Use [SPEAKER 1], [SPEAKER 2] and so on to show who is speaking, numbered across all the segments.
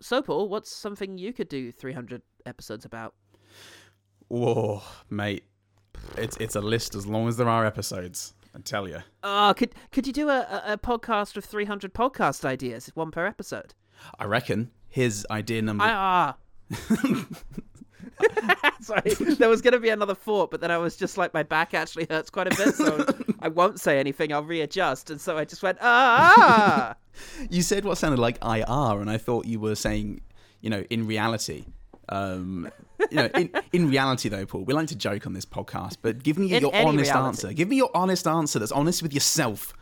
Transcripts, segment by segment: [SPEAKER 1] so Paul, what's something you could do 300 episodes about?
[SPEAKER 2] Whoa, mate. It's it's a list as long as there are episodes. I tell you.
[SPEAKER 1] Oh, could could you do a, a, a podcast of 300 podcast ideas, one per episode?
[SPEAKER 2] I reckon his idea number.
[SPEAKER 1] I, ah. Sorry, there was going to be another thought, but then I was just like, my back actually hurts quite a bit, so I won't say anything. I'll readjust, and so I just went ah.
[SPEAKER 2] you said what sounded like IR, and I thought you were saying, you know, in reality. Um, you know, in, in reality though, Paul, we like to joke on this podcast, but give me
[SPEAKER 1] In
[SPEAKER 2] your
[SPEAKER 1] any
[SPEAKER 2] honest
[SPEAKER 1] reality.
[SPEAKER 2] answer. Give me your honest answer that's honest with yourself.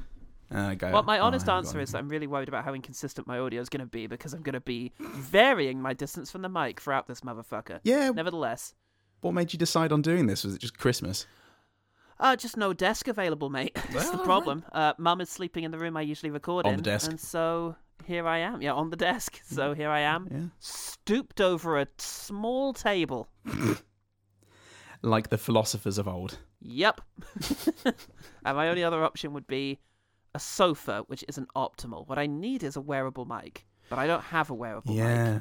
[SPEAKER 2] Uh, go.
[SPEAKER 1] Well, my
[SPEAKER 2] Oh, I
[SPEAKER 1] honest
[SPEAKER 2] haven't
[SPEAKER 1] answer
[SPEAKER 2] got
[SPEAKER 1] is that I'm really worried about how inconsistent my audio is going to be because I'm going to be varying my distance from the mic throughout this motherfucker.
[SPEAKER 2] Yeah.
[SPEAKER 1] Nevertheless,
[SPEAKER 2] What made you decide on doing this? Was it just Christmas?
[SPEAKER 1] uh, just no desk available, mate. That's
[SPEAKER 2] Well,
[SPEAKER 1] the
[SPEAKER 2] alright.
[SPEAKER 1] problem. Uh, Mum is sleeping in the room I usually record
[SPEAKER 2] On
[SPEAKER 1] in,
[SPEAKER 2] the desk.
[SPEAKER 1] and so here I am. Yeah, on the desk. So here I am,
[SPEAKER 2] Yeah.
[SPEAKER 1] stooped over a small table.
[SPEAKER 2] Like the philosophers of old.
[SPEAKER 1] Yep. and my only other option would be a sofa, which isn't optimal. What I need is a wearable mic, but I don't have a wearable mic.
[SPEAKER 2] Yeah.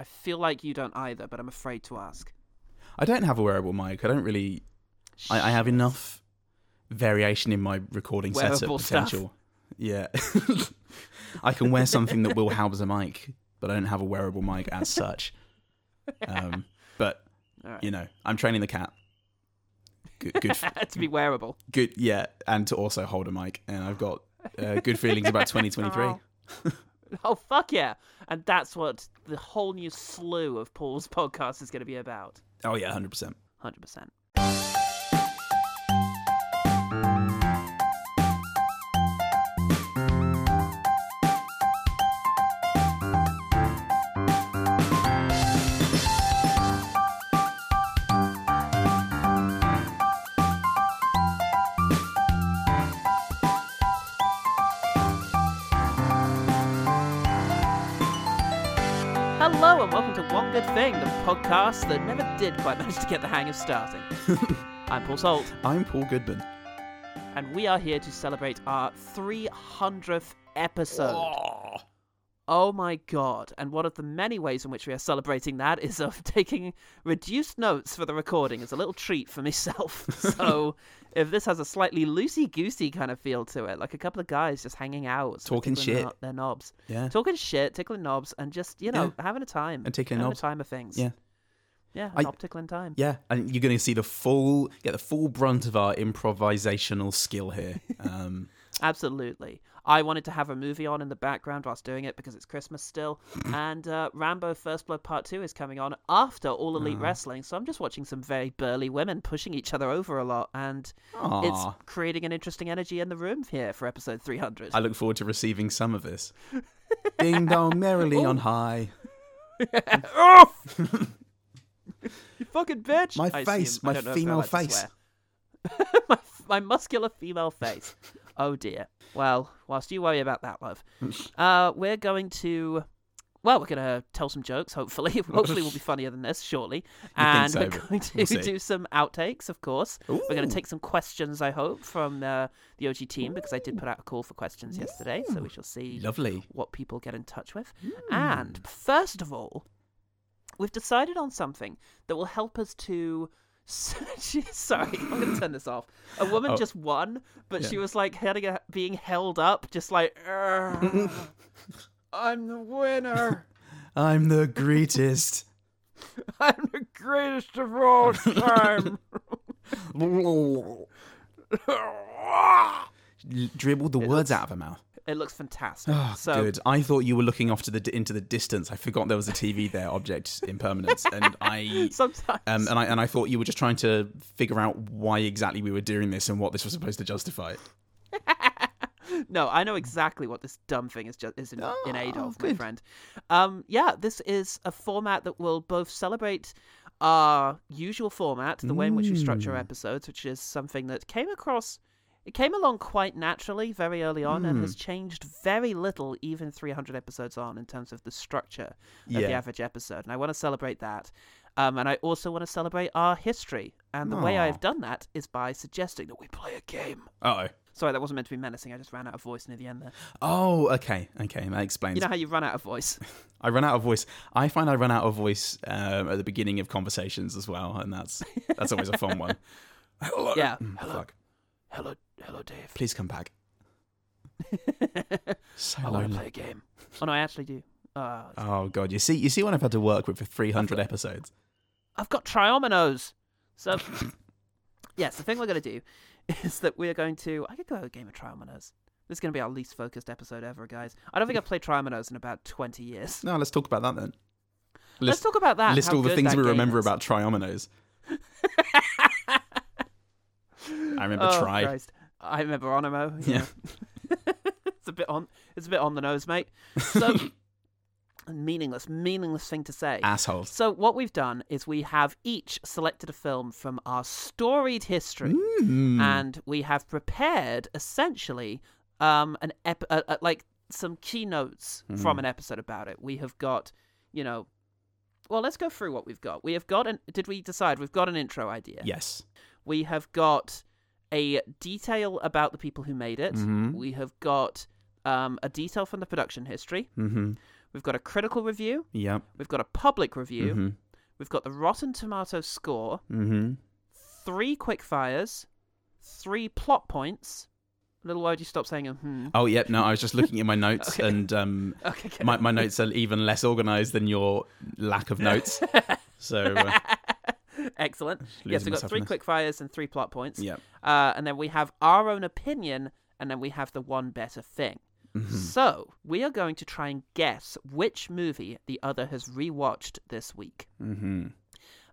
[SPEAKER 1] I feel like you don't either, but I'm afraid to ask.
[SPEAKER 2] I don't have a wearable mic. I don't really. I, I have enough variation in my recording
[SPEAKER 1] Wearable
[SPEAKER 2] setup
[SPEAKER 1] stuff.
[SPEAKER 2] potential. Yeah. I can wear something that will house a mic, but I don't have a wearable mic as such. Um, but
[SPEAKER 1] Alright.
[SPEAKER 2] you know, I'm training the cat. Good, good, f-
[SPEAKER 1] to be wearable.
[SPEAKER 2] good. Yeah, and to also hold a mic, and I've got uh, good feelings about 2023.
[SPEAKER 1] Oh. Oh fuck yeah! And that's what the whole new slew of Paul's podcast is going to be about.
[SPEAKER 2] Oh yeah, 100. percent
[SPEAKER 1] Hundred percent. Hello and welcome to One Good Thing, the podcast that never did quite manage to get the hang of starting. I'm Paul Salt,
[SPEAKER 2] I'm Paul Goodman.
[SPEAKER 1] and we are here to celebrate our 300th episode.
[SPEAKER 2] Oh.
[SPEAKER 1] Oh my god. And one of the many ways in which we are celebrating that is of taking reduced notes for the recording as a little treat for myself. so if this has a slightly loosey goosey kind of feel to it, like a couple of guys just hanging out, sort of
[SPEAKER 2] Talking
[SPEAKER 1] tickling
[SPEAKER 2] shit.
[SPEAKER 1] their, their knobs,
[SPEAKER 2] Yeah.
[SPEAKER 1] talking shit, tickling knobs, and just, you know, having a time.
[SPEAKER 2] And tickling
[SPEAKER 1] having
[SPEAKER 2] knobs.
[SPEAKER 1] a time of things.
[SPEAKER 2] Yeah.
[SPEAKER 1] Yeah,
[SPEAKER 2] I-
[SPEAKER 1] an knob tickling time.
[SPEAKER 2] Yeah, and you're going to see the full get the full brunt of our improvisational skill here. Um,
[SPEAKER 1] Absolutely. I wanted to have a movie on in the background whilst doing it because it's Christmas still. and uh, Rambo First Blood Part 2 is coming on after All Elite Wrestling. So I'm just watching some very burly women pushing each other over a lot. And
[SPEAKER 2] aw,
[SPEAKER 1] it's creating an interesting energy in the room here for episode 300.
[SPEAKER 2] I look forward to receiving some of this. Ding dong merrily on high.
[SPEAKER 1] oh! you fucking bitch!
[SPEAKER 2] My
[SPEAKER 1] I
[SPEAKER 2] face,
[SPEAKER 1] assume. I
[SPEAKER 2] my
[SPEAKER 1] don't know if they're
[SPEAKER 2] female
[SPEAKER 1] allowed to
[SPEAKER 2] face.
[SPEAKER 1] swear. my, my muscular female face. Oh dear. Well, whilst you worry about that, love, uh, we're going to. Well, we're going to tell some jokes, hopefully. hopefully, we'll be funnier than this shortly. And
[SPEAKER 2] so,
[SPEAKER 1] we're
[SPEAKER 2] but
[SPEAKER 1] going to
[SPEAKER 2] we'll see.
[SPEAKER 1] do some outtakes, of course. We're going
[SPEAKER 2] Ooh.
[SPEAKER 1] to take some questions, I hope, from uh, the OG team, because I did put out a call for questions yesterday. So we shall see
[SPEAKER 2] Lovely.
[SPEAKER 1] what people get in touch with.
[SPEAKER 2] Hmm.
[SPEAKER 1] And first of all, we've decided on something that will help us to. Sorry, I'm going to turn this off. A woman
[SPEAKER 2] Oh.
[SPEAKER 1] just won, but she
[SPEAKER 2] Yeah.
[SPEAKER 1] was like having a, being held up, just like, "Urgh, I'm the winner.
[SPEAKER 2] I'm the greatest.
[SPEAKER 1] I'm the greatest of all time.
[SPEAKER 2] Dribbled the words out of her mouth.
[SPEAKER 1] it looks fantastic.
[SPEAKER 2] Oh,
[SPEAKER 1] so,
[SPEAKER 2] good. I thought you were looking off to the into the distance. I forgot there was a TV there, object impermanence, and I
[SPEAKER 1] sometimes.
[SPEAKER 2] um, and I and I thought you were just trying to figure out why exactly we were doing this and what this was supposed to justify.
[SPEAKER 1] no, I know exactly what this dumb thing is just is in, in aid
[SPEAKER 2] Oh,
[SPEAKER 1] of, my
[SPEAKER 2] good.
[SPEAKER 1] friend. Um, yeah, this is a format that will both celebrate our usual format, the way in which we structure
[SPEAKER 2] Hmm.
[SPEAKER 1] our episodes, which is something that came across. It came along quite naturally very early on
[SPEAKER 2] Hmm.
[SPEAKER 1] and has changed very little, even 300 episodes on, in terms of the structure of the
[SPEAKER 2] Yeah.
[SPEAKER 1] average episode. And I want to celebrate that. Um, and I also want to celebrate our history And the way
[SPEAKER 2] Aw.
[SPEAKER 1] I've done that is by suggesting that we play a game.
[SPEAKER 2] Oh.
[SPEAKER 1] Sorry, that wasn't meant to be menacing. I just ran out of voice near the end there.
[SPEAKER 2] Oh, okay. Okay, that explains.
[SPEAKER 1] You know how you run out of voice?
[SPEAKER 2] I run out of voice. I find I run out of voice um, at the beginning of conversations as well, and that's that's always a fun one. Hello.
[SPEAKER 1] Yeah.
[SPEAKER 2] Mm,
[SPEAKER 1] Hello.
[SPEAKER 2] fuck.
[SPEAKER 1] Hello, hello, Dave.
[SPEAKER 2] Please come back. So
[SPEAKER 1] I want to play
[SPEAKER 2] lonely.
[SPEAKER 1] a game. Oh no, I actually do. Uh,
[SPEAKER 2] Oh god, you see, you see what I've had to work with for three hundred episodes.
[SPEAKER 1] I've got triominoes. So, yes, the thing we're going to do is that we're going to. I could go a game of triominoes. This is going to be our least focused episode ever, guys. I don't think I've played triominoes in about 20 years.
[SPEAKER 2] No, let's talk about that then.
[SPEAKER 1] Let's talk about that.
[SPEAKER 2] list
[SPEAKER 1] Ah, how
[SPEAKER 2] all the
[SPEAKER 1] good
[SPEAKER 2] things
[SPEAKER 1] that
[SPEAKER 2] we
[SPEAKER 1] game
[SPEAKER 2] remember
[SPEAKER 1] is.
[SPEAKER 2] about triominoes. I remember
[SPEAKER 1] oh,
[SPEAKER 2] tri.
[SPEAKER 1] Christ. I remember Onimo. Yeah. it's a bit on. It's a bit on the nose, mate. So, meaningless, meaningless thing to say.
[SPEAKER 2] Assholes.
[SPEAKER 1] So what we've done is we have each selected a film from our storied history,
[SPEAKER 2] Hmm. Mm-hmm.
[SPEAKER 1] and we have prepared essentially um, an ep- uh, uh, like some keynotes from an episode about it. We have got, you know, well, let's go through what we've got. We have got an. Did we decide we've got an intro idea?
[SPEAKER 2] Yes.
[SPEAKER 1] We have got a detail about the people who made it.
[SPEAKER 2] Mhm.
[SPEAKER 1] We have got um, a detail from the production history.
[SPEAKER 2] Mm-hmm.
[SPEAKER 1] We've got a critical review.
[SPEAKER 2] Yep.
[SPEAKER 1] We've got a public review.
[SPEAKER 2] Mm-hmm.
[SPEAKER 1] We've got the Rotten Tomato score,
[SPEAKER 2] Mm-hmm.
[SPEAKER 1] three quick fires, three plot points. Little why would you stop saying a hmm?
[SPEAKER 2] Oh, yep. No, I was just looking at my notes,
[SPEAKER 1] Okay.
[SPEAKER 2] and um,
[SPEAKER 1] Okay, good.
[SPEAKER 2] my, my notes are even less organized than your lack of notes. So, uh,
[SPEAKER 1] Excellent.
[SPEAKER 2] losing
[SPEAKER 1] Yes, we've got
[SPEAKER 2] myself
[SPEAKER 1] three
[SPEAKER 2] in this.
[SPEAKER 1] quick fires and three plot points.
[SPEAKER 2] yep.
[SPEAKER 1] Uh, and then we have our own opinion, and then we have the one better thing.
[SPEAKER 2] Hmm. Mm-hmm.
[SPEAKER 1] So we are going to try and guess which movie the other has rewatched this week.
[SPEAKER 2] Mm-hmm.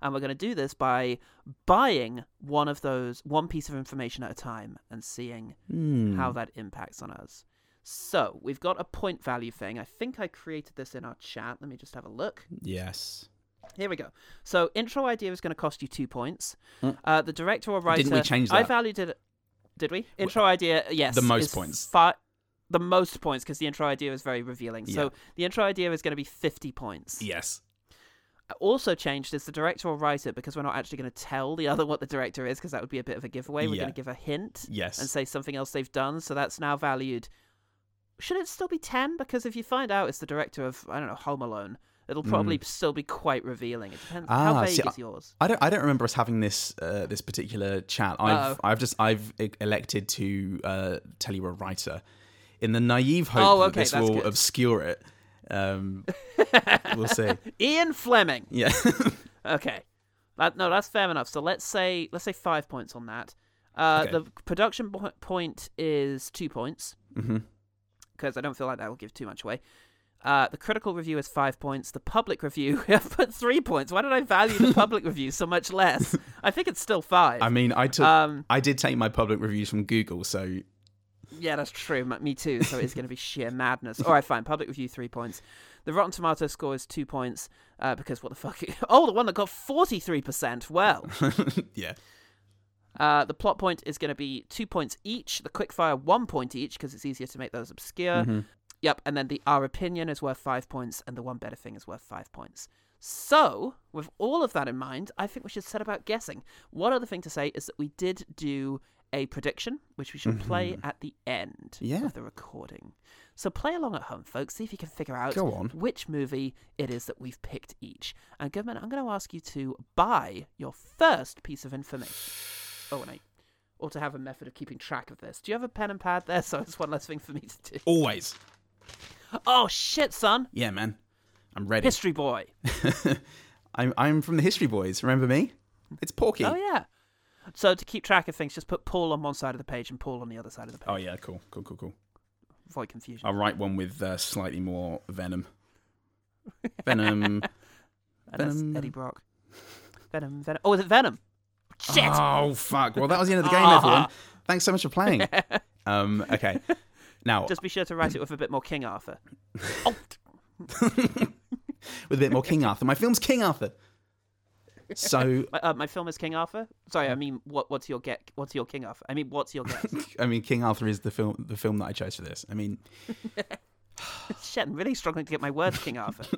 [SPEAKER 1] and we're going to do this by buying one of those one piece of information at a time and seeing
[SPEAKER 2] Hmm.
[SPEAKER 1] how that impacts on us so we've got a point value thing i think i created this in our chat let me just have a look
[SPEAKER 2] Yes.
[SPEAKER 1] here we go so intro idea is going to cost you two points
[SPEAKER 2] Mm.
[SPEAKER 1] uh, the director or writer
[SPEAKER 2] Didn't we change
[SPEAKER 1] i
[SPEAKER 2] that?
[SPEAKER 1] valued it did we intro idea yes
[SPEAKER 2] the most
[SPEAKER 1] is
[SPEAKER 2] points.
[SPEAKER 1] fi- the most points because the intro idea is very revealing
[SPEAKER 2] Yeah.
[SPEAKER 1] so the intro idea is going to be 50 points
[SPEAKER 2] Yes.
[SPEAKER 1] also changed is the director or writer because we're not actually going to tell the other what the director is because that would be a bit of a giveaway. We're
[SPEAKER 2] Yeah.
[SPEAKER 1] going to give a hint
[SPEAKER 2] Yes.
[SPEAKER 1] and say something else they've done. So that's now valued. Should it still be 10? Because if you find out it's the director of, I don't know, Home Alone, it'll probably still be quite revealing. It depends.
[SPEAKER 2] Hmm. Ah,
[SPEAKER 1] How vague
[SPEAKER 2] see,
[SPEAKER 1] is yours?
[SPEAKER 2] I don't. I don't remember us having this uh, this particular chat. I've
[SPEAKER 1] Uh-oh.
[SPEAKER 2] I've just I've e- elected to uh, tell you a writer, in the naive hope
[SPEAKER 1] Oh,
[SPEAKER 2] that
[SPEAKER 1] okay,
[SPEAKER 2] this
[SPEAKER 1] that's
[SPEAKER 2] will
[SPEAKER 1] good.
[SPEAKER 2] obscure it. Um, we'll see.
[SPEAKER 1] Ian Fleming.
[SPEAKER 2] Yeah.
[SPEAKER 1] Okay. That, no, that's fair enough. So let's say let's say five points on that. Uh,
[SPEAKER 2] Okay.
[SPEAKER 1] The production po- point is two points.
[SPEAKER 2] hmm
[SPEAKER 1] because I don't feel like that will give too much away. Uh, the critical review is five points. The public review, I've put three points. Why did I value the public review so much less? I think it's still five.
[SPEAKER 2] I mean, I took.
[SPEAKER 1] um,
[SPEAKER 2] I did take my public reviews from Google, so
[SPEAKER 1] yeah, that's true. M- Me too. So it's going to be sheer madness. All right, fine. Public review, three points. The Rotten Tomato score is two points uh, because what the fuck? Oh, the one that got 43%. Well,
[SPEAKER 2] yeah.
[SPEAKER 1] Uh, the plot point is going to be two points each. The quickfire one point each because it's easier to make those
[SPEAKER 2] Mm-hmm.
[SPEAKER 1] obscure. Yep, and then the our opinion is worth five points, and the one better thing is worth five points. So, with all of that in mind, I think we should set about guessing. One other thing to say is that we did do a prediction, which we shall play at the end
[SPEAKER 2] Mm-hmm. Yeah.
[SPEAKER 1] of the recording. So play along at home, folks. See if you can figure out
[SPEAKER 2] Go on.
[SPEAKER 1] which movie it is that we've picked each. And Goodman, I'm going to ask you to buy your first piece of information. Oh, and I, or to have a method of keeping track of this. Do you have a pen and pad there? So it's one less thing for me to do.
[SPEAKER 2] Always.
[SPEAKER 1] Oh shit, son!
[SPEAKER 2] Yeah, man. I'm ready.
[SPEAKER 1] History boy.
[SPEAKER 2] I'm I'm from the History Boys. Remember me? It's Porky.
[SPEAKER 1] Oh yeah. So to keep track of things, just put Paul on one side of the page and Paul on the other side of the page.
[SPEAKER 2] Oh, yeah, cool, cool, cool, cool.
[SPEAKER 1] Avoid confusion.
[SPEAKER 2] I'll write one with uh, slightly more venom. Venom.
[SPEAKER 1] and that's
[SPEAKER 2] Oh, Venom.
[SPEAKER 1] Eddie Brock. Venom. Venom. Oh, is it Venom? Shit.
[SPEAKER 2] Oh fuck! Well, that was the end of the game,
[SPEAKER 1] Ah.
[SPEAKER 2] everyone. Thanks so much for playing. Um, okay. Now,
[SPEAKER 1] Just be sure to write it with a bit more King Arthur. Oh,
[SPEAKER 2] with a bit more King Arthur. My film's King Arthur. So,
[SPEAKER 1] my, uh, my film is King Arthur. Sorry, I mean, what, what's your get? What's your King Arthur? I mean, what's your guess?
[SPEAKER 2] I mean, King Arthur is the film the film that I chose for this. I mean,
[SPEAKER 1] Shit, I'm really struggling to get my words King Arthur.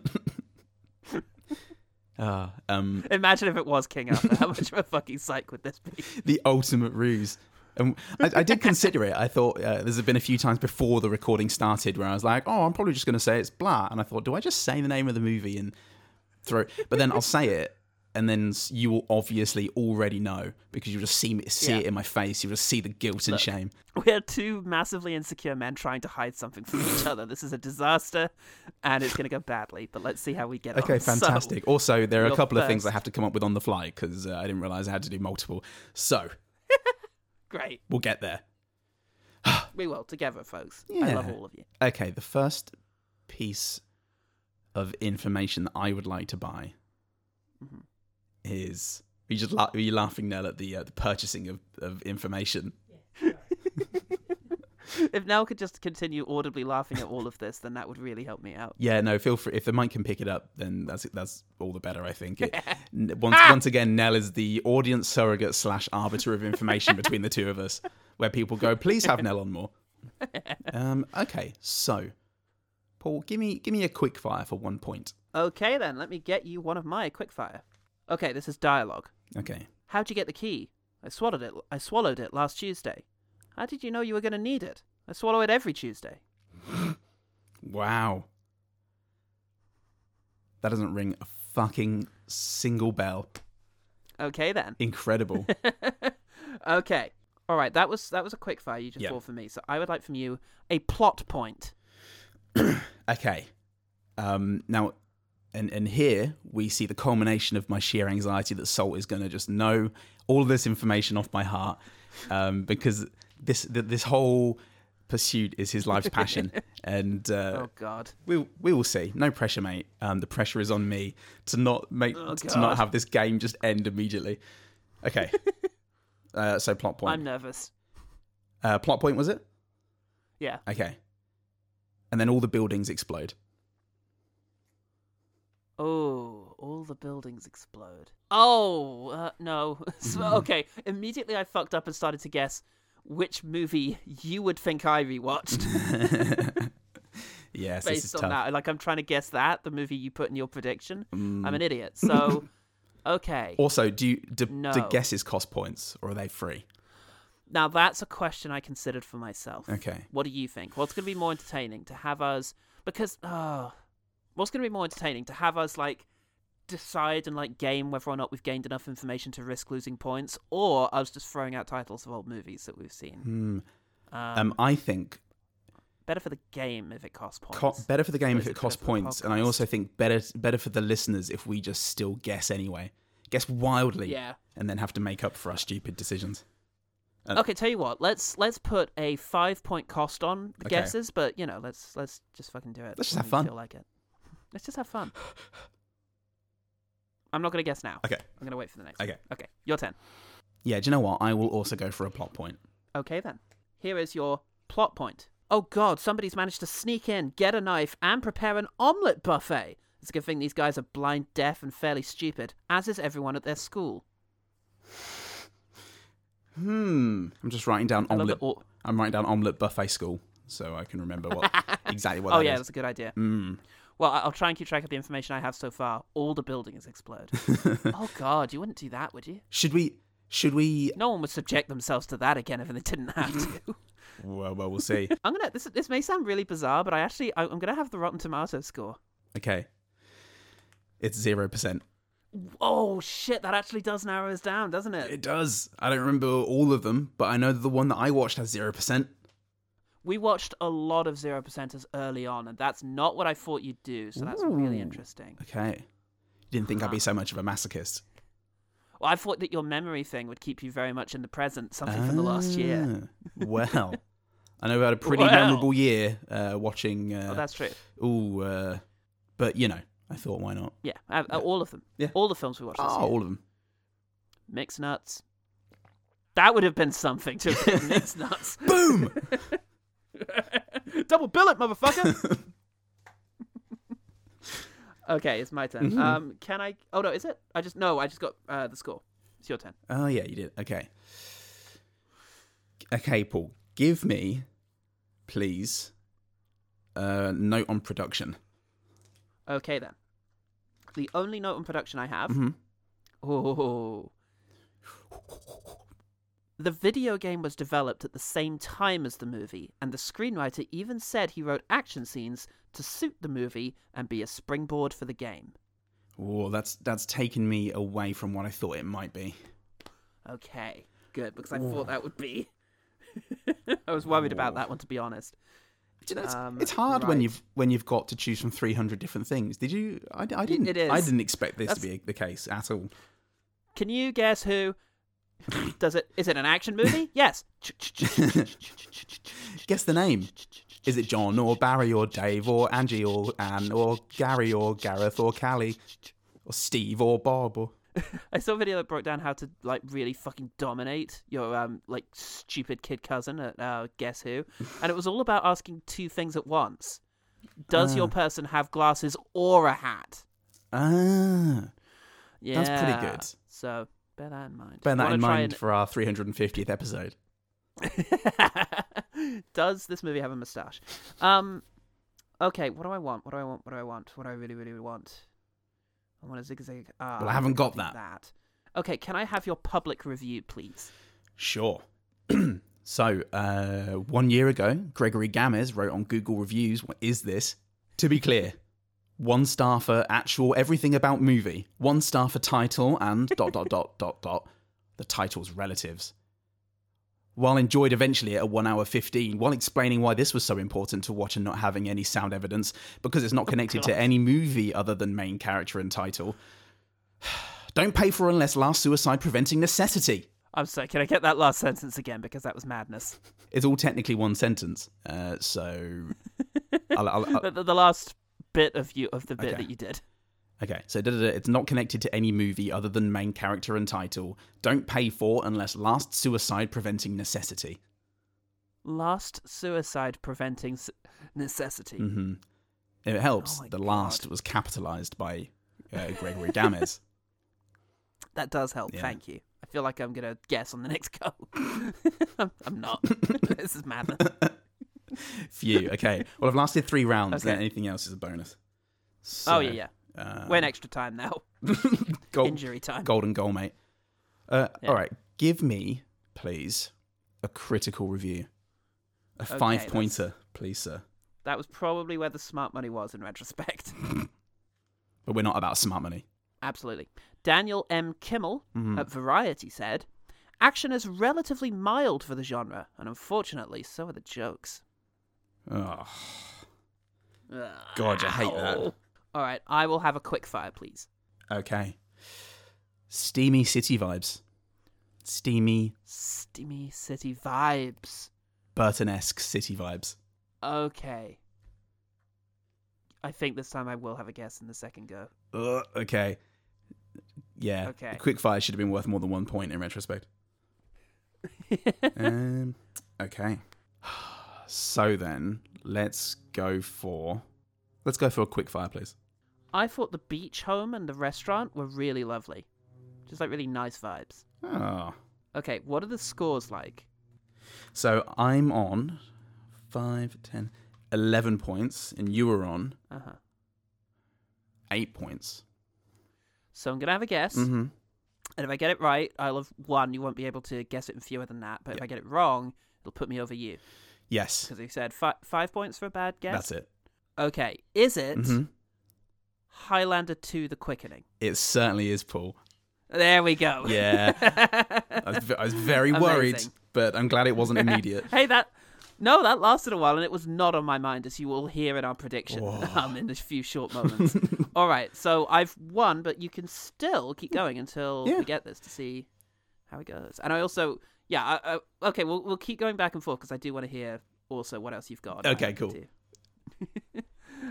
[SPEAKER 2] Uh, um,
[SPEAKER 1] Imagine if it was King Arthur. How much of a fucking psych would this be?
[SPEAKER 2] the ultimate ruse. And I, I did consider it. I thought uh, there's been a few times before the recording started where I was like, "Oh, I'm probably just going to say it's blah," and I thought, "Do I just say the name of the movie and throw?" But then I'll say it, and then s- you will obviously already know because you will just see me, see
[SPEAKER 1] Yeah.
[SPEAKER 2] it in my face. You will just see the guilt and shame.
[SPEAKER 1] We're two massively insecure men trying to hide something from each other. This is a disaster, and it's going to go badly. But let's see how we get on.
[SPEAKER 2] Okay,
[SPEAKER 1] So,
[SPEAKER 2] fantastic. also, there are a
[SPEAKER 1] you're
[SPEAKER 2] couple of things I
[SPEAKER 1] first.
[SPEAKER 2] have to come up with on the fly because uh, I didn't realize I had to do multiple. So
[SPEAKER 1] great.
[SPEAKER 2] we'll get there.
[SPEAKER 1] We will together, folks. I love
[SPEAKER 2] Yeah.
[SPEAKER 1] all of you.
[SPEAKER 2] Okay, the first piece of information that I would like to buy
[SPEAKER 1] Mhm.
[SPEAKER 2] is are you just la- are you laughing Nell at the uh, the purchasing of, of information?
[SPEAKER 1] If Nell could just continue audibly laughing at all of this, then that would really help me out.
[SPEAKER 2] Yeah, no, feel free if the mic can pick it up, then that's that's all the better. I think. It- n- once once again, Nell is the audience surrogate slash arbiter of information between the two of us, where people go, please have Nell on more. Um, okay, so Paul, give me give me a quick fire for one point.
[SPEAKER 1] Okay, then let me get you one of my quickfire. Okay, this is dialogue.
[SPEAKER 2] Okay.
[SPEAKER 1] How'd you get the key? I swallowed it. I swallowed it last Tuesday. How did you know you were going to need it? I swallow it every Tuesday.
[SPEAKER 2] Wow. That doesn't ring a fucking single bell.
[SPEAKER 1] Okay, then.
[SPEAKER 2] Incredible.
[SPEAKER 1] okay. All right. That was that was a quick fire you just
[SPEAKER 2] Yeah.
[SPEAKER 1] bought for me. So I would like from you a plot point.
[SPEAKER 2] okay. Um, now, and, and here we see the culmination of my sheer anxiety that Salt is going to just know all of this information off by heart um, because this th- this whole pursuit is his life's passion. and uh,
[SPEAKER 1] Oh God.
[SPEAKER 2] we we will see. No pressure, mate. Um, the pressure is on me to not make
[SPEAKER 1] Oh,
[SPEAKER 2] to
[SPEAKER 1] God.
[SPEAKER 2] not have this game just end immediately. Okay. uh, so plot point.
[SPEAKER 1] I'm nervous.
[SPEAKER 2] Uh, plot point was it?
[SPEAKER 1] Yeah.
[SPEAKER 2] Okay. And then all the buildings explode.
[SPEAKER 1] Oh, all the buildings explode. Oh uh, no. So- okay. Immediately I fucked up and started to guess which movie you would think I rewatched
[SPEAKER 2] Yes, this is
[SPEAKER 1] based on
[SPEAKER 2] tough.
[SPEAKER 1] that. Like I'm trying to guess that the movie you put in your prediction. I'm an idiot. So. Okay.
[SPEAKER 2] Mm. Also, do you, do, do
[SPEAKER 1] No.
[SPEAKER 2] guesses cost points or are they free?
[SPEAKER 1] Now that's a question I considered for myself.
[SPEAKER 2] Okay.
[SPEAKER 1] What do you think? What's going to be more entertaining to have us because uh, what's going to be more entertaining to have us like decide and like game whether or not we've gained enough information to risk losing points or us just throwing out titles of old movies that we've seen.
[SPEAKER 2] Hmm.
[SPEAKER 1] Um,
[SPEAKER 2] Um, I think
[SPEAKER 1] better for the game if it costs points.
[SPEAKER 2] co- better for the game
[SPEAKER 1] Or
[SPEAKER 2] if
[SPEAKER 1] is
[SPEAKER 2] it
[SPEAKER 1] it
[SPEAKER 2] costs
[SPEAKER 1] better for the
[SPEAKER 2] points, and I
[SPEAKER 1] podcast?
[SPEAKER 2] also think better better for the listeners if we just still guess anyway, guess wildly,
[SPEAKER 1] yeah.
[SPEAKER 2] and then have to make up for our stupid decisions. Uh,
[SPEAKER 1] Okay, tell you what. Let's let's put a 5 point cost on the
[SPEAKER 2] Okay.
[SPEAKER 1] guesses, but you know, let's let's just fucking do it.
[SPEAKER 2] Let's just
[SPEAKER 1] when
[SPEAKER 2] have
[SPEAKER 1] we
[SPEAKER 2] fun.
[SPEAKER 1] Feel like it. Let's just have fun. I'm not going to guess now.
[SPEAKER 2] Okay.
[SPEAKER 1] I'm gonna wait for the next.
[SPEAKER 2] Okay.
[SPEAKER 1] One. Okay. Your turn.
[SPEAKER 2] Yeah, do you know what? I will also go for a plot point.
[SPEAKER 1] Okay then. Here is your plot point. Oh God! Somebody's managed to sneak in, get a knife, and prepare an omelet buffet. It's a good thing these guys are blind, deaf, and fairly stupid, as is everyone at their school.
[SPEAKER 2] Hmm. I'm just writing down
[SPEAKER 1] I love
[SPEAKER 2] omelet.
[SPEAKER 1] that all-
[SPEAKER 2] I'm writing down omelet buffet school, so I can remember what exactly what.
[SPEAKER 1] oh
[SPEAKER 2] that
[SPEAKER 1] yeah,
[SPEAKER 2] is.
[SPEAKER 1] that's a good idea.
[SPEAKER 2] Mm.
[SPEAKER 1] Well, I- I'll try and keep track of the information I have so far. All the buildings explode. oh God! You wouldn't do that, would you?
[SPEAKER 2] Should we? Should we?
[SPEAKER 1] No one would subject themselves to that again if they didn't have to.
[SPEAKER 2] Well, well, we'll see.
[SPEAKER 1] I'm gonna. This this may sound really bizarre, but I actually I- I'm gonna have the Rotten Tomato score.
[SPEAKER 2] okay. It's zero percent.
[SPEAKER 1] Oh shit! That actually does narrow us down, doesn't it?
[SPEAKER 2] It does. I don't remember all of them, but I know that the one that I watched has zero percent.
[SPEAKER 1] We watched a lot of zero percenters early on, and that's not what I thought you'd do. So that's really
[SPEAKER 2] Ooh.
[SPEAKER 1] interesting.
[SPEAKER 2] Okay. You didn't think
[SPEAKER 1] Ah.
[SPEAKER 2] I'd be so much of a masochist.
[SPEAKER 1] Well, I thought that your memory thing would keep you very much in the present, something from the last year.
[SPEAKER 2] Ah, well, I know we had a pretty
[SPEAKER 1] Well.
[SPEAKER 2] memorable year uh, watching.
[SPEAKER 1] Oh,
[SPEAKER 2] Uh,
[SPEAKER 1] that's true.
[SPEAKER 2] ooh, uh, but you know, I thought why not?
[SPEAKER 1] Yeah, uh, uh, all of them.
[SPEAKER 2] Yeah.
[SPEAKER 1] all the films we watched. This
[SPEAKER 2] Oh,
[SPEAKER 1] year.
[SPEAKER 2] all of them.
[SPEAKER 1] Mixed nuts. That would have been something to have been mixed nuts.
[SPEAKER 2] Boom.
[SPEAKER 1] Double billet, motherfucker. okay, it's my
[SPEAKER 2] Mm-hmm.
[SPEAKER 1] turn. Um, can I? Oh no, is it? I just no. I just got uh, the score. It's your turn.
[SPEAKER 2] Oh yeah, you did. Okay. Okay, Paul. Give me, please, a note on production.
[SPEAKER 1] Okay then. book, the only note on production I have.
[SPEAKER 2] Mm-hmm.
[SPEAKER 1] Oh. The video game was developed at the same time as the movie, and the screenwriter even said he wrote action scenes to suit the movie and be a springboard for the game.
[SPEAKER 2] Oh, that's that's taken me away from what I thought it might be.
[SPEAKER 1] Okay, good, because I thought that would be. I was worried about that one, to be honest.
[SPEAKER 2] Do you know, it's,
[SPEAKER 1] Um,
[SPEAKER 2] it's hard when
[SPEAKER 1] right.
[SPEAKER 2] you've when you've got to choose from three hundred different things. Did you? I, I didn't.
[SPEAKER 1] it is.
[SPEAKER 2] I didn't expect this to
[SPEAKER 1] That's-
[SPEAKER 2] be the case at all.
[SPEAKER 1] Can you guess who? Does it? Is it an action movie? Yes.
[SPEAKER 2] Guess the name. Is it John or Barry or Dave or Angie or Anne or Gary or Gareth or Callie or Steve or Bob or?
[SPEAKER 1] I saw a video that broke down how to like really fucking dominate your um like stupid kid cousin at uh, Guess Who, and it was all about asking two things at once. Does your person have glasses or a hat?
[SPEAKER 2] Ah,
[SPEAKER 1] Yeah,
[SPEAKER 2] That's pretty good.
[SPEAKER 1] So bear that in mind.
[SPEAKER 2] bear that
[SPEAKER 1] Wanna
[SPEAKER 2] in
[SPEAKER 1] try
[SPEAKER 2] mind for our 350th episode.
[SPEAKER 1] and- Does this movie have a mustache? Um, okay. What do I want? What do I want? What do I want? What do I really, really want? I want a zigzag. Ah,
[SPEAKER 2] Well, I haven't got
[SPEAKER 1] think
[SPEAKER 2] that.
[SPEAKER 1] That. Okay. Can I have your public review, please?
[SPEAKER 2] Sure. so, uh, one year ago, Gregory Gamez wrote on Google Reviews, What is this? To be clear, one star for actual everything about movie, one star for title, and dot, dot, dot, dot, dot, the title's relatives. While enjoyed eventually at a 1 hour 15, while explaining why this was so important to watch and not having any sound evidence, because it's not connected to any movie other than main character and title. Don't pay for unless last suicide preventing necessity.
[SPEAKER 1] I'm sorry. Can I get that last sentence again? Because that was madness.
[SPEAKER 2] it's all technically one sentence. Uh, so, I'll, I'll, I'll-
[SPEAKER 1] The, the, the last bit of you of the bit
[SPEAKER 2] Okay.
[SPEAKER 1] that you did.
[SPEAKER 2] okay. So, da, da, da, it's not connected to any movie other than main character and title. Don't pay for unless last suicide preventing necessity.
[SPEAKER 1] Last suicide preventing s- necessity.
[SPEAKER 2] hmm If it helps,
[SPEAKER 1] Oh my
[SPEAKER 2] the last was capitalized by uh, Gregory Gamez.
[SPEAKER 1] That does help.
[SPEAKER 2] Yeah.
[SPEAKER 1] Thank you. I feel like I'm gonna guess on the next go. I'm, I'm not. this is madness. Oh,
[SPEAKER 2] Phew. Okay. Well, I've lasted three rounds. Then
[SPEAKER 1] Okay.
[SPEAKER 2] anything else is a bonus.
[SPEAKER 1] oh yeah, yeah.
[SPEAKER 2] yeah. Uh,
[SPEAKER 1] We're in extra time now.
[SPEAKER 2] gold,
[SPEAKER 1] Injury time.
[SPEAKER 2] golden goal, mate. Uh,
[SPEAKER 1] Yeah.
[SPEAKER 2] All right, give me, please, a critical review, a
[SPEAKER 1] Okay,
[SPEAKER 2] five pointer, please, sir.
[SPEAKER 1] That was probably where the smart money was in retrospect.
[SPEAKER 2] But we're not about smart money.
[SPEAKER 1] Absolutely. Daniel M. Kimmel
[SPEAKER 2] Mm-hmm.
[SPEAKER 1] at Variety said, "Action is relatively mild for the genre, and unfortunately, so are the jokes."
[SPEAKER 2] Oh, God, I hate that.
[SPEAKER 1] Ow. All right, I will have a quick fire, please.
[SPEAKER 2] okay. Steamy city vibes, steamy
[SPEAKER 1] Steamy city vibes.
[SPEAKER 2] Burton-esque city vibes.
[SPEAKER 1] Okay. I think this time I will have a guess in the second go.
[SPEAKER 2] Ugh, okay. Yeah.
[SPEAKER 1] Okay.
[SPEAKER 2] Quick fire should have been worth more than one point in retrospect. um, okay. So then, let's go for let's go for a quick fire, please.
[SPEAKER 1] I thought the beach home and the restaurant were really lovely. Just like really nice vibes.
[SPEAKER 2] Oh.
[SPEAKER 1] Okay, what are the scores like?
[SPEAKER 2] So I'm on 5, 10, 11 points, and you were on
[SPEAKER 1] Uh huh.
[SPEAKER 2] 8 points.
[SPEAKER 1] So I'm going to have a guess.
[SPEAKER 2] Mm-hmm.
[SPEAKER 1] And if I get it right, I'll have won. You won't be able to guess it in fewer than that. But if I get it wrong, it'll put me over you.
[SPEAKER 2] Yes,
[SPEAKER 1] Because you said fi- five points for a bad guess.
[SPEAKER 2] that's it.
[SPEAKER 1] Okay, is it
[SPEAKER 2] Mhm.
[SPEAKER 1] Highlander 2 The Quickening?
[SPEAKER 2] It certainly is, Paul.
[SPEAKER 1] There we go.
[SPEAKER 2] Yeah. I was, ve- I was very worried,
[SPEAKER 1] Amazing.
[SPEAKER 2] but I'm glad it wasn't immediate.
[SPEAKER 1] hey, that. No, that lasted a while, and it was not on my mind, as you will hear in our prediction
[SPEAKER 2] Whoa.
[SPEAKER 1] um, in a few short moments. All right, so I've won, but you can still keep going until
[SPEAKER 2] Yeah.
[SPEAKER 1] we get this to see how it goes. And I also, yeah, I, I, okay, we'll we'll keep going back and forth because I do want to hear also what else you've got.
[SPEAKER 2] Okay,
[SPEAKER 1] Um,
[SPEAKER 2] cool.
[SPEAKER 1] too.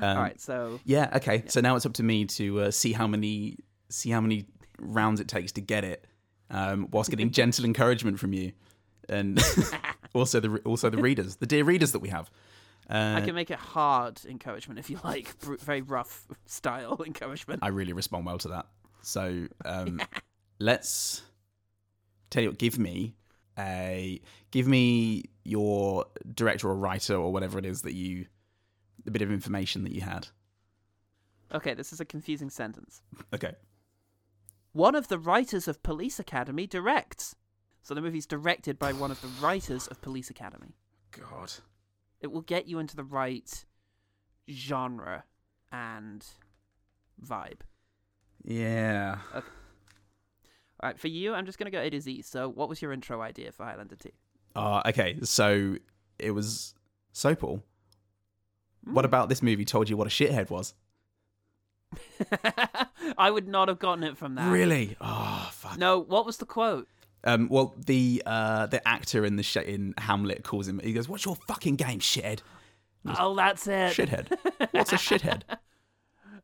[SPEAKER 2] Um,
[SPEAKER 1] All right, so
[SPEAKER 2] Yeah, okay. So now it's up to me to uh, see how many see how many rounds it takes to get it um, whilst getting gentle encouragement from you and also the re- also the readers, the dear readers that we have. Uh,
[SPEAKER 1] I can make it hard encouragement if you like, br- very rough style encouragement.
[SPEAKER 2] I really respond well to that. So um, let's tell you what. Give me a give me your director or writer or whatever it is that you the bit of information that you had.
[SPEAKER 1] Okay, this is a confusing sentence.
[SPEAKER 2] Okay.
[SPEAKER 1] One of the writers of Police Academy directs. So the movie's directed by one of the writers of Police Academy.
[SPEAKER 2] God.
[SPEAKER 1] It will get you into the right genre and vibe.
[SPEAKER 2] Yeah.
[SPEAKER 1] All right, for you, I'm just going to go A to Z. So, what was your intro idea for Highlander 2?
[SPEAKER 2] Uh, okay, so it was Sopal. What about this movie told you what a shithead was?
[SPEAKER 1] I would not have gotten it from that.
[SPEAKER 2] Really? Oh, fuck.
[SPEAKER 1] No, what was the quote?
[SPEAKER 2] Um, well, the uh, the actor in the sh- in Hamlet calls him. He goes, "What's your fucking game, shithead?
[SPEAKER 1] Oh, that's it.
[SPEAKER 2] Shithead. What's a shithead?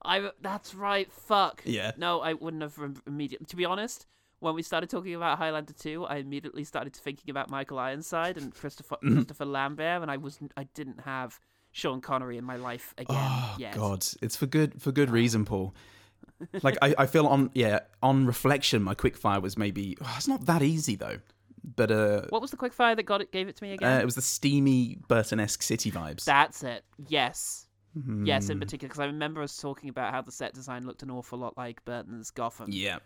[SPEAKER 1] I that's right. Fuck.
[SPEAKER 2] Yeah.
[SPEAKER 1] No, I wouldn't have rem- immediately. To be honest, when we started talking about Highlander 2, I immediately started thinking about Michael Ironside and Christopher
[SPEAKER 2] Mm-hmm.
[SPEAKER 1] Christopher Lambert, and I was I didn't have Sean Connery in my life again.
[SPEAKER 2] Oh
[SPEAKER 1] yet.
[SPEAKER 2] God, it's for good for good reason, Paul. Like I, I feel on yeah on reflection, my quickfire was maybe oh, it's not that easy though, but uh,
[SPEAKER 1] What was the quickfire that got it gave it to me again?
[SPEAKER 2] uh it was the steamy Burton-esque city vibes.
[SPEAKER 1] That's it. Yes. Yes,
[SPEAKER 2] Hmm.
[SPEAKER 1] in particular, because I remember us talking about how the set design looked an awful lot like Burton's Gotham.
[SPEAKER 2] yeah,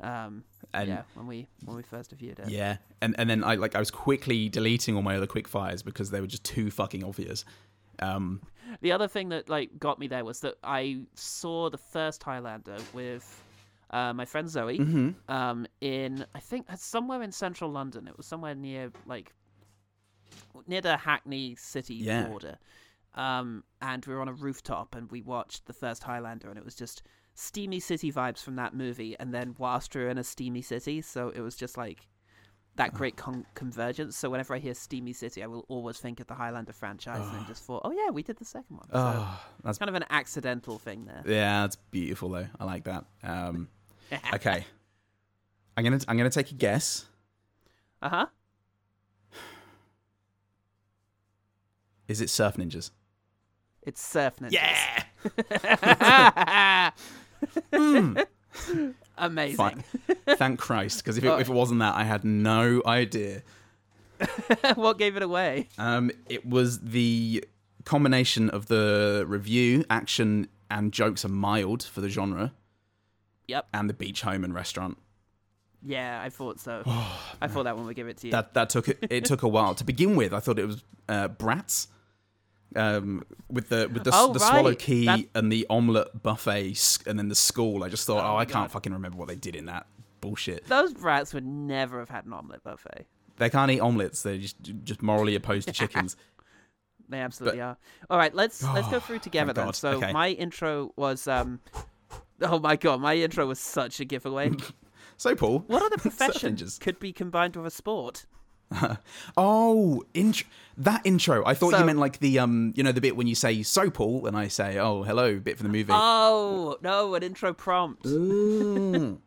[SPEAKER 1] Um,
[SPEAKER 2] and
[SPEAKER 1] yeah, when we when we first viewed it.
[SPEAKER 2] Yeah, and and then I like I was quickly deleting all my other quick fires because they were just too fucking obvious. Um,
[SPEAKER 1] The other thing that like got me there was that I saw the first Highlander with uh, my friend Zoe um, in I think it's somewhere in central London. It was somewhere near like near the Hackney City
[SPEAKER 2] Yeah.
[SPEAKER 1] border. Um, and we were on a rooftop and we watched the first Highlander and it was just steamy city vibes from that movie. And then whilst we were in a steamy city, so it was just like
[SPEAKER 2] Oh.
[SPEAKER 1] that great con- convergence. So whenever I hear steamy city, I will always think of the Highlander franchise and I just thought, oh yeah, we did the second one. So
[SPEAKER 2] oh, that's
[SPEAKER 1] it's kind of an accidental thing there.
[SPEAKER 2] yeah, that's beautiful though. I like that. Um, okay, I'm gonna I'm gonna take a guess.
[SPEAKER 1] Uh huh.
[SPEAKER 2] Is it Surf Ninjas?
[SPEAKER 1] It's Surf Ninjas.
[SPEAKER 2] Yeah, Hmm.
[SPEAKER 1] Amazing.
[SPEAKER 2] fine. Thank Christ, because if it, if it wasn't that, I had no idea.
[SPEAKER 1] what gave it away?
[SPEAKER 2] Um, it was the combination of the review, action, and jokes are mild for the genre,
[SPEAKER 1] Yep.
[SPEAKER 2] and the beach home and restaurant.
[SPEAKER 1] Yeah, I thought so. I thought that one would give it to you.
[SPEAKER 2] Oh, that that took it, it took a while to begin with. I thought it was uh, brats um, with the with the,
[SPEAKER 1] Oh,
[SPEAKER 2] the swallow
[SPEAKER 1] right.
[SPEAKER 2] key
[SPEAKER 1] That-
[SPEAKER 2] and the omelette buffet s- and then the school. I just thought, oh,
[SPEAKER 1] my
[SPEAKER 2] I can't
[SPEAKER 1] God.
[SPEAKER 2] fucking remember what they did in that bullshit.
[SPEAKER 1] Those brats would never have had an omelette buffet.
[SPEAKER 2] They can't eat omelettes. They're just just morally opposed to chickens.
[SPEAKER 1] They absolutely are. All right, let's let's go through together then.
[SPEAKER 2] God.
[SPEAKER 1] So
[SPEAKER 2] Okay.
[SPEAKER 1] my intro was um. Oh my god, my intro was such a giveaway.
[SPEAKER 2] So Paul,
[SPEAKER 1] What other
[SPEAKER 2] Surf
[SPEAKER 1] profession
[SPEAKER 2] ninjas.
[SPEAKER 1] could be combined with a sport?
[SPEAKER 2] Oh, int- that intro. I thought
[SPEAKER 1] So-
[SPEAKER 2] you meant like the um, you know, the bit when you say so Paul, and I say, oh, hello, bit for the movie.
[SPEAKER 1] Oh no, an intro prompt.
[SPEAKER 2] Mm.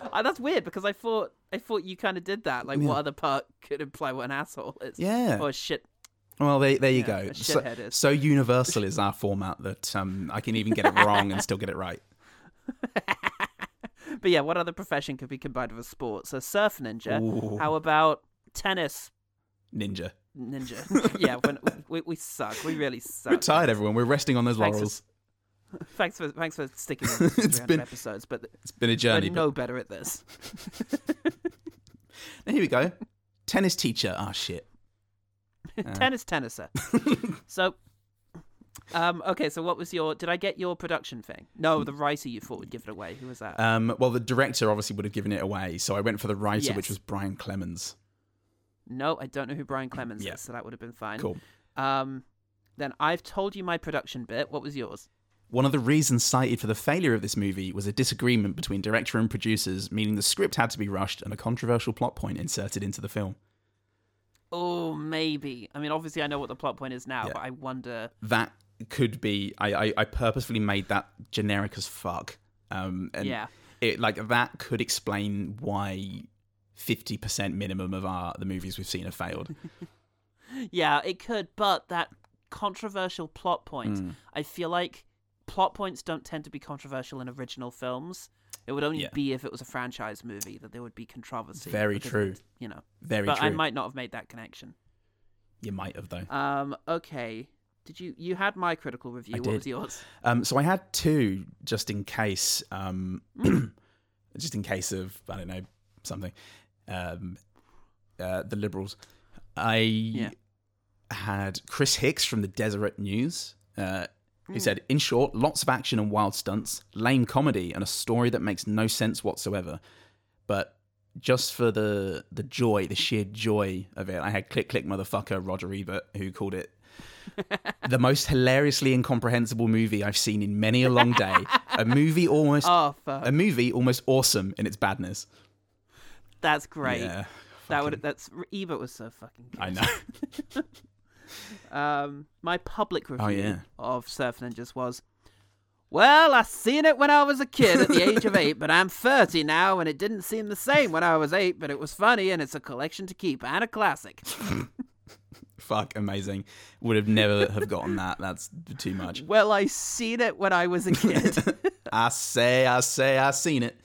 [SPEAKER 1] Uh, that's weird because I thought I thought you kind of did that. Like, what other part could imply what an asshole is?
[SPEAKER 2] Yeah.
[SPEAKER 1] Or shit.
[SPEAKER 2] Well, there, there you go.
[SPEAKER 1] a
[SPEAKER 2] So,
[SPEAKER 1] shithead is.
[SPEAKER 2] so universal is our format that um, I can even get it wrong and still get it right.
[SPEAKER 1] But yeah, what other profession could be combined with a sport? So surf ninja. How about tennis
[SPEAKER 2] Ninja.
[SPEAKER 1] ninja? yeah, when, we we suck. We really suck.
[SPEAKER 2] We're tired, everyone. We're resting on those
[SPEAKER 1] Thanks
[SPEAKER 2] laurels.
[SPEAKER 1] Thanks for thanks for sticking with us for
[SPEAKER 2] It's
[SPEAKER 1] 300
[SPEAKER 2] been-
[SPEAKER 1] episodes, but
[SPEAKER 2] It's been a
[SPEAKER 1] we're
[SPEAKER 2] journey.
[SPEAKER 1] no better at this.
[SPEAKER 2] but- Here we go. Tennis teacher. Ah, shit.
[SPEAKER 1] Tennis tenniser. so, um, okay. So, what was your? Did I get your production thing? No, the writer you thought would give it away. Who was that?
[SPEAKER 2] Um, well, the director obviously would have given it away, so I went for the writer,
[SPEAKER 1] Yes.
[SPEAKER 2] which was Brian Clemens.
[SPEAKER 1] no, I don't know who Brian Clemens
[SPEAKER 2] yeah.
[SPEAKER 1] is, so that would have been fine.
[SPEAKER 2] Cool.
[SPEAKER 1] Um, then I've told you my production bit. What was yours?
[SPEAKER 2] One of the reasons cited for the failure of this movie was a disagreement between director and producers, meaning the script had to be rushed and a controversial plot point inserted into the film.
[SPEAKER 1] Oh, maybe. I mean, obviously, I know what the plot point is now,
[SPEAKER 2] Yeah.
[SPEAKER 1] but I wonder.
[SPEAKER 2] that could be I, I i purposefully made that generic as fuck um and
[SPEAKER 1] Yeah.
[SPEAKER 2] it like that could explain why 50% minimum of our the movies we've seen have failed
[SPEAKER 1] Yeah, it could, but that controversial plot point.
[SPEAKER 2] Mm.
[SPEAKER 1] I feel like plot points don't tend to be controversial in original films. It would only
[SPEAKER 2] Yeah.
[SPEAKER 1] be if it was a franchise movie that there would be controversy.
[SPEAKER 2] Very
[SPEAKER 1] because
[SPEAKER 2] true.
[SPEAKER 1] it- You know,
[SPEAKER 2] very
[SPEAKER 1] but
[SPEAKER 2] true
[SPEAKER 1] I might not have made that connection.
[SPEAKER 2] you might have though
[SPEAKER 1] Um, okay. Did you you had my critical review?
[SPEAKER 2] I
[SPEAKER 1] what
[SPEAKER 2] did.
[SPEAKER 1] was yours?
[SPEAKER 2] Um, so I had two just in case, um, just in case of I don't know something. Um, uh, the Liberals. I had Chris Hicks from the Deseret News, uh, who said, "In short, lots of action and wild stunts, lame comedy, and a story that makes no sense whatsoever." But just for the the joy, the sheer joy of it, I had click click motherfucker Roger Ebert, who called it the most hilariously incomprehensible movie I've seen in many a long day. a movie almost
[SPEAKER 1] Oh, fuck.
[SPEAKER 2] a movie almost awesome in its badness.
[SPEAKER 1] that's great.
[SPEAKER 2] Yeah,
[SPEAKER 1] that would that's Ebert was so fucking. Good.
[SPEAKER 2] I know.
[SPEAKER 1] Um, my public review
[SPEAKER 2] Oh, yeah.
[SPEAKER 1] of Surf Ninjas was, well, I seen it when I was a kid at the age of eight, but I'm 30 now, and it didn't seem the same when I was eight, but it was funny, and it's a collection to keep and a classic.
[SPEAKER 2] Fuck, amazing. Would have never have gotten that. That's too much.
[SPEAKER 1] well, I seen it when I was a kid.
[SPEAKER 2] I say, I say, I seen it.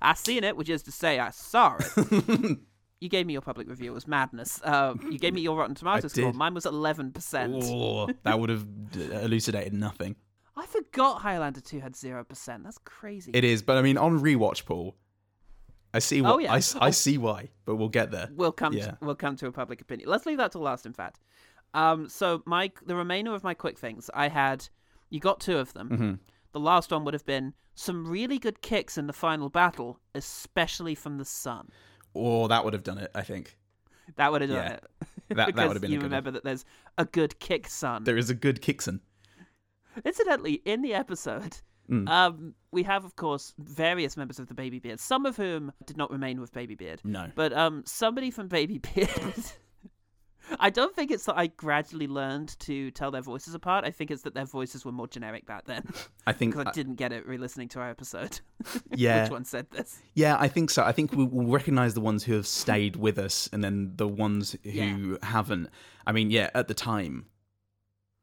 [SPEAKER 1] I seen it, which is to say, I saw it. you gave me your public review. It was madness. Uh, you gave me your Rotten Tomatoes score.
[SPEAKER 2] did. Oh.
[SPEAKER 1] Mine was 11%.
[SPEAKER 2] Ooh, that would have d- elucidated nothing.
[SPEAKER 1] I forgot Highlander 2 had 0%. That's crazy.
[SPEAKER 2] It is, but I mean, on rewatch, Paul, I see. What,
[SPEAKER 1] Oh, yeah.
[SPEAKER 2] I, s- I see why, but we'll get there.
[SPEAKER 1] We'll come.
[SPEAKER 2] Yeah.
[SPEAKER 1] To, we'll come to a public opinion. Let's leave that to last. In fact, um, so my the remainder of my quick things I had, you got two of them.
[SPEAKER 2] Mm-hmm.
[SPEAKER 1] The last one would have been some really good kicks in the final battle, especially from the sun.
[SPEAKER 2] Or Oh, that would have done it. I think
[SPEAKER 1] That would have done
[SPEAKER 2] Yeah.
[SPEAKER 1] it.
[SPEAKER 2] That- that would
[SPEAKER 1] Because
[SPEAKER 2] have been a
[SPEAKER 1] you
[SPEAKER 2] good one.
[SPEAKER 1] remember that there's a good kick sun.
[SPEAKER 2] there is a good Kixon.
[SPEAKER 1] Incidentally, in the episode,
[SPEAKER 2] Mm.
[SPEAKER 1] um, we have, of course, various members of the Baby Beard, some of whom did not remain with Baby Beard.
[SPEAKER 2] No.
[SPEAKER 1] But um, somebody from Baby Beard. I don't think it's that I gradually learned to tell their voices apart. I think it's that their voices were more generic back then
[SPEAKER 2] I think.
[SPEAKER 1] because I didn't get it re listening to our episode.
[SPEAKER 2] Uh, yeah.
[SPEAKER 1] Which one said this?
[SPEAKER 2] Yeah, I think so. I think we will recognize the ones who have stayed with us, and then the ones who
[SPEAKER 1] Yeah.
[SPEAKER 2] haven't. I mean, yeah, at the time,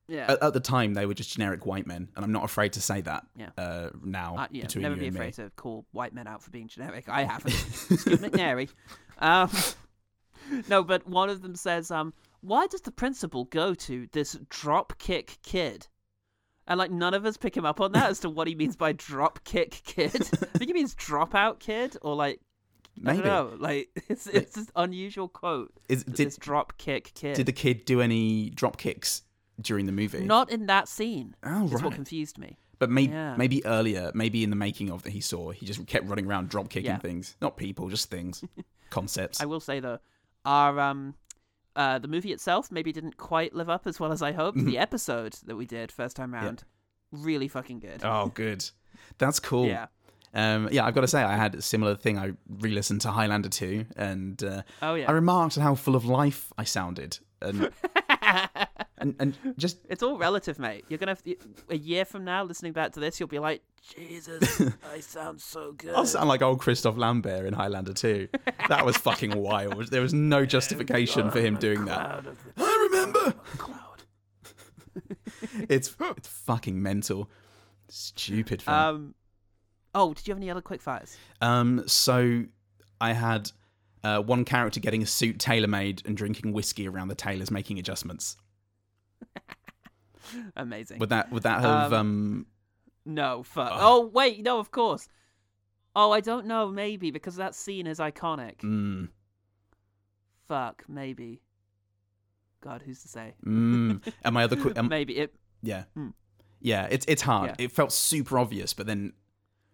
[SPEAKER 1] Yeah.
[SPEAKER 2] at, at the time, they were just generic white men, and I'm not afraid to say that.
[SPEAKER 1] Yeah.
[SPEAKER 2] Uh, now,
[SPEAKER 1] I, yeah,
[SPEAKER 2] between
[SPEAKER 1] never
[SPEAKER 2] you
[SPEAKER 1] be
[SPEAKER 2] and me.
[SPEAKER 1] afraid to call white men out for being generic. I haven't. Scoot McNairy. Um, no, but one of them says, um, "Why does the principal go to this drop kick kid?" And like none of us pick him up on that as to what he means by drop kick kid. I think he means dropout kid or like
[SPEAKER 2] Maybe.
[SPEAKER 1] I don't know. Like it's it's this unusual quote.
[SPEAKER 2] Is-
[SPEAKER 1] that
[SPEAKER 2] did-
[SPEAKER 1] this drop kick kid?
[SPEAKER 2] Did the kid do any drop kicks during the movie?
[SPEAKER 1] Not in that scene.
[SPEAKER 2] Oh,
[SPEAKER 1] is
[SPEAKER 2] right.
[SPEAKER 1] what confused me.
[SPEAKER 2] but may-
[SPEAKER 1] yeah.
[SPEAKER 2] maybe earlier, maybe in the making of that he saw, he just kept running around drop kicking
[SPEAKER 1] Yeah.
[SPEAKER 2] things. Not people, just things, concepts.
[SPEAKER 1] I will say though, our um, uh, the movie itself maybe didn't quite live up as well as I hoped.
[SPEAKER 2] Mm-hmm.
[SPEAKER 1] the episode that we did first time round, really fucking good.
[SPEAKER 2] oh, good. That's cool.
[SPEAKER 1] Yeah.
[SPEAKER 2] Um, yeah, I've got to say, I had a similar thing. I re listened to Highlander 2, and uh,
[SPEAKER 1] Oh, yeah.
[SPEAKER 2] I remarked on how full of life I sounded. And, and, and just
[SPEAKER 1] It's all relative, mate. You're gonna have to, a year from now listening back to this, you'll be like, Jesus, I sound so good.
[SPEAKER 2] I'll sound like old Christoph Lambert in Highlander 2. That was fucking wild. There was no justification for him doing that. I remember.
[SPEAKER 1] Cloud.
[SPEAKER 2] It's, it's fucking mental. Stupid fun.
[SPEAKER 1] Um, oh, did you have any other quick fires?
[SPEAKER 2] Um, so I had uh, one character getting a suit tailor made and drinking whiskey around the tailors, making adjustments.
[SPEAKER 1] Amazing.
[SPEAKER 2] Would that would that have um,
[SPEAKER 1] No, fuck.
[SPEAKER 2] Uh.
[SPEAKER 1] Oh. wait, no, of course. Oh, I don't know, maybe because that scene is iconic.
[SPEAKER 2] mm,
[SPEAKER 1] Fuck, maybe. God, who's to say?
[SPEAKER 2] Mm. And my other quick, um,
[SPEAKER 1] maybe it.
[SPEAKER 2] yeah,
[SPEAKER 1] Mm.
[SPEAKER 2] yeah. It's it's hard.
[SPEAKER 1] Yeah.
[SPEAKER 2] It felt super obvious, but then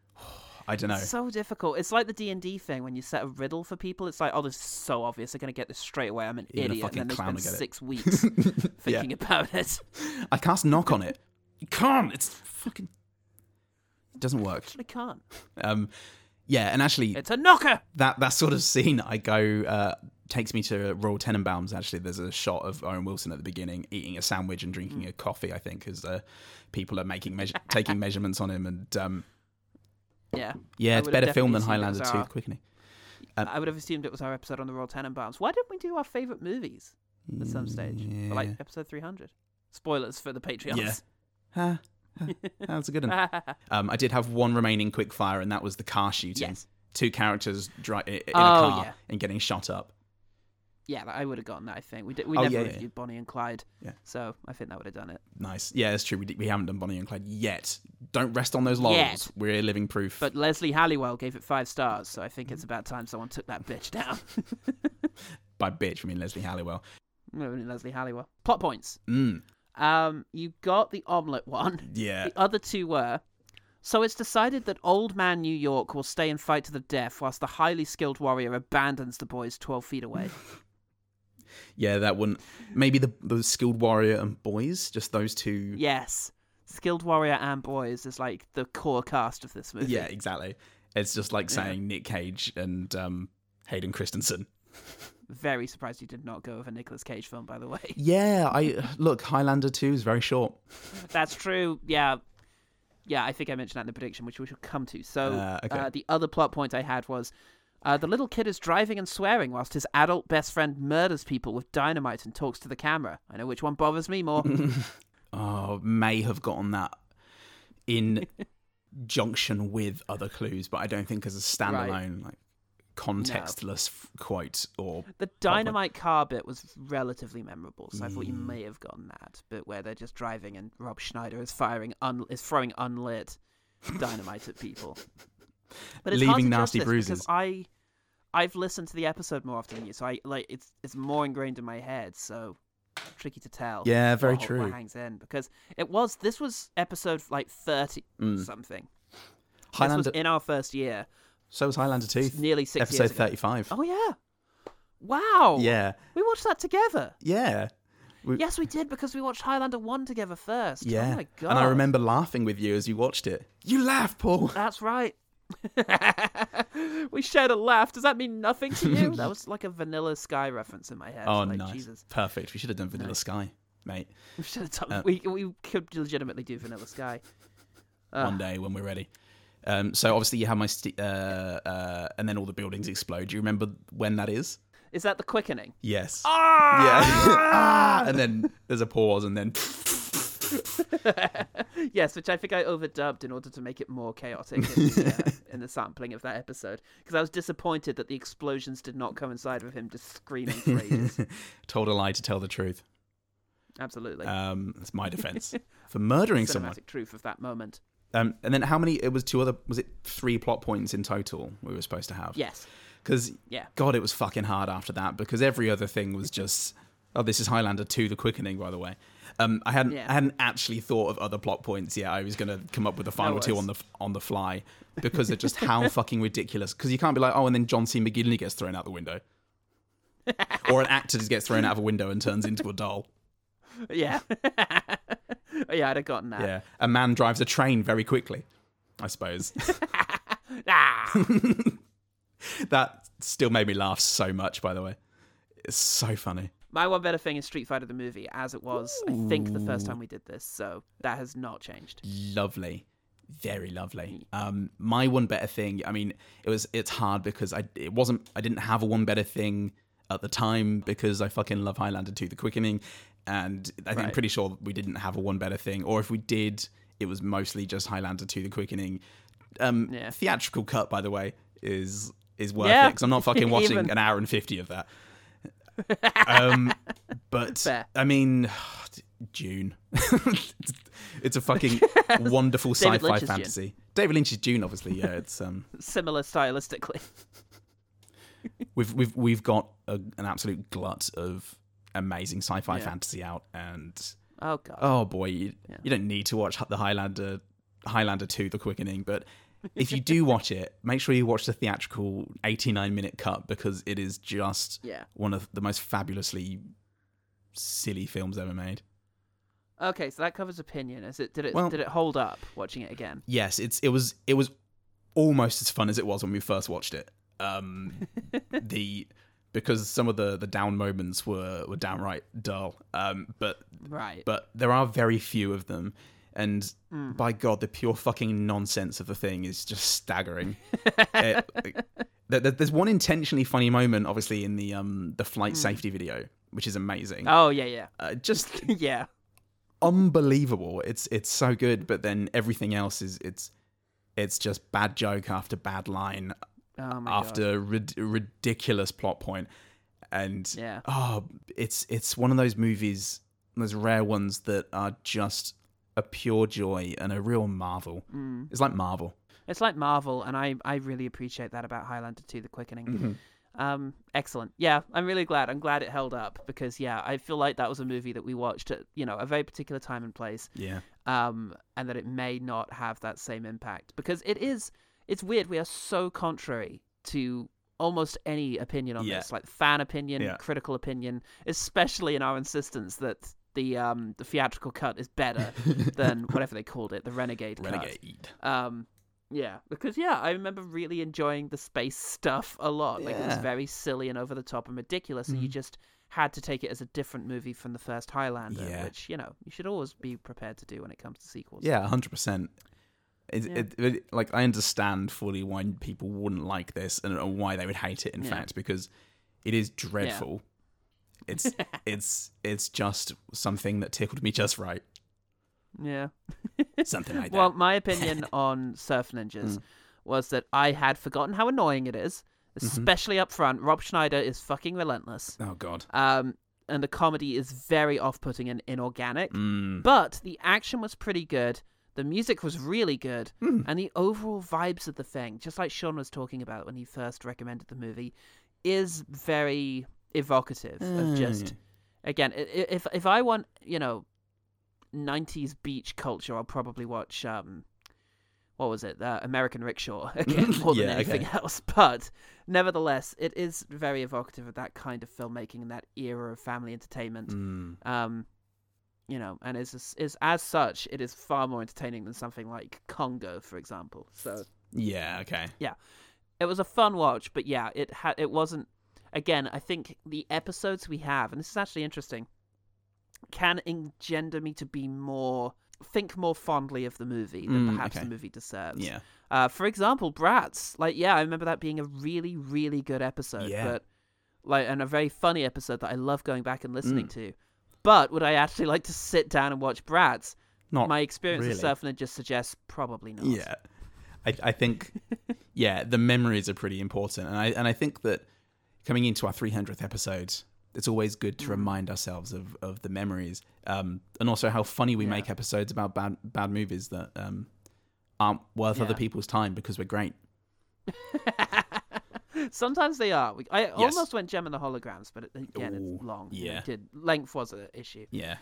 [SPEAKER 2] I don't know.
[SPEAKER 1] It's so difficult. It's like the D and D thing when you set a riddle for people. It's like, oh, this is so obvious. They're gonna get this straight away. I'm an
[SPEAKER 2] Even a
[SPEAKER 1] idiot.
[SPEAKER 2] fucking
[SPEAKER 1] And then they spend
[SPEAKER 2] clown will get it.
[SPEAKER 1] six weeks thinking about it.
[SPEAKER 2] I cast knock on it. You can't. It's fucking. It doesn't work.
[SPEAKER 1] Actually, can't.
[SPEAKER 2] Um, yeah, and actually,
[SPEAKER 1] It's a knocker.
[SPEAKER 2] that that sort of scene, I go uh, takes me to Royal Tenenbaums. Actually, there's a shot of Owen Wilson at the beginning eating a sandwich and drinking
[SPEAKER 1] Mm.
[SPEAKER 2] a coffee. I think because uh, people are making measure- taking measurements on him, and um,
[SPEAKER 1] Yeah. I
[SPEAKER 2] yeah, it's
[SPEAKER 1] would have
[SPEAKER 2] better
[SPEAKER 1] definitely
[SPEAKER 2] film than
[SPEAKER 1] seen it as
[SPEAKER 2] Highlander Two.
[SPEAKER 1] our-
[SPEAKER 2] The quickening. Um,
[SPEAKER 1] I would have assumed it was our episode on the Royal Tenenbaums. Why didn't we do our favorite movies at some stage? For like episode 300. Spoilers for the Patreons.
[SPEAKER 2] Ha, ha, That's a good one. Um, I did have one remaining quick fire, and that was the car shooting.
[SPEAKER 1] Yes.
[SPEAKER 2] Two characters dri- i- in a
[SPEAKER 1] Oh,
[SPEAKER 2] car
[SPEAKER 1] yeah.
[SPEAKER 2] and getting shot up.
[SPEAKER 1] Yeah, I would have gotten that. I think we did. We
[SPEAKER 2] Oh,
[SPEAKER 1] never
[SPEAKER 2] yeah, yeah,
[SPEAKER 1] reviewed Bonnie and Clyde.
[SPEAKER 2] Yeah.
[SPEAKER 1] So I think that would have done it.
[SPEAKER 2] Nice. Yeah, it's true. We, d- we haven't done Bonnie and Clyde yet. Don't rest on those laurels.
[SPEAKER 1] Yet.
[SPEAKER 2] We're living proof.
[SPEAKER 1] But Leslie Halliwell gave it five stars, so I think it's
[SPEAKER 2] Mm-hmm.
[SPEAKER 1] about time someone took that bitch down.
[SPEAKER 2] By bitch, we mean Leslie Halliwell.
[SPEAKER 1] Only Leslie Halliwell. Plot points.
[SPEAKER 2] Mm.
[SPEAKER 1] Um, you got the omelet one.
[SPEAKER 2] Yeah.
[SPEAKER 1] The other two were. So it's decided that Old Man New York will stay and fight to the death, whilst the highly skilled warrior abandons the boys twelve feet away.
[SPEAKER 2] Yeah, that wouldn't. Maybe the, the skilled warrior and boys, just those two.
[SPEAKER 1] yes, skilled warrior and boys is like the core cast of this movie.
[SPEAKER 2] Yeah, exactly. It's just like
[SPEAKER 1] Yeah.
[SPEAKER 2] saying Nick Cage and um, Hayden Christensen.
[SPEAKER 1] Very surprised you did not go with a Nicolas Cage film, by the way.
[SPEAKER 2] Yeah, I look. Highlander two is very short.
[SPEAKER 1] That's true. Yeah. Yeah, I think I mentioned that in the prediction, which we shall come to. So,
[SPEAKER 2] Uh, okay.
[SPEAKER 1] uh, the other plot point I had was uh, the little kid is driving and swearing whilst his adult best friend murders people with dynamite and talks to the camera. I know which one bothers me more.
[SPEAKER 2] Oh, may have gotten that in junction with other clues, but I don't think as a standalone like contextless f quote or
[SPEAKER 1] the dynamite car bit was relatively memorable, so I thought
[SPEAKER 2] Mm.
[SPEAKER 1] you may have gotten that. But where they're just driving and Rob Schneider is firing un- is throwing unlit dynamite at people, but it's hard to
[SPEAKER 2] Leaving
[SPEAKER 1] judge
[SPEAKER 2] nasty
[SPEAKER 1] this
[SPEAKER 2] bruises.
[SPEAKER 1] Because I I've listened to the episode more often than you, so I like it's it's more ingrained in my head. So tricky to tell.
[SPEAKER 2] Yeah, very
[SPEAKER 1] what, hol-
[SPEAKER 2] true.
[SPEAKER 1] What hangs in because it was this was episode like thirty something. This
[SPEAKER 2] Mm. Highlander.
[SPEAKER 1] was in our first year,
[SPEAKER 2] so was Highlander two,
[SPEAKER 1] nearly six
[SPEAKER 2] episode
[SPEAKER 1] years ago.
[SPEAKER 2] thirty-five.
[SPEAKER 1] Oh yeah. Wow.
[SPEAKER 2] Yeah,
[SPEAKER 1] We watched that together.
[SPEAKER 2] yeah,
[SPEAKER 1] Oh Yes, we did because we watched Highlander one together first.
[SPEAKER 2] yeah.
[SPEAKER 1] Oh my god.
[SPEAKER 2] And I remember laughing with you as you watched it. You laugh, Paul.
[SPEAKER 1] That's right. we shared a laugh. Does that mean nothing to you? that was like a Vanilla Sky reference in my head.
[SPEAKER 2] Oh,
[SPEAKER 1] like,
[SPEAKER 2] nice,
[SPEAKER 1] Jesus.
[SPEAKER 2] perfect. We should have done Vanilla Sky, mate.
[SPEAKER 1] We should have done.
[SPEAKER 2] Uh,
[SPEAKER 1] we we could legitimately do Vanilla Sky.
[SPEAKER 2] one day when we're ready. Um, so obviously you have my st- uh, uh, and then all the buildings explode. Do you remember when that is?
[SPEAKER 1] Is that the quickening?
[SPEAKER 2] Yes. Yeah. ah! And then there's a pause, and then
[SPEAKER 1] Yes, which I think I overdubbed in order to make it more chaotic in the, uh, in the sampling of that episode because I was disappointed that the explosions did not coincide with him just screaming for ages.
[SPEAKER 2] told a lie to tell the truth.
[SPEAKER 1] Absolutely.
[SPEAKER 2] Um, that's my defense for murdering
[SPEAKER 1] Cinematic
[SPEAKER 2] someone.
[SPEAKER 1] truth of that moment.
[SPEAKER 2] Um, and then how many? It was two other. Was it three plot points in total we were supposed to have?
[SPEAKER 1] Yes.
[SPEAKER 2] Because
[SPEAKER 1] Yeah.
[SPEAKER 2] God, it was fucking hard after that because every other thing was just. Oh, this is Highlander 2, The Quickening, by the way. Um, I hadn't
[SPEAKER 1] Yeah.
[SPEAKER 2] I hadn't actually thought of other plot points yet. I was going to come up with the final two
[SPEAKER 1] worries.
[SPEAKER 2] on the f- on the fly because they're just how fucking ridiculous. Because you can't be like, oh, and then John C. McGinley gets thrown out the window, or an actor just gets thrown out of a window and turns into a doll.
[SPEAKER 1] Yeah. Oh, yeah, I'd have gotten that.
[SPEAKER 2] Yeah, a man drives a train very quickly. I suppose
[SPEAKER 1] Ah!
[SPEAKER 2] that still made me laugh so much. By the way, it's so funny.
[SPEAKER 1] My one better thing is Street Fighter the movie, as it was, I think, the first time we did this. So that has not changed.
[SPEAKER 2] lovely very lovely um my one better thing i mean it was it's hard because i it wasn't i didn't have a one better thing at the time because i fucking love highlander 2 the quickening and i think i'm
[SPEAKER 1] Right.
[SPEAKER 2] pretty sure we didn't have a one better thing or if we did it was mostly just highlander 2 the quickening um
[SPEAKER 1] Yeah.
[SPEAKER 2] theatrical cut by the way is is worth it
[SPEAKER 1] Yeah.
[SPEAKER 2] because i'm not fucking watching
[SPEAKER 1] Even.
[SPEAKER 2] an hour and 50 of that um but
[SPEAKER 1] Fair.
[SPEAKER 2] i mean June. it's a fucking wonderful
[SPEAKER 1] David
[SPEAKER 2] sci-fi
[SPEAKER 1] Lynch's Dune.
[SPEAKER 2] fantasy. David Lynch's June, obviously. Yeah, it's um,
[SPEAKER 1] Similar stylistically.
[SPEAKER 2] we've we've we've got a, an absolute glut of amazing sci-fi
[SPEAKER 1] Yeah.
[SPEAKER 2] fantasy out, and
[SPEAKER 1] Oh, God.
[SPEAKER 2] oh boy, you,
[SPEAKER 1] Yeah.
[SPEAKER 2] you don't need to watch the Highlander, Highlander Two: The Quickening, but if you do watch it, make sure you watch the theatrical 89-minute cut because it is just
[SPEAKER 1] Yeah.
[SPEAKER 2] one of the most fabulously silly films ever made.
[SPEAKER 1] Okay, so that covers opinion. Is it? Did it?
[SPEAKER 2] Well-
[SPEAKER 1] did it hold up watching it again?
[SPEAKER 2] yes, it's it was it was almost as fun as it was when we first watched it. Um, the because some of the the down moments were were downright dull. Um, but
[SPEAKER 1] Right.
[SPEAKER 2] but there are very few of them, and by God, the pure fucking nonsense of the thing is just staggering. It- like, there- there- there's one intentionally funny moment, obviously, in the um the flight safety video, which is amazing.
[SPEAKER 1] oh yeah, yeah,
[SPEAKER 2] Uh, just
[SPEAKER 1] yeah.
[SPEAKER 2] unbelievable. It's it's so good, but then everything else is it's it's just bad joke after bad line
[SPEAKER 1] Oh my God.
[SPEAKER 2] after rid- ridiculous plot point, and
[SPEAKER 1] Yeah.
[SPEAKER 2] oh, it's it's one of those movies, those rare ones that are just a pure joy and a real marvel.
[SPEAKER 1] Mm.
[SPEAKER 2] It's like Marvel.
[SPEAKER 1] It's like Marvel, and I, I really appreciate that about Highlander 2 The Quickening.
[SPEAKER 2] Mm-hmm.
[SPEAKER 1] Um, excellent. Yeah, I'm really glad. I'm glad it held up because, yeah, I feel like that was a movie that we watched at, you know, a very particular time and place,
[SPEAKER 2] Yeah,
[SPEAKER 1] um, and that it may not have that same impact because it is, it's weird. We are so contrary to almost any opinion on
[SPEAKER 2] Yeah.
[SPEAKER 1] this, like fan opinion,
[SPEAKER 2] Yeah.
[SPEAKER 1] critical opinion, especially in our insistence that the um the theatrical cut is better than whatever they called it, the renegade, cut.
[SPEAKER 2] Renegade.
[SPEAKER 1] Um, yeah, because yeah, I remember really enjoying the space stuff a lot. Like it was
[SPEAKER 2] Yeah. Mm-hmm.
[SPEAKER 1] very silly and over the top and ridiculous, and you just had to take it as a different movie from the first Highlander,
[SPEAKER 2] Yeah.
[SPEAKER 1] which you know you should always be prepared to do when it comes to sequels.
[SPEAKER 2] Yeah, hundred percent. It,
[SPEAKER 1] Yeah.
[SPEAKER 2] it, it, like I understand fully why people wouldn't like this and, and why they would hate it. In
[SPEAKER 1] Yeah.
[SPEAKER 2] fact, because it is dreadful. It's it's it's just something that tickled me just right.
[SPEAKER 1] yeah.
[SPEAKER 2] Something like
[SPEAKER 1] Well, my opinion on Surf
[SPEAKER 2] Mm.
[SPEAKER 1] Ninjas was that I had forgotten how annoying it is,
[SPEAKER 2] Mm-hmm.
[SPEAKER 1] especially up front. Rob Schneider is fucking relentless.
[SPEAKER 2] that. Oh God.
[SPEAKER 1] Um, and the comedy is very off-putting and inorganic.
[SPEAKER 2] Mm.
[SPEAKER 1] But the action was pretty good. The music was really good,
[SPEAKER 2] Mm.
[SPEAKER 1] and the overall vibes of the thing, just like Sean was talking about when he first recommended the movie, is very evocative
[SPEAKER 2] Mm.
[SPEAKER 1] of just again. i- i- If if I want, you know, '90s beach culture, I'll probably watch um, what was it, uh, American Rickshaw again more than
[SPEAKER 2] Yeah, okay.
[SPEAKER 1] anything else. But nevertheless, it is very evocative of that kind of filmmaking and that era of family entertainment
[SPEAKER 2] Mm.
[SPEAKER 1] um you know and is is- is as such it is far more entertaining than something like congo for example so
[SPEAKER 2] Yeah. Okay.
[SPEAKER 1] it was a fun watch but yeah it had it wasn't again i think the episodes we have and this is actually interesting can engender me to be more think more fondly of the movie than
[SPEAKER 2] Mm,
[SPEAKER 1] perhaps
[SPEAKER 2] okay.
[SPEAKER 1] the movie deserves
[SPEAKER 2] Yeah.
[SPEAKER 1] uh, for example, Bratz. Like, yeah, I remember that being a really, really good episode.
[SPEAKER 2] Yeah.
[SPEAKER 1] But like, and a very funny episode that I love going back and
[SPEAKER 2] Mm.
[SPEAKER 1] listening to. But would I actually like to sit down and watch Bratz?
[SPEAKER 2] Not
[SPEAKER 1] My experience
[SPEAKER 2] really.
[SPEAKER 1] with Surf Ninja suggests probably not.
[SPEAKER 2] Yeah, I, I think yeah, the memories are pretty important, and I and I think that coming into our 300th episode, it's always good
[SPEAKER 1] Mm.
[SPEAKER 2] to remind ourselves of of the memories, um, and also how funny we
[SPEAKER 1] Yeah.
[SPEAKER 2] make episodes about bad bad movies that um, aren't worth other
[SPEAKER 1] Yeah.
[SPEAKER 2] people's time because we're great.
[SPEAKER 1] Sometimes they are. We, I almost went Gem and the Holograms, but it- again, it's
[SPEAKER 2] Ooh,
[SPEAKER 1] long. and
[SPEAKER 2] yeah.
[SPEAKER 1] it Did, length was an issue.
[SPEAKER 2] Yeah.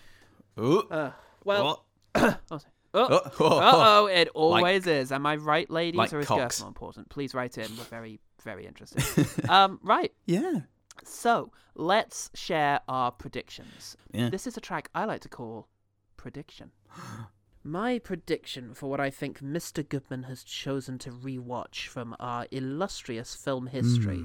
[SPEAKER 2] Ooh.
[SPEAKER 1] Uh, well,
[SPEAKER 2] Oh.
[SPEAKER 1] oh, sorry. Oh,
[SPEAKER 2] Oh, oh, oh.
[SPEAKER 1] Uh oh, it always is. Am I right, ladies,
[SPEAKER 2] like
[SPEAKER 1] or is
[SPEAKER 2] cocks.
[SPEAKER 1] girth more important? Please write in. We're very, very interested. um, right.
[SPEAKER 2] Yeah.
[SPEAKER 1] So let's share our predictions.
[SPEAKER 2] Yeah.
[SPEAKER 1] This is a track I like to call Prediction. My prediction for what I think Mr. Goodman has chosen to rewatch from our illustrious film history.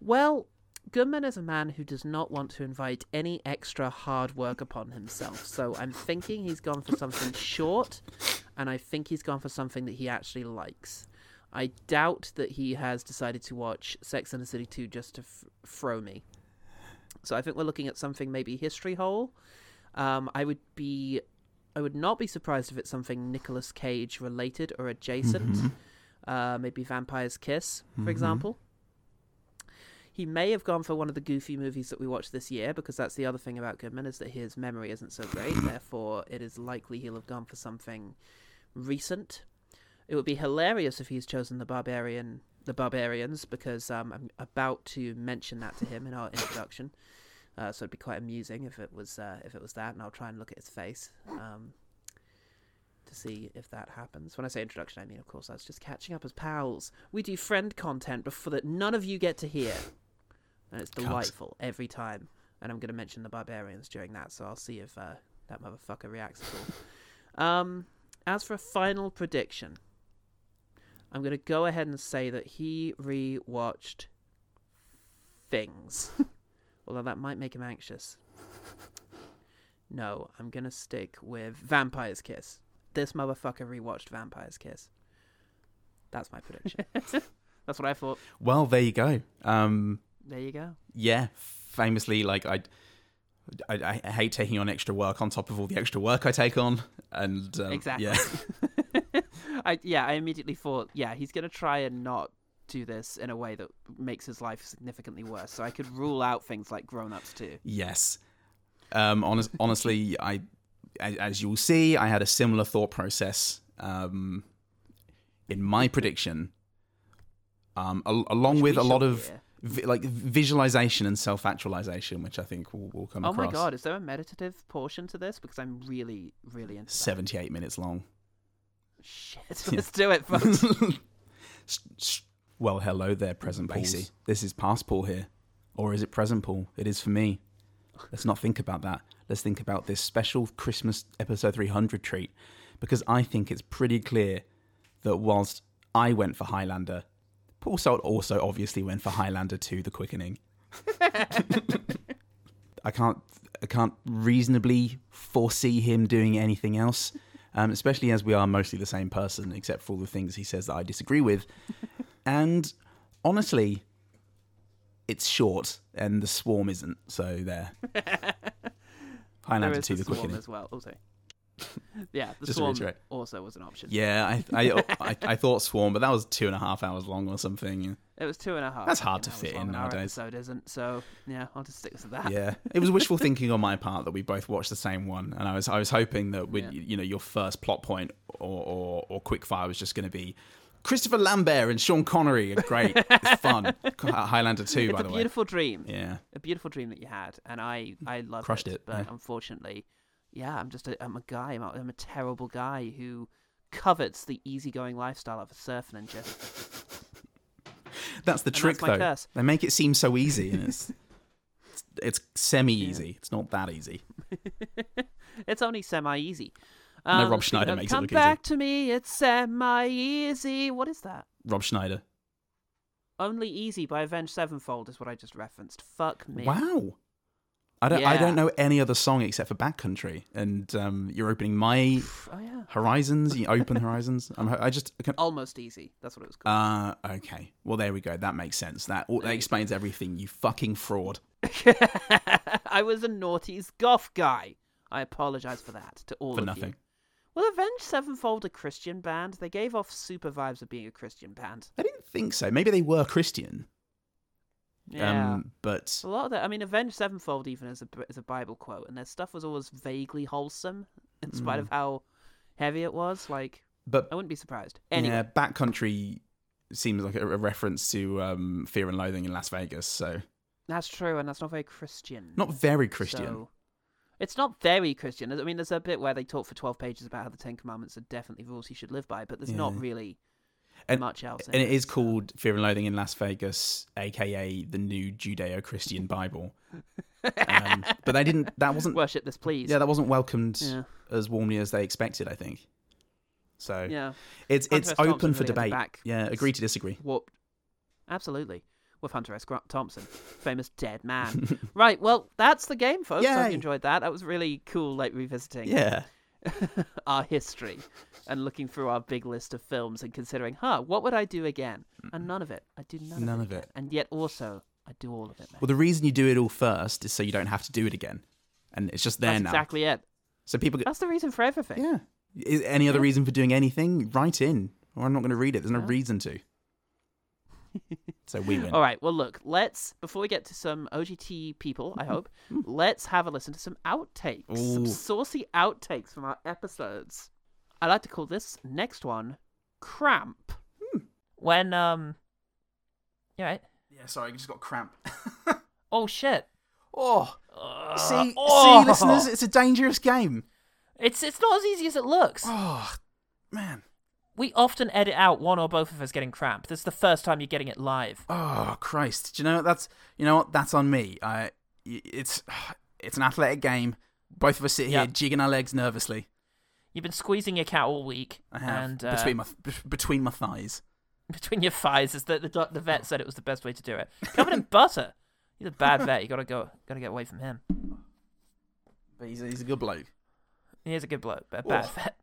[SPEAKER 1] Well, Goodman is a man who does not want to invite any extra hard work upon himself. So I'm thinking he's gone for something short, and I think he's gone for something that he actually likes. I doubt that he has decided to watch Sex and the City 2 just to f- throw me. So I think we're looking at something maybe history hole. Um, I would be, I would not be surprised if it's something Nicolas Cage related or adjacent.
[SPEAKER 2] Mm-hmm.
[SPEAKER 1] Uh, maybe Vampire's Kiss, for example. He may have gone for one of the goofy movies that we watched this year because that's the other thing about Goodman is that his memory isn't so great. Therefore, it is likely he'll have gone for something recent. It would be hilarious if he's chosen the barbarian, the barbarians, because um, I'm about to mention that to him in our introduction. Uh, so it'd be quite amusing if it was uh, if it was that, and I'll try and look at his face um, to see if that happens. When I say introduction, I mean, of course, I was just catching up as pals. We do friend content before that none of you get to hear, and it's delightful every time. And I'm going to mention the barbarians during that, so I'll see if uh, that motherfucker reacts at all. um, as for a final prediction, I'm going to go ahead and say that he rewatched things. Although that might make him anxious. No, I'm gonna stick with Vampire's Kiss. This motherfucker rewatched Vampire's Kiss. That's my prediction. That's what I thought.
[SPEAKER 2] Well, there you go. Um,
[SPEAKER 1] There you go.
[SPEAKER 2] yeah, famously, like I, I, I hate taking on extra work on top of all the extra work I take on, and um,
[SPEAKER 1] Exactly.
[SPEAKER 2] yeah,
[SPEAKER 1] I yeah, I immediately thought, yeah, he's gonna try and not do this in a way that makes his life significantly worse. So I could rule out things like grown ups too.
[SPEAKER 2] Yes. Um, honest, honestly, I, as, as you'll see, I had a similar thought process um, in my prediction, um, al- along
[SPEAKER 1] Which we
[SPEAKER 2] with a lot
[SPEAKER 1] shall
[SPEAKER 2] of
[SPEAKER 1] hear.
[SPEAKER 2] vi- like visualization and self-actualization, which I think will, will come
[SPEAKER 1] Oh
[SPEAKER 2] across.
[SPEAKER 1] my god, is there a meditative portion to this? Because I'm really, really into that.
[SPEAKER 2] Seventy-eight minutes long.
[SPEAKER 1] Shit, let's do it, folks.
[SPEAKER 2] S- s- well, hello there, present Pacey. This is past Paul here, or is it present Paul? It is for me. Let's not think about that. Let's think about this special Christmas episode 300 treat, because I think it's pretty clear that whilst I went for Highlander, Paul Salt also obviously went for Highlander 2: The Quickening. I can't I can't reasonably foresee him doing anything else, um, especially as we are mostly the same person, except for all the things he says that I disagree with. and honestly, it's short, and the swarm isn't. So there.
[SPEAKER 1] there
[SPEAKER 2] Highlander
[SPEAKER 1] is
[SPEAKER 2] two,
[SPEAKER 1] the
[SPEAKER 2] the
[SPEAKER 1] swarm
[SPEAKER 2] quickening.
[SPEAKER 1] as well. Oh, sorry. Yeah, the
[SPEAKER 2] Just to
[SPEAKER 1] swarm
[SPEAKER 2] reiterate.
[SPEAKER 1] also was an option.
[SPEAKER 2] Yeah, I, I I I thought swarm, but that was two and a half hours long or something.
[SPEAKER 1] It was two and a half.
[SPEAKER 2] That's hard
[SPEAKER 1] fucking
[SPEAKER 2] to
[SPEAKER 1] hours
[SPEAKER 2] fit in
[SPEAKER 1] long, and our
[SPEAKER 2] nowadays.
[SPEAKER 1] episode isn't, so yeah, I'll just stick with that.
[SPEAKER 2] Yeah, it was wishful thinking on my part that we both watched the same one, and I was I was hoping that we,
[SPEAKER 1] Yeah.
[SPEAKER 2] you know, your first plot point or or, or quick fire was just going to be Christopher Lambert and Sean Connery. Great, it's fun. Highlander two, by
[SPEAKER 1] It's a
[SPEAKER 2] the way.
[SPEAKER 1] beautiful dream.
[SPEAKER 2] Yeah,
[SPEAKER 1] A beautiful dream that you had, and I, I loved
[SPEAKER 2] Crushed
[SPEAKER 1] it.
[SPEAKER 2] it,
[SPEAKER 1] But
[SPEAKER 2] yeah.
[SPEAKER 1] unfortunately, yeah, I'm just a, I'm a guy. I'm a, I'm a terrible guy who covets the easygoing lifestyle of a surf ninja.
[SPEAKER 2] that's the
[SPEAKER 1] that's
[SPEAKER 2] trick
[SPEAKER 1] my
[SPEAKER 2] though.
[SPEAKER 1] curse.
[SPEAKER 2] They make it seem so easy, and it's it's semi easy. It's not that easy.
[SPEAKER 1] It's only semi easy.
[SPEAKER 2] No, Rob Schneider makes it
[SPEAKER 1] come
[SPEAKER 2] look easy.
[SPEAKER 1] Come back to me, it's semi easy. What is that?
[SPEAKER 2] Rob Schneider.
[SPEAKER 1] Only Easy by Avenged Sevenfold is what I just referenced. Fuck me.
[SPEAKER 2] Wow. I don't I don't
[SPEAKER 1] Yeah.
[SPEAKER 2] know any other song except for Backcountry, and um, you're opening my
[SPEAKER 1] Oh, yeah.
[SPEAKER 2] horizons. You open horizons. I'm, ho- I just I can
[SPEAKER 1] Almost Easy. That's what it was called.
[SPEAKER 2] Uh, okay. Well, there we go. That makes sense. That that explains everything. You fucking fraud.
[SPEAKER 1] I was a naughties goth guy. I apologize for that to all
[SPEAKER 2] For
[SPEAKER 1] of you.
[SPEAKER 2] nothing.
[SPEAKER 1] Well, Avenged Sevenfold a Christian band? They gave off super vibes of being a Christian band.
[SPEAKER 2] I didn't think so. Maybe they were Christian.
[SPEAKER 1] Yeah.
[SPEAKER 2] Um, but
[SPEAKER 1] a lot of that. I mean, Avenged Sevenfold even is a is a Bible quote, and their stuff was always vaguely wholesome, in spite
[SPEAKER 2] Mm.
[SPEAKER 1] of how heavy it was. Like,
[SPEAKER 2] but
[SPEAKER 1] I wouldn't be surprised. Oh, Anyway,
[SPEAKER 2] yeah, backcountry seems like a, a reference to um, Fear and Loathing in Las Vegas. So
[SPEAKER 1] that's true, and that's not very Christian.
[SPEAKER 2] not very Christian.
[SPEAKER 1] So- it's not very Christian. I mean, there's a bit where they talk for twelve pages about how the Ten Commandments are definitely rules you should live by, but there's not
[SPEAKER 2] Yeah.
[SPEAKER 1] really
[SPEAKER 2] And-
[SPEAKER 1] much else. In
[SPEAKER 2] and it
[SPEAKER 1] it
[SPEAKER 2] is called Fear and Loathing in Las Vegas, aka the new Judeo-Christian Bible. um, but they didn't. That wasn't.
[SPEAKER 1] Worship this, please.
[SPEAKER 2] yeah, that wasn't welcomed
[SPEAKER 1] yeah.
[SPEAKER 2] as warmly as they expected. I think. So
[SPEAKER 1] yeah.
[SPEAKER 2] it's
[SPEAKER 1] Hunter
[SPEAKER 2] it's
[SPEAKER 1] S. Thompson
[SPEAKER 2] open
[SPEAKER 1] really
[SPEAKER 2] for
[SPEAKER 1] has a
[SPEAKER 2] debate.
[SPEAKER 1] back
[SPEAKER 2] Yeah, agree to disagree.
[SPEAKER 1] warped. Absolutely. With Hunter S. Gr- Thompson, famous dead man. right, well, that's the game, folks. I hope
[SPEAKER 2] Yay.
[SPEAKER 1] you enjoyed that. That was really cool, like revisiting
[SPEAKER 2] Yeah.
[SPEAKER 1] our history and looking through our big list of films and considering, huh, what would I do again? And none of it. I do none,
[SPEAKER 2] None
[SPEAKER 1] of,
[SPEAKER 2] of
[SPEAKER 1] it,
[SPEAKER 2] it.
[SPEAKER 1] again. And yet also, I do all of it, man.
[SPEAKER 2] Well, the reason you do it all first is so you don't have to do it again, and it's just there
[SPEAKER 1] that's
[SPEAKER 2] now.
[SPEAKER 1] exactly it.
[SPEAKER 2] So people, go,
[SPEAKER 1] That's the reason for everything.
[SPEAKER 2] yeah. Is any other reason for doing anything? Write in, or I'm not going to read it. There's no
[SPEAKER 1] Yeah.
[SPEAKER 2] reason to. so we win.
[SPEAKER 1] All right. Well, look. Let's before we get to some OGT people, I hope. let's have a listen to some outtakes, some
[SPEAKER 2] Mm-hmm. Ooh.
[SPEAKER 1] saucy outtakes from our episodes. I like to call this next one "Cramp."
[SPEAKER 2] Hmm.
[SPEAKER 1] When um, you right?
[SPEAKER 2] Yeah, sorry, I just got cramp.
[SPEAKER 1] Oh shit!
[SPEAKER 2] oh,
[SPEAKER 1] Uh,
[SPEAKER 2] see,
[SPEAKER 1] oh!
[SPEAKER 2] see, listeners, it's a dangerous game.
[SPEAKER 1] it's it's not as easy as it looks.
[SPEAKER 2] Oh, man.
[SPEAKER 1] We often edit out one or both of us getting cramp. This is the first time you're getting it live.
[SPEAKER 2] Oh Christ! Do you know what? that's you know what that's on me. I y- it's it's an athletic game. Both of us sit here
[SPEAKER 1] Yep.
[SPEAKER 2] jigging our legs nervously.
[SPEAKER 1] You've been squeezing your cat all week,
[SPEAKER 2] I have
[SPEAKER 1] and uh,
[SPEAKER 2] between my th- between my thighs.
[SPEAKER 1] between your thighs is that the doc- the vet said it was the best way to do it. Covered in butter. He's a bad vet. You gotta go. Gotta get away from him.
[SPEAKER 2] But he's a, he's a good bloke.
[SPEAKER 1] He is a good bloke, but a bad
[SPEAKER 2] Oh.
[SPEAKER 1] vet,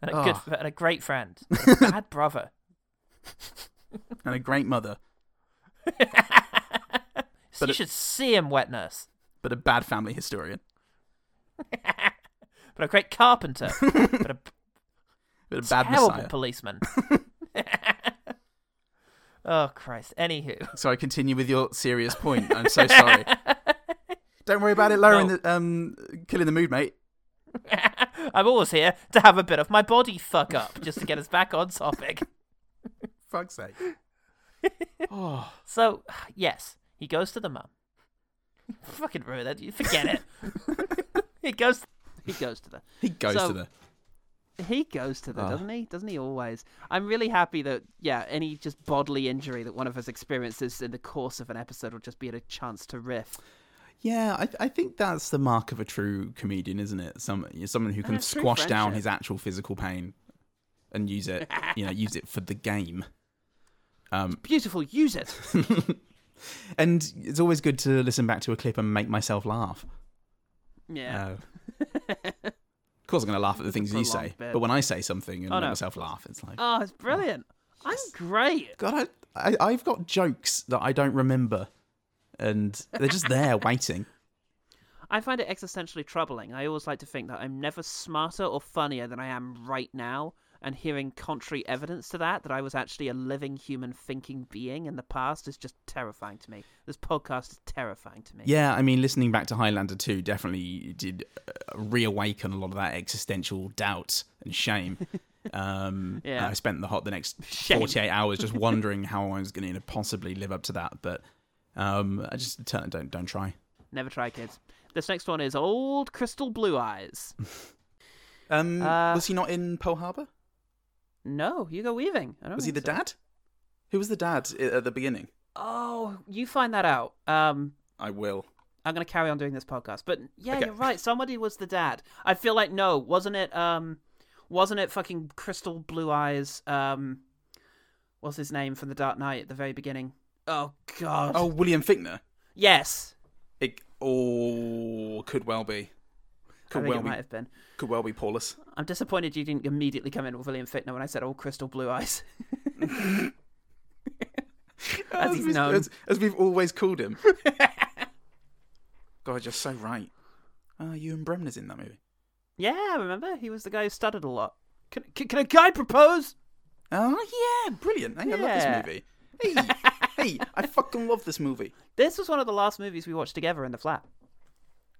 [SPEAKER 1] and a good
[SPEAKER 2] Oh.
[SPEAKER 1] vet, and a great friend, but a bad brother.
[SPEAKER 2] and a great mother,
[SPEAKER 1] So you
[SPEAKER 2] it-
[SPEAKER 1] should see him, wet nurse.
[SPEAKER 2] but a bad family historian.
[SPEAKER 1] But a great carpenter. but a
[SPEAKER 2] But a bad
[SPEAKER 1] terrible
[SPEAKER 2] messiah.
[SPEAKER 1] policeman.
[SPEAKER 3] Oh Christ. Anywho.
[SPEAKER 2] Sorry, continue with your serious point. I'm so sorry. Don't worry about it lowering
[SPEAKER 3] No.
[SPEAKER 2] the um killing the mood, mate.
[SPEAKER 3] I'm always here to have a bit of my body fuck up just to get us back on topic.
[SPEAKER 2] Fuck's sake. oh.
[SPEAKER 3] So, yes, he goes to the mum. Fucking ruin that. You forget it. he goes.
[SPEAKER 1] He goes to the
[SPEAKER 2] He goes
[SPEAKER 1] So-
[SPEAKER 2] to the
[SPEAKER 1] He goes to the,
[SPEAKER 2] Ah.
[SPEAKER 1] doesn't he? Doesn't he always? I'm really happy that, yeah, any just bodily injury that one of us experiences in the course of an episode will just be a chance to riff.
[SPEAKER 2] Yeah, I, I think that's the mark of a true comedian, isn't it? Some someone who can
[SPEAKER 1] that's true
[SPEAKER 2] squash down
[SPEAKER 1] friendship.
[SPEAKER 2] his actual physical pain and use it, you know, use it for the game. Um,
[SPEAKER 1] Beautiful, use it.
[SPEAKER 2] and it's always good to listen back to a clip and make myself laugh.
[SPEAKER 1] Yeah.
[SPEAKER 2] Uh, of course, I'm going to laugh at the things you
[SPEAKER 1] prolonged
[SPEAKER 2] say,
[SPEAKER 1] bit.
[SPEAKER 2] but when I say something and
[SPEAKER 1] Oh,
[SPEAKER 2] make
[SPEAKER 1] no.
[SPEAKER 2] myself laugh, it's like,
[SPEAKER 1] oh, it's brilliant. I'm great.
[SPEAKER 2] God, I, I, I've got jokes that I don't remember, and they're just there waiting.
[SPEAKER 1] I find it existentially troubling. I always like to think that I'm never smarter or funnier than I am right now. And hearing contrary evidence to that, that I was actually a living human thinking being in the past, is just terrifying to me. This podcast is terrifying to me.
[SPEAKER 2] Yeah, I mean, listening back to Highlander 2 definitely did uh, reawaken a lot of that existential doubt and shame. Um,
[SPEAKER 1] Yeah.
[SPEAKER 2] and I spent the hot the next
[SPEAKER 1] Shame.
[SPEAKER 2] 48 hours just wondering how I was going to possibly live up to that, but um, I just don't don't, don't try.
[SPEAKER 1] Never try, kids. This next one is Old Crystal Blue Eyes.
[SPEAKER 2] Um,
[SPEAKER 1] Uh,
[SPEAKER 2] was he not in Pearl Harbor?
[SPEAKER 1] No, Hugo Weaving. I don't
[SPEAKER 2] Was he the
[SPEAKER 1] think so.
[SPEAKER 2] dad? Who was the dad i- at the beginning?
[SPEAKER 1] Oh, you find that out. Um,
[SPEAKER 2] I will.
[SPEAKER 1] I'm gonna carry on doing this podcast, but yeah,
[SPEAKER 2] Okay.
[SPEAKER 1] you're right. Somebody was the dad. I feel like no, wasn't it? Um, wasn't it fucking Crystal Blue Eyes? Um, what's his name from the Dark Knight at the very beginning? Oh God.
[SPEAKER 2] Oh, William Fickner.
[SPEAKER 1] yes.
[SPEAKER 2] It oh, could well
[SPEAKER 1] I
[SPEAKER 2] be. Could
[SPEAKER 1] think
[SPEAKER 2] well
[SPEAKER 1] it
[SPEAKER 2] be.
[SPEAKER 1] might have been.
[SPEAKER 2] Could well be Paulus.
[SPEAKER 1] I'm disappointed you didn't immediately come in with William Fickner when I said, "Oh, Crystal Blue Eyes." As he's
[SPEAKER 2] we-
[SPEAKER 1] known.
[SPEAKER 2] As, as we've always called him. God, you're so right. Uh, Ewan Bremner's in that movie.
[SPEAKER 1] yeah, remember he was the guy who stuttered a lot. Can, can, can a guy propose?
[SPEAKER 2] Oh, yeah, brilliant. Hey, I
[SPEAKER 1] Yeah.
[SPEAKER 2] love this movie. Hey, hey, I fucking love this movie.
[SPEAKER 1] This was one of the last movies we watched together in the flat.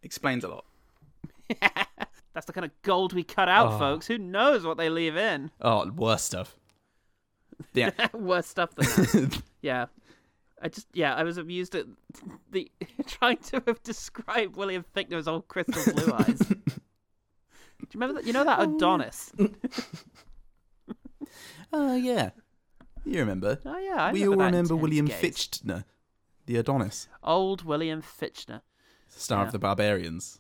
[SPEAKER 2] Explains a lot.
[SPEAKER 1] That's the kind of gold we cut out, folks. Who knows what they leave in?
[SPEAKER 2] Oh, worse stuff. Yeah.
[SPEAKER 1] Worse stuff than that. yeah. I just, yeah, I was amused at the trying to have described William Fickner's old crystal blue eyes. Do you remember that? You know that Adonis?
[SPEAKER 2] Oh, yeah. You remember.
[SPEAKER 1] Oh, yeah. I
[SPEAKER 2] we all
[SPEAKER 1] remember that
[SPEAKER 2] remember
[SPEAKER 1] intense
[SPEAKER 2] William
[SPEAKER 1] gaze.
[SPEAKER 2] Fichtner, the Adonis,
[SPEAKER 1] Old William Fichtner.
[SPEAKER 2] star
[SPEAKER 1] Yeah.
[SPEAKER 2] of the Barbarians.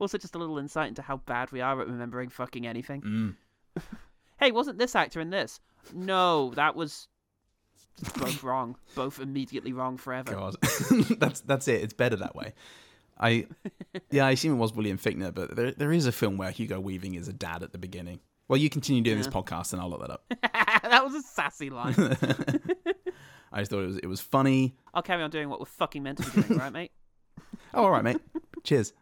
[SPEAKER 1] Also, just a little insight into how bad we are at remembering fucking anything.
[SPEAKER 2] Mm.
[SPEAKER 1] hey, wasn't this actor in this? No, that was both wrong. Both immediately wrong forever.
[SPEAKER 2] God, that's that's it. It's better that way. I yeah, I assume it was William Fickner, but there there is a film where Hugo Weaving is a dad at the beginning. Well, you continue doing this podcast, and I'll look that up.
[SPEAKER 1] that was a sassy line.
[SPEAKER 2] I just thought it was it was funny.
[SPEAKER 1] I'll carry on doing what we're fucking meant to be doing, right, mate?
[SPEAKER 2] Oh, all right, mate. Cheers.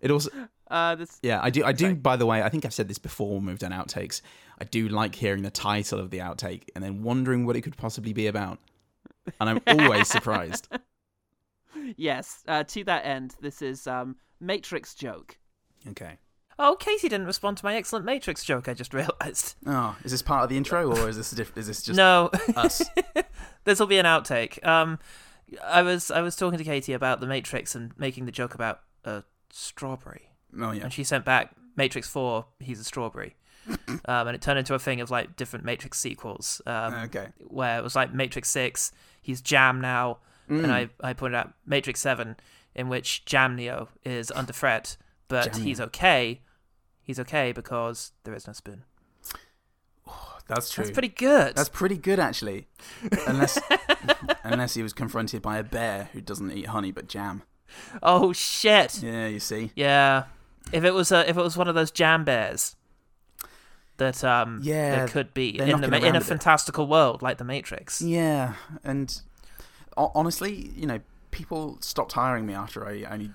[SPEAKER 2] It also
[SPEAKER 1] Uh, this
[SPEAKER 2] yeah, I do I do. By the way, I think I've said this before when we've done outtakes. I do like hearing the title of the outtake and then wondering what it could possibly be about, and I'm always surprised.
[SPEAKER 1] yes. Uh, to that end, this is um Matrix joke.
[SPEAKER 2] Okay.
[SPEAKER 3] Oh, Casey didn't respond to my excellent Matrix joke. I just realized.
[SPEAKER 2] Oh, is this part of the intro or is this a diff- is this just
[SPEAKER 3] no,
[SPEAKER 2] us?
[SPEAKER 3] this will be an outtake. Um, I was I was talking to Katie about the Matrix and making the joke about a strawberry,
[SPEAKER 2] Oh yeah.
[SPEAKER 3] and she sent back Matrix Four. He's a strawberry, um, and it turned into a thing of like different Matrix sequels. Um,
[SPEAKER 2] Okay.
[SPEAKER 3] where it was like Matrix Six, he's Jam now,
[SPEAKER 2] Mm.
[SPEAKER 3] and I I pointed out Matrix Seven, in which Jam Neo is under threat, but
[SPEAKER 2] Jam
[SPEAKER 3] he's okay. He's okay because there is no spoon.
[SPEAKER 2] That's true.
[SPEAKER 3] That's pretty good.
[SPEAKER 2] That's pretty good actually. Unless unless he was confronted by a bear who doesn't eat honey but jam.
[SPEAKER 3] Oh shit!
[SPEAKER 2] Yeah, you see.
[SPEAKER 3] Yeah, if it was a, if it was one of those jam bears that um
[SPEAKER 2] Yeah,
[SPEAKER 3] that could be
[SPEAKER 2] they're
[SPEAKER 3] in the,
[SPEAKER 2] knocking
[SPEAKER 3] ma- in
[SPEAKER 2] around
[SPEAKER 3] a
[SPEAKER 2] a bit.
[SPEAKER 3] fantastical world like the Matrix.
[SPEAKER 2] Yeah, and ho- honestly, you know, people stopped hiring me after I only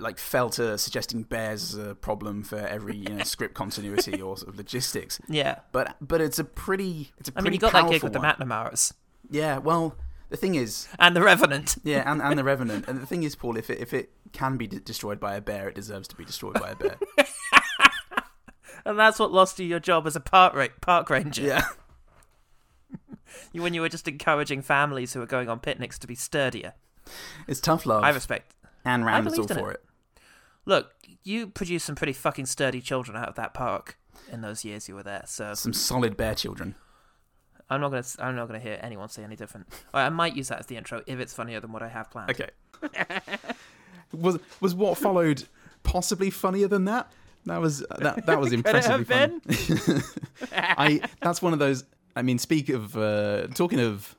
[SPEAKER 2] like fell to suggesting bears as a problem for every you know, script continuity or sort of logistics.
[SPEAKER 3] Yeah.
[SPEAKER 2] But but it's a pretty it's a
[SPEAKER 3] I
[SPEAKER 2] pretty
[SPEAKER 3] mean, you got that gig
[SPEAKER 2] powerful
[SPEAKER 3] with the
[SPEAKER 2] one.
[SPEAKER 3] McNamara's
[SPEAKER 2] Yeah. Well, the thing is,
[SPEAKER 3] and the Revenant.
[SPEAKER 2] yeah, and, and the Revenant. And the thing is, Paul, if it if it can be de- destroyed by a bear, it deserves to be destroyed by a bear.
[SPEAKER 3] And that's what lost you your job as a park, ra- park ranger.
[SPEAKER 2] yeah.
[SPEAKER 3] You- When you were just encouraging families who were going on picnics to be sturdier.
[SPEAKER 2] It's tough love.
[SPEAKER 3] I respect.
[SPEAKER 2] Anne Rand
[SPEAKER 3] I
[SPEAKER 2] is all
[SPEAKER 3] believed in
[SPEAKER 2] for it.
[SPEAKER 3] Look, you produced some pretty fucking sturdy children out of that park in those years you were there. So
[SPEAKER 2] Some solid bear children.
[SPEAKER 3] I'm not gonna. I'm not gonna hear anyone say any different. All right, I might use that as the intro if it's funnier than what I have planned.
[SPEAKER 2] Okay. was was what followed possibly funnier than that? That was uh, that that was impressively
[SPEAKER 1] have
[SPEAKER 2] funny. I that's one of those. I mean, speak of uh, talking of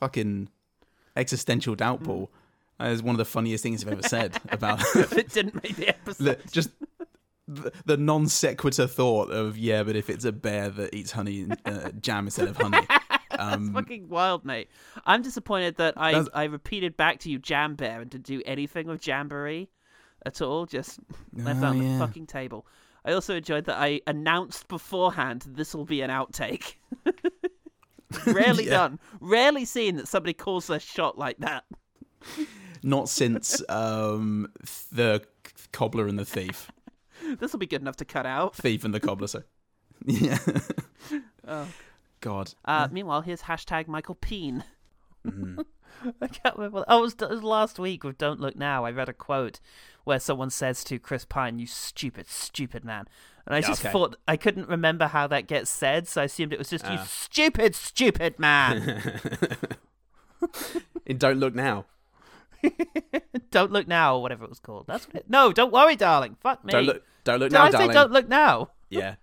[SPEAKER 2] fucking existential
[SPEAKER 3] Mm.
[SPEAKER 2] doubt, Paul. That is one of the funniest things I've ever said about
[SPEAKER 1] it didn't make the episode.
[SPEAKER 2] the, just the, the non sequitur thought of yeah, but if it's a bear that eats honey and uh, jam instead of honey, um,
[SPEAKER 1] Fucking wild, mate. I'm disappointed that I,
[SPEAKER 2] That's-
[SPEAKER 1] I repeated back to you Jam Bear and didn't do anything with Jamboree at all. Just left that
[SPEAKER 2] Oh,
[SPEAKER 1] on
[SPEAKER 2] yeah.
[SPEAKER 1] the fucking table. I also enjoyed that I announced beforehand this will be an outtake. Rarely
[SPEAKER 2] Yeah.
[SPEAKER 1] done. Rarely seen that somebody calls their shot like that.
[SPEAKER 2] not since um, the cobbler and the thief.
[SPEAKER 1] This will be good enough to cut out.
[SPEAKER 2] Thief and the Cobbler. So, yeah.
[SPEAKER 1] Oh.
[SPEAKER 2] God.
[SPEAKER 1] Uh, meanwhile, here's hashtag Michael Peen.
[SPEAKER 2] Mm.
[SPEAKER 3] I can't remember. Oh, it was, it was last week with Don't Look Now. I read a quote where someone says to Chris Pine, "You stupid, stupid man," and I just
[SPEAKER 2] okay.
[SPEAKER 3] thought I couldn't remember how that gets said, so I assumed it was just "You
[SPEAKER 1] Uh.
[SPEAKER 3] stupid, stupid man."
[SPEAKER 2] It don't look now.
[SPEAKER 3] don't look now, or whatever it was called. That's what it, no. Don't worry, darling. Fuck me.
[SPEAKER 2] Don't look. Don't look
[SPEAKER 3] Did
[SPEAKER 2] now,
[SPEAKER 3] I say
[SPEAKER 2] darling.
[SPEAKER 3] don't look now?
[SPEAKER 2] Yeah.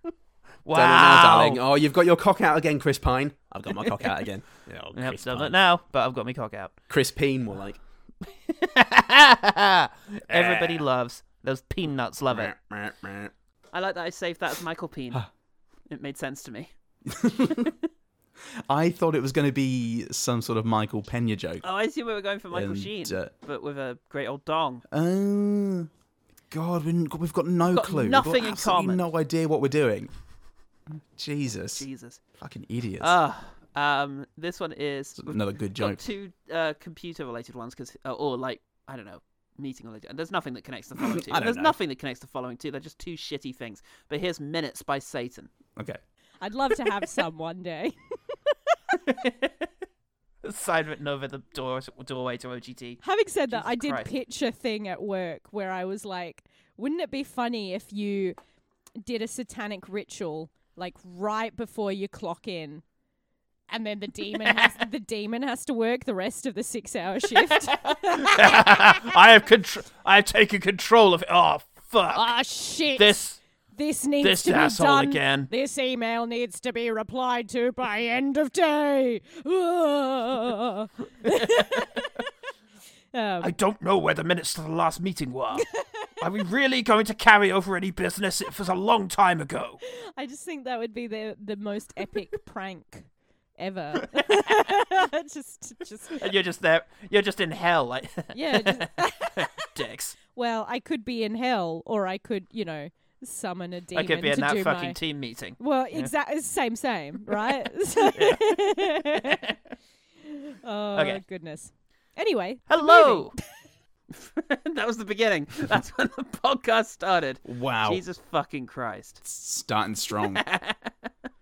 [SPEAKER 3] Wow.
[SPEAKER 4] Don't look now, darling. Oh, you've got your cock out again, Chris Pine. I've got my cock out again. Oh,
[SPEAKER 3] Yep,
[SPEAKER 4] Chris
[SPEAKER 3] don't
[SPEAKER 4] Pine.
[SPEAKER 3] look now, but I've got my cock out.
[SPEAKER 4] Chris Pine, more like.
[SPEAKER 3] Everybody loves those peanuts. Love it.
[SPEAKER 1] Eh. I like that I saved that as Michael Peen. it made sense to me.
[SPEAKER 2] I thought it was going to be some sort of Michael Pena joke.
[SPEAKER 1] Oh, I assume we were going for Michael
[SPEAKER 2] And,
[SPEAKER 1] Sheen,
[SPEAKER 2] uh,
[SPEAKER 1] but with a great old dong.
[SPEAKER 2] Oh, God. we- We've got no
[SPEAKER 1] Got
[SPEAKER 2] clue. We've
[SPEAKER 1] nothing in
[SPEAKER 2] absolutely
[SPEAKER 1] common.
[SPEAKER 2] no idea what we're doing. Jesus.
[SPEAKER 1] Jesus.
[SPEAKER 2] Fucking idiots.
[SPEAKER 1] Ah, um, this one is we've
[SPEAKER 2] Another good
[SPEAKER 1] got
[SPEAKER 2] joke.
[SPEAKER 1] two uh, computer-related ones because, or like I don't know, meeting-related. And there's nothing that connects the following two.
[SPEAKER 2] I don't
[SPEAKER 1] There's
[SPEAKER 2] know.
[SPEAKER 1] nothing that connects the following two. They're just two shitty things. But here's minutes by Satan.
[SPEAKER 2] Okay.
[SPEAKER 5] I'd love to have some one day.
[SPEAKER 3] Sign written over the door doorway to OGT.
[SPEAKER 5] Having said that, I
[SPEAKER 3] Jesus
[SPEAKER 5] did
[SPEAKER 3] Christ.
[SPEAKER 5] pitch a thing at work where I was like, wouldn't it be funny if you did a satanic ritual like right before you clock in? And then the demon has the demon has to work the rest of the six hour shift.
[SPEAKER 3] I have control. I have taken control of it. Oh fuck!
[SPEAKER 5] Ah shit.
[SPEAKER 3] this
[SPEAKER 5] this needs
[SPEAKER 3] this
[SPEAKER 5] to be
[SPEAKER 3] asshole
[SPEAKER 5] done.
[SPEAKER 3] again.
[SPEAKER 5] This email needs to be replied to by end of day. Ah. Um,
[SPEAKER 3] I don't know where the minutes to the last meeting were. Are we really going to carry over any business? It was a long time ago.
[SPEAKER 5] I just think that would be the the most epic prank ever. just, just,
[SPEAKER 3] And you're just there. You're just in hell, like
[SPEAKER 5] yeah. Just,
[SPEAKER 3] dicks.
[SPEAKER 5] well, I could be in hell, or I could, you know, summon a demon
[SPEAKER 3] I could be
[SPEAKER 5] to
[SPEAKER 3] in that
[SPEAKER 5] do
[SPEAKER 3] fucking
[SPEAKER 5] my.
[SPEAKER 3] team meeting.
[SPEAKER 5] well, exactly, same, same, right? oh
[SPEAKER 3] Okay.
[SPEAKER 5] goodness. Anyway, the
[SPEAKER 1] Hello. that was the beginning. That's when the podcast started.
[SPEAKER 2] Wow.
[SPEAKER 1] Jesus fucking Christ.
[SPEAKER 2] starting strong.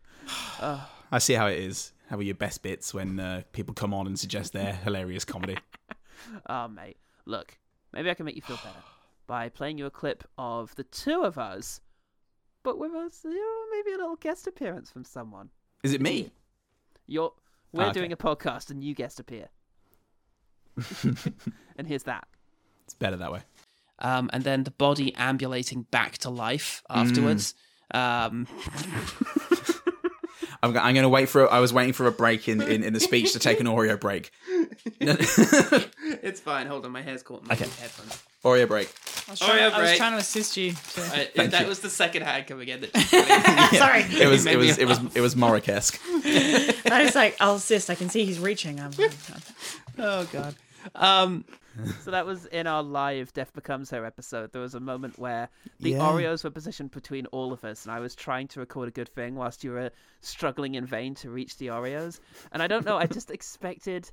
[SPEAKER 2] I see how it is. How are your best bits when uh, people come on and suggest their hilarious comedy?
[SPEAKER 1] Oh, mate. Look, maybe I can make you feel better by playing you a clip of the two of us, but with us, you know, maybe a little guest appearance from someone.
[SPEAKER 2] Is it me?
[SPEAKER 1] You're
[SPEAKER 3] Ah,
[SPEAKER 1] we're
[SPEAKER 2] okay.
[SPEAKER 1] doing a podcast and you guest appear. and here's that.
[SPEAKER 2] It's better that way.
[SPEAKER 3] Um, and then the body ambulating back to life afterwards. Um,
[SPEAKER 2] I'm, go- I'm going to wait for. A, I was waiting for a break in, in, in the speech to take an Oreo break.
[SPEAKER 3] it's fine. Hold on, my hair's caught in my headphones.
[SPEAKER 2] Oreo break.
[SPEAKER 6] I was,
[SPEAKER 3] Oreo
[SPEAKER 6] trying, I was
[SPEAKER 3] break.
[SPEAKER 6] trying to assist you. so-
[SPEAKER 3] Oh, I, that was the second hand coming in. That
[SPEAKER 6] Sorry.
[SPEAKER 2] It was
[SPEAKER 3] made
[SPEAKER 2] it
[SPEAKER 3] me
[SPEAKER 2] was it was it was Morric-esque.
[SPEAKER 6] I was like, I'll assist. I can see he's reaching. I'm, I'm-
[SPEAKER 3] oh god. Um,
[SPEAKER 1] so that was in our live Death Becomes Her episode. There was a moment where the
[SPEAKER 2] Yeah.
[SPEAKER 1] Oreos were positioned between all of us, and I was trying to record a good thing whilst you were struggling in vain to reach the Oreos. And I don't know, I just expected.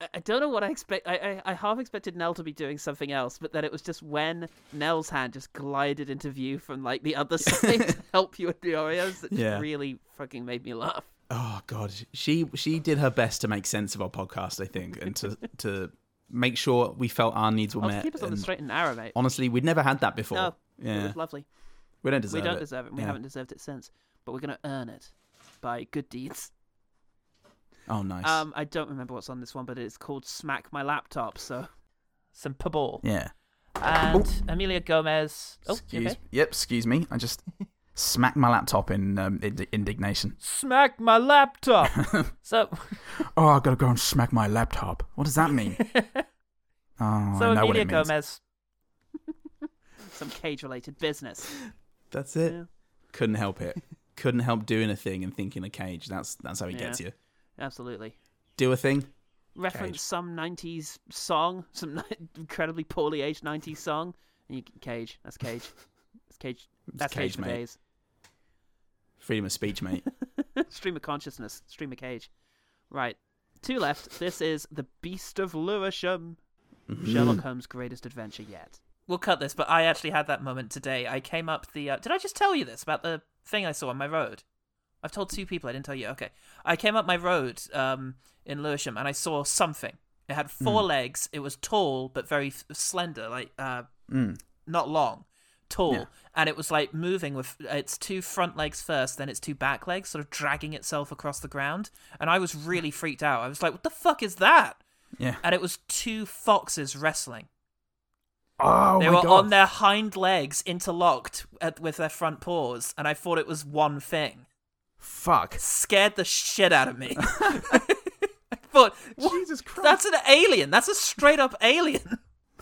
[SPEAKER 1] I- I don't know what I expect. I, I, I half expected Nell to be doing something else, but then it was just when Nell's hand just glided into view from like the other side to help you with the Oreos that just
[SPEAKER 2] Yeah.
[SPEAKER 1] really fucking made me laugh.
[SPEAKER 2] Oh God, she she did her best to make sense of our podcast, I think, and to to make sure we felt our needs were
[SPEAKER 1] I'll
[SPEAKER 2] met.
[SPEAKER 1] keep us on the
[SPEAKER 2] and
[SPEAKER 1] straight and narrow, mate.
[SPEAKER 2] honestly, we'd never had that before.
[SPEAKER 1] No, Oh, It
[SPEAKER 2] yeah,
[SPEAKER 1] was lovely.
[SPEAKER 2] we don't deserve
[SPEAKER 1] we don't
[SPEAKER 2] it.
[SPEAKER 1] deserve it. and We
[SPEAKER 2] Yeah.
[SPEAKER 1] haven't deserved it since. But we're gonna earn it by good deeds.
[SPEAKER 2] Oh, nice.
[SPEAKER 1] Um, I don't remember what's on this one, but it's called "Smack My Laptop." So
[SPEAKER 3] Some pabal.
[SPEAKER 2] yeah.
[SPEAKER 3] And Amelia Gomez. Oh, you
[SPEAKER 2] Excuse.
[SPEAKER 3] okay.
[SPEAKER 2] Yep. Excuse me. I just smacked my laptop in um, ind- indignation.
[SPEAKER 3] Smack my laptop. so,
[SPEAKER 2] Oh, I gotta go and smack my laptop. What does that mean? oh,
[SPEAKER 3] so
[SPEAKER 2] I know what
[SPEAKER 3] Amelia
[SPEAKER 2] it means.
[SPEAKER 3] Gomez.
[SPEAKER 1] some cage-related business.
[SPEAKER 2] That's it.
[SPEAKER 1] Yeah.
[SPEAKER 2] Couldn't help it. Couldn't help doing a thing and thinking a cage. That's that's how he
[SPEAKER 1] Yeah.
[SPEAKER 2] gets you.
[SPEAKER 1] Absolutely.
[SPEAKER 2] Do a thing.
[SPEAKER 1] Reference
[SPEAKER 2] Cage.
[SPEAKER 1] some '90s song, some ni- incredibly poorly aged '90s song, and you can cage. That's cage. That's cage. That's cage,
[SPEAKER 2] cage,
[SPEAKER 1] for
[SPEAKER 2] mate.
[SPEAKER 1] days.
[SPEAKER 2] Freedom of speech, mate.
[SPEAKER 1] stream of consciousness. Stream of cage. Right. Two left. This is the Beast of Lewisham.
[SPEAKER 2] Mm-hmm. Mm.
[SPEAKER 1] Sherlock Holmes' greatest adventure yet.
[SPEAKER 3] We'll cut this, but I actually had that moment today. I came up the. Uh, did I just tell you this about the thing I saw on my road? I've told two people. I didn't tell you. Okay, I came up my road um, in Lewisham and I saw something. It had four legs. It was tall but very f- slender, like uh,
[SPEAKER 2] Mm.
[SPEAKER 3] not long, tall,
[SPEAKER 2] Yeah.
[SPEAKER 3] and it was like moving with its two front legs first, then its two back legs, sort of dragging itself across the ground. And I was really freaked out. I was like, "What the fuck is that?"
[SPEAKER 2] Yeah.
[SPEAKER 3] And it was two foxes wrestling.
[SPEAKER 2] Oh
[SPEAKER 3] They
[SPEAKER 2] my
[SPEAKER 3] were
[SPEAKER 2] god.
[SPEAKER 3] on their hind legs, interlocked at, with their front paws, and I thought it was one thing.
[SPEAKER 2] Fuck.
[SPEAKER 3] Scared the shit out of me. I thought,
[SPEAKER 2] Jesus Christ.
[SPEAKER 3] That's an alien. That's a straight up alien.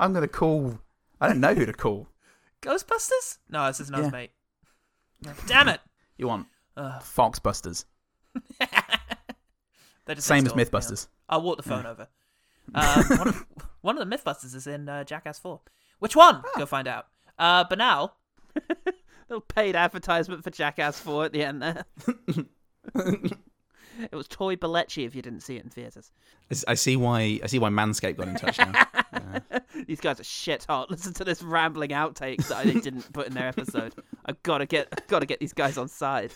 [SPEAKER 2] I'm gonna call. I don't know who to call.
[SPEAKER 3] Ghostbusters? No, this is not
[SPEAKER 2] Yeah.
[SPEAKER 3] his mate. Damn it.
[SPEAKER 2] You want
[SPEAKER 3] Ugh.
[SPEAKER 2] Foxbusters?
[SPEAKER 3] They're just
[SPEAKER 2] Same
[SPEAKER 3] next
[SPEAKER 2] as
[SPEAKER 3] door.
[SPEAKER 2] Mythbusters.
[SPEAKER 3] Yeah. I'll walk the phone over. Um,
[SPEAKER 1] Uh,
[SPEAKER 3] one, of, one of the Mythbusters is in uh, Jackass 4. Which one? Go find out. Uh, but now,
[SPEAKER 1] Ah. little paid advertisement for Jackass 4 at the end there. it was Toy Bellecci if you didn't see it in theatres.
[SPEAKER 2] I see why. I see why Manscaped got in touch now.
[SPEAKER 1] These guys are shit hot. Listen to this rambling outtake that I didn't put in their episode. I've got to get I've got to get these guys on side.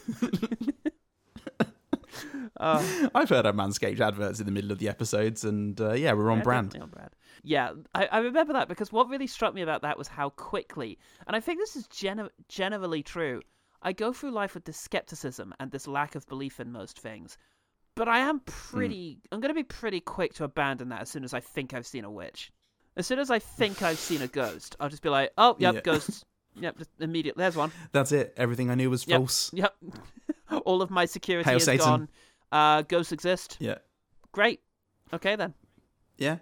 [SPEAKER 2] I've heard our Manscaped adverts in the middle of the episodes, and uh, yeah, we're on brand.
[SPEAKER 1] Yeah, brand. Yeah, I, I remember that because what really struck me about that was how quickly, and I think this is gen- generally true. I go through life with this skepticism and this lack of belief in most things, but I
[SPEAKER 2] Hmm.
[SPEAKER 1] am pretty. I'm going to be pretty quick to abandon that as soon as I think I've seen a witch. As soon as I think I've seen a ghost, I'll just be like, "Oh, yep,
[SPEAKER 2] Yeah.
[SPEAKER 1] ghosts." Yep, just immediately. There's one.
[SPEAKER 2] That's it. Everything I knew was
[SPEAKER 1] Yep.
[SPEAKER 2] false.
[SPEAKER 1] Yep. All of my security
[SPEAKER 2] Hail
[SPEAKER 1] is
[SPEAKER 2] Satan.
[SPEAKER 1] gone. Uh, ghosts exist.
[SPEAKER 2] Yeah.
[SPEAKER 1] Great. Okay then.
[SPEAKER 2] Yeah.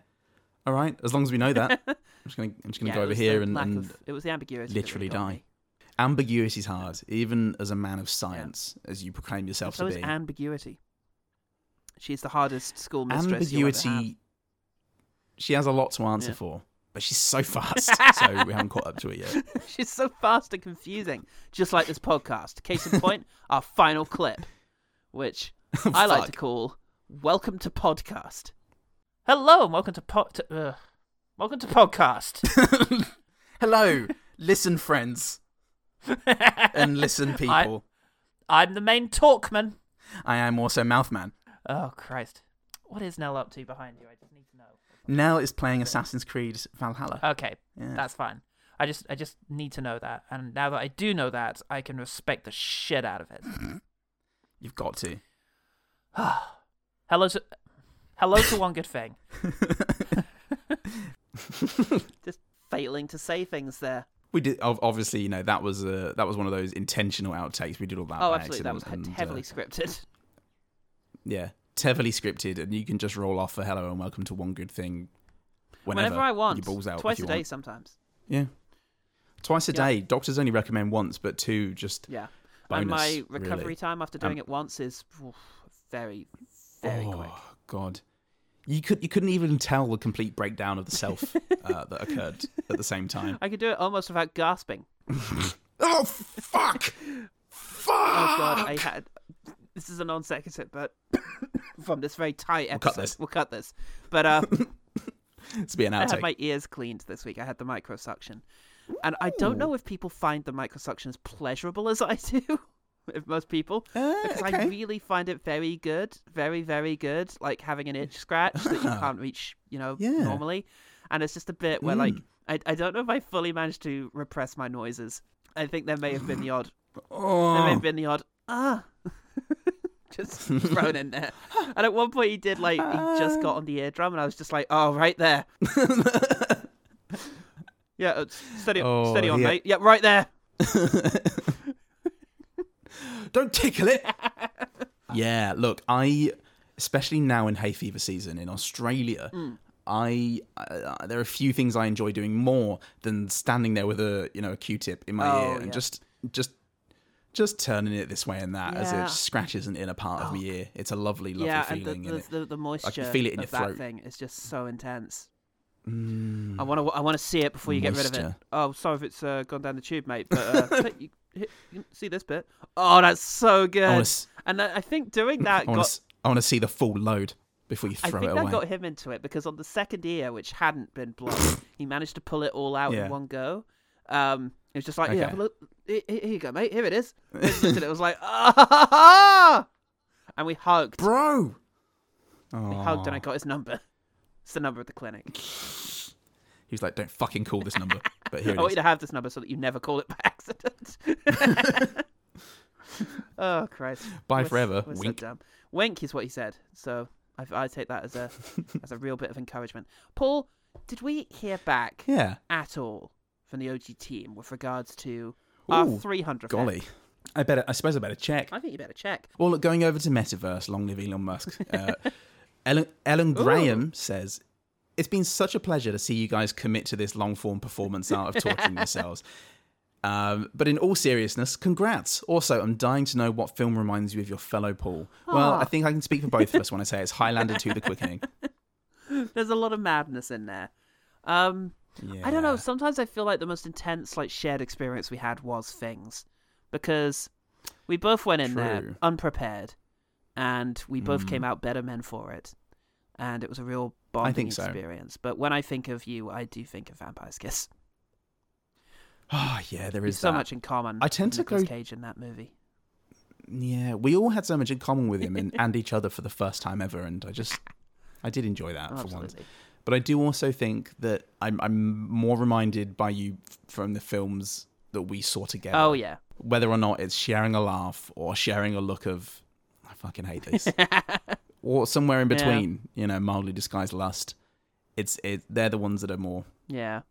[SPEAKER 2] All right. As long as we know that, I'm just gonna. I'm just gonna
[SPEAKER 1] Yeah,
[SPEAKER 2] go
[SPEAKER 1] it
[SPEAKER 2] over
[SPEAKER 1] was the
[SPEAKER 2] here and,
[SPEAKER 1] lack
[SPEAKER 2] and
[SPEAKER 1] of- it was the ambiguity. that
[SPEAKER 2] literally
[SPEAKER 1] really got
[SPEAKER 2] die.
[SPEAKER 1] me.
[SPEAKER 2] ambiguity is hard, even as a man of science, as you proclaim yourself
[SPEAKER 1] So
[SPEAKER 2] to
[SPEAKER 1] is
[SPEAKER 2] be.
[SPEAKER 1] ambiguity. She's the hardest school mistress. you'll ever have.
[SPEAKER 2] ambiguity. She has a lot to answer
[SPEAKER 1] Yeah.
[SPEAKER 2] for, but she's so fast, so we haven't caught up to it yet.
[SPEAKER 1] She's so fast and confusing, just like this podcast. Case in point, our final clip, which I like to
[SPEAKER 2] Fuck.
[SPEAKER 1] call "Welcome to Podcast."
[SPEAKER 3] hello and welcome to, po- to uh, welcome to podcast.
[SPEAKER 2] Hello, listen, friends, and listen, people.
[SPEAKER 3] I'm the main talkman.
[SPEAKER 2] I, am also Mouthman.
[SPEAKER 3] Oh Christ! What is Nell up to behind you? I just need to know.
[SPEAKER 2] Nell is playing Assassin's Creed Valhalla.
[SPEAKER 3] Okay,
[SPEAKER 2] Yeah.
[SPEAKER 3] that's fine. I just I just need to know that, and now that I do know that, I can respect the shit out of it.
[SPEAKER 2] You've got to.
[SPEAKER 3] Hello to hello to one good thing.
[SPEAKER 1] Just failing to say things there.
[SPEAKER 2] We did ob- obviously, you know, that was uh, that was one of those intentional outtakes. We did all that.
[SPEAKER 1] oh,
[SPEAKER 2] by
[SPEAKER 1] absolutely, that was
[SPEAKER 2] accident and, uh,
[SPEAKER 1] heavily scripted.
[SPEAKER 2] yeah, heavily scripted, and you can just roll off for hello and welcome to one good thing. Whenever,
[SPEAKER 1] Whenever, I want,
[SPEAKER 2] your balls out if
[SPEAKER 1] twice
[SPEAKER 2] you
[SPEAKER 1] a day
[SPEAKER 2] want.
[SPEAKER 1] sometimes.
[SPEAKER 2] Yeah, twice a
[SPEAKER 1] Yeah.
[SPEAKER 2] day. Doctors only recommend once, but two just
[SPEAKER 1] Yeah,
[SPEAKER 2] bonus.
[SPEAKER 1] and my recovery
[SPEAKER 3] Um,
[SPEAKER 2] really.
[SPEAKER 1] time after doing it once is oof, very, very
[SPEAKER 2] oh
[SPEAKER 1] quick.
[SPEAKER 2] god, You could you couldn't even tell the complete breakdown of the self uh, that occurred at the same time.
[SPEAKER 1] I could do it almost without gasping.
[SPEAKER 2] Oh fuck! fuck!
[SPEAKER 1] Oh god, I had. This is a non sequitur, but from this very tight episode,
[SPEAKER 2] cut this.
[SPEAKER 1] We'll cut this. But uh,
[SPEAKER 2] It's be an
[SPEAKER 1] I had
[SPEAKER 2] outtake.
[SPEAKER 1] my ears cleaned this week. I had the microsuction, and I don't know if people find the microsuction as pleasurable as I do. If most people,
[SPEAKER 2] Uh,
[SPEAKER 1] because I
[SPEAKER 2] okay.
[SPEAKER 1] really find it very good, very very good. Like having an itch scratch that you can't reach, you know,
[SPEAKER 2] Yeah. Mm.
[SPEAKER 1] normally, and it's just a bit where like I I don't know if I fully managed to repress my noises. I think there may have been the odd there may
[SPEAKER 2] Oh.
[SPEAKER 1] have been the odd ah just thrown in there. And at one point he did like he just got on the eardrum and I was just like, Oh, right there. yeah, uh, steady
[SPEAKER 2] Oh,
[SPEAKER 1] steady on,
[SPEAKER 2] yeah.
[SPEAKER 1] mate. Yeah, right there.
[SPEAKER 2] Don't tickle it. yeah, look, I especially now in hay fever season in Australia,
[SPEAKER 1] Hmm.
[SPEAKER 2] I uh, there are a few things I enjoy doing more than standing there with a you know a Q-tip in my
[SPEAKER 1] Oh,
[SPEAKER 2] ear and
[SPEAKER 1] yeah.
[SPEAKER 2] just just just turning it this way and that as
[SPEAKER 1] Yeah. Oh.
[SPEAKER 2] it scratches an inner part of my ear. It's a lovely, lovely
[SPEAKER 1] yeah,
[SPEAKER 2] feeling.
[SPEAKER 1] and the
[SPEAKER 2] and
[SPEAKER 1] the,
[SPEAKER 2] it-
[SPEAKER 1] the, the moisture
[SPEAKER 2] feel it in
[SPEAKER 1] of
[SPEAKER 2] your
[SPEAKER 1] that
[SPEAKER 2] throat.
[SPEAKER 1] thing is just so intense.
[SPEAKER 2] Mm.
[SPEAKER 1] I want to I want to see it before you get rid of it.
[SPEAKER 2] Moisture.
[SPEAKER 1] Oh, sorry if it's uh, gone down the tube, mate. But uh, you, you can see this bit. Oh, that's so good.
[SPEAKER 2] I wanna s-
[SPEAKER 1] and I I think doing that
[SPEAKER 2] I want
[SPEAKER 1] got
[SPEAKER 2] to I want to see the full load before you
[SPEAKER 1] I
[SPEAKER 2] throw
[SPEAKER 1] think
[SPEAKER 2] it
[SPEAKER 1] that
[SPEAKER 2] away.
[SPEAKER 1] got him into it because on the second ear, which hadn't been blown, he managed to pull it all out
[SPEAKER 2] Yeah.
[SPEAKER 1] in one go. Um, it was just like, yeah,
[SPEAKER 2] Okay.
[SPEAKER 1] look, here, here you go, mate. Here it is. And he looked at it was like, ah! and we hugged.
[SPEAKER 2] Bro.
[SPEAKER 1] We hugged, and I got his number. It's the number of the clinic.
[SPEAKER 2] He was like, "Don't fucking call this number." But here it
[SPEAKER 1] I want
[SPEAKER 2] is.
[SPEAKER 1] you to have this number so that you never call it by accident. oh Christ!
[SPEAKER 2] Bye
[SPEAKER 1] We're s-
[SPEAKER 2] forever.
[SPEAKER 1] we're so
[SPEAKER 2] Wink.
[SPEAKER 1] dumb. Wink is what he said. So I, I take that as a as a real bit of encouragement. Paul, did we hear back
[SPEAKER 2] yeah.
[SPEAKER 1] at all from the OG team with regards to our
[SPEAKER 2] Ooh,
[SPEAKER 1] 300?
[SPEAKER 2] Golly. I better. I suppose I better check.
[SPEAKER 1] I think you better check.
[SPEAKER 2] Well, look, going over to Metaverse, long live Elon Musk. Uh, Ellen, Ellen Graham says, It's been such a pleasure to see you guys commit to this long form performance art of torturing yourselves. Um, but in all seriousness, congrats. Also, I'm dying to know what film reminds you of your fellow Paul. Well,
[SPEAKER 1] Ah.
[SPEAKER 2] I think I can speak for both of us when I say it's Highlander 2 The Quickening.
[SPEAKER 1] There's a lot of madness in there. Um, I don't know. Sometimes I feel like the most intense, like shared experience we had was things, because we both went in
[SPEAKER 2] True. Mm.
[SPEAKER 1] there unprepared, and we both came out better men for it, and it was a real bonding
[SPEAKER 2] think so.
[SPEAKER 1] experience. But when I think of you, I do think of Vampire's Kiss.
[SPEAKER 2] Oh, yeah, there is
[SPEAKER 1] so
[SPEAKER 2] that.
[SPEAKER 1] much in common.
[SPEAKER 2] I tend
[SPEAKER 1] with
[SPEAKER 2] to
[SPEAKER 1] Nicolas
[SPEAKER 2] go-
[SPEAKER 1] Cage in that movie.
[SPEAKER 2] Yeah, we all had so much in common with him and, and each other for the first time ever, and I just, I did enjoy that
[SPEAKER 1] Oh,
[SPEAKER 2] for once.
[SPEAKER 1] absolutely.
[SPEAKER 2] But I do also think that I'm, I'm more reminded by you f- from the films that we saw together.
[SPEAKER 1] Oh yeah.
[SPEAKER 2] Whether or not it's sharing a laugh or sharing a look of, I fucking hate this, or somewhere in
[SPEAKER 1] Yeah.
[SPEAKER 2] between, you know, mildly disguised lust. It's it. They're the ones that are more
[SPEAKER 1] Yeah.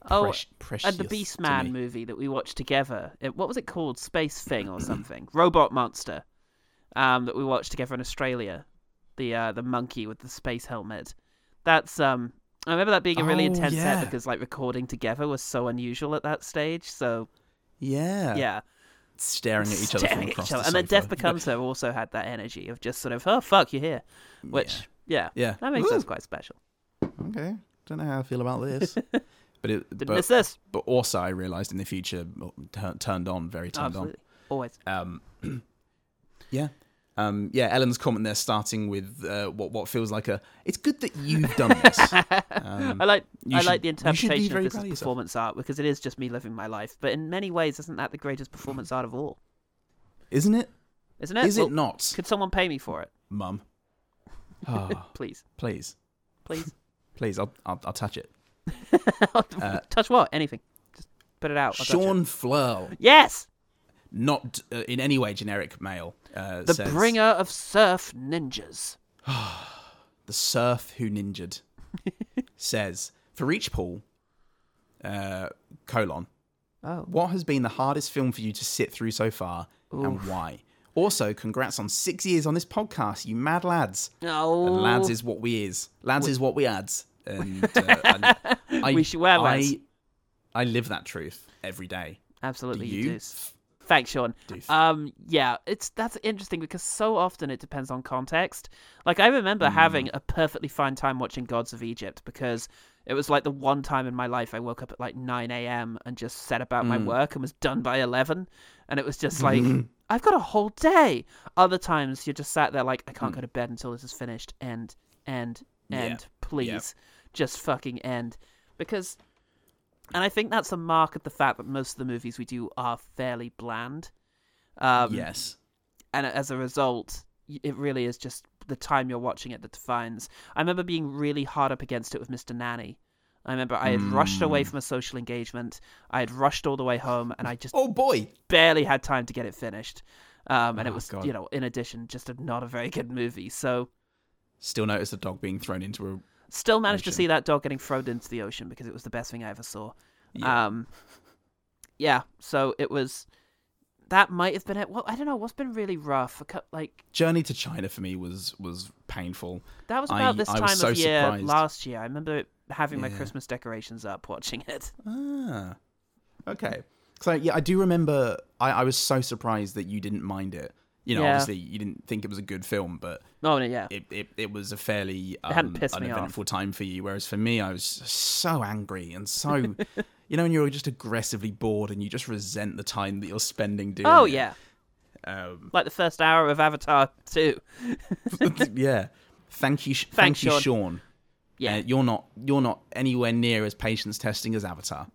[SPEAKER 2] precious. precious
[SPEAKER 1] and Oh, the Beast Man
[SPEAKER 2] to me.
[SPEAKER 1] movie that we watched together. It, what was it called? Space Thing or something? Robot Monster. Um, that we watched together in Australia. The uh, the monkey with the space helmet. That's um. I remember that being a really
[SPEAKER 2] Oh,
[SPEAKER 1] intense
[SPEAKER 2] yeah.
[SPEAKER 1] set because like recording together was so unusual at that stage. So
[SPEAKER 2] Yeah,
[SPEAKER 1] yeah,
[SPEAKER 2] staring at each other from
[SPEAKER 1] staring at
[SPEAKER 2] across
[SPEAKER 1] each other,
[SPEAKER 2] the
[SPEAKER 1] and then
[SPEAKER 2] sofa.
[SPEAKER 1] Death Becomes Her also had that energy of just sort of oh fuck you're here, which yeah
[SPEAKER 2] Yeah.
[SPEAKER 1] that makes
[SPEAKER 2] Woo.
[SPEAKER 1] us quite special.
[SPEAKER 2] okay. Don't know how I feel about this, but it
[SPEAKER 1] Didn't
[SPEAKER 2] but,
[SPEAKER 1] miss this.
[SPEAKER 2] but also I realized in the future well, tur- turned on very turned on.
[SPEAKER 1] Absolutely, always.
[SPEAKER 2] Um, yeah. Um, yeah, Ellen's comment there starting with uh, what what feels like a. It's good that you've done this. Um,
[SPEAKER 1] I like
[SPEAKER 2] you
[SPEAKER 1] I
[SPEAKER 2] should-
[SPEAKER 1] like the
[SPEAKER 2] you should be
[SPEAKER 1] interpretation of
[SPEAKER 2] very
[SPEAKER 1] this
[SPEAKER 2] proud
[SPEAKER 1] as
[SPEAKER 2] of yourself.
[SPEAKER 1] performance art because it is just me living my life. But in many ways, isn't that the greatest performance art of all?
[SPEAKER 2] Isn't it?
[SPEAKER 1] Isn't it?
[SPEAKER 2] Is it
[SPEAKER 1] Well,
[SPEAKER 2] not,
[SPEAKER 1] Could someone pay me for it,
[SPEAKER 2] Mum? Ah,
[SPEAKER 1] please?
[SPEAKER 2] please,
[SPEAKER 1] Please.
[SPEAKER 2] please, I'll I'll, I'll touch it.
[SPEAKER 1] touch what? Anything. Just put it out. I'll touch it.
[SPEAKER 2] Sean Fleur,
[SPEAKER 1] Yes,
[SPEAKER 2] not uh, in any way generic male. Uh,
[SPEAKER 1] the
[SPEAKER 2] says,
[SPEAKER 1] bringer of surf ninjas.
[SPEAKER 2] the surf who ninja'd says for each Paul, uh, colon
[SPEAKER 1] Oh,
[SPEAKER 2] What has been the hardest film for you to sit through so far, and why? Also, congrats on six years on this podcast, you mad lads.
[SPEAKER 1] no.
[SPEAKER 2] And lads is what we is. Lads is what we ads. And, uh, and I,
[SPEAKER 1] We should wear lads.
[SPEAKER 2] I, I live that truth every day.
[SPEAKER 1] absolutely you,
[SPEAKER 2] you?
[SPEAKER 1] do. Thanks, Sean.
[SPEAKER 2] Doof.
[SPEAKER 1] Um, yeah, it's that's interesting because so often it depends on context. Like I remember
[SPEAKER 2] Mm.
[SPEAKER 1] having a perfectly fine time watching Gods of Egypt because it was like the one time in my life I woke up at like nine a.m. and just set about
[SPEAKER 2] Mm.
[SPEAKER 1] my work and was done by eleven, and it was just like I've got a whole day. Other times you're just sat there like I can't go to bed until this is finished. End, end,
[SPEAKER 2] Mm. Yeah.
[SPEAKER 1] end. Please, just fucking end, because and I think that's a mark of the fact that most of the movies we do are fairly bland. Um,
[SPEAKER 2] yes.
[SPEAKER 1] And as a result, y- it really is just the time you're watching it that defines. I remember being really hard up against it with Mr. Nanny. I remember I had rushed
[SPEAKER 2] Mm.
[SPEAKER 1] away from a social engagement. I had rushed all the way home, and I just
[SPEAKER 2] Oh boy.
[SPEAKER 1] barely had time to get it finished. Um, and it
[SPEAKER 2] Oh,
[SPEAKER 1] was,
[SPEAKER 2] God.
[SPEAKER 1] you know, in addition, just a, not a very good movie. So,
[SPEAKER 2] Still noticed a dog being thrown into a
[SPEAKER 1] still managed to
[SPEAKER 2] Ocean.
[SPEAKER 1] see that dog getting thrown into the ocean because it was the best thing I ever saw.
[SPEAKER 2] Yeah.
[SPEAKER 1] Um, yeah. So it was. That might have been it. Well, I don't know. What's been really rough? A cou- Like
[SPEAKER 2] journey to China for me was was painful.
[SPEAKER 1] that was
[SPEAKER 2] I-
[SPEAKER 1] about this
[SPEAKER 2] I was
[SPEAKER 1] time
[SPEAKER 2] so
[SPEAKER 1] of year
[SPEAKER 2] surprised.
[SPEAKER 1] last year. I remember it- having my
[SPEAKER 2] Yeah.
[SPEAKER 1] Christmas decorations up, watching it.
[SPEAKER 2] Ah. Okay. So yeah, I do remember I, I was so surprised that you didn't mind it. You know,
[SPEAKER 1] Yeah.
[SPEAKER 2] obviously you didn't think it was a good film, but
[SPEAKER 1] Oh, No, no, yeah.
[SPEAKER 2] it, it, it was a fairly
[SPEAKER 1] hadn't
[SPEAKER 2] um,
[SPEAKER 1] pissed me off.
[SPEAKER 2] uneventful time for you. Whereas for me, I was so angry and so, you know, when you're just aggressively bored and you just resent the time that you're spending doing.
[SPEAKER 1] oh
[SPEAKER 2] it.
[SPEAKER 1] yeah,
[SPEAKER 2] Um,
[SPEAKER 1] like the first hour of Avatar too.
[SPEAKER 2] yeah. Thank you, Sh- thank you,
[SPEAKER 1] Sean.
[SPEAKER 2] Sean.
[SPEAKER 1] Yeah.
[SPEAKER 2] Uh, you're not you're not anywhere near as patience testing as Avatar.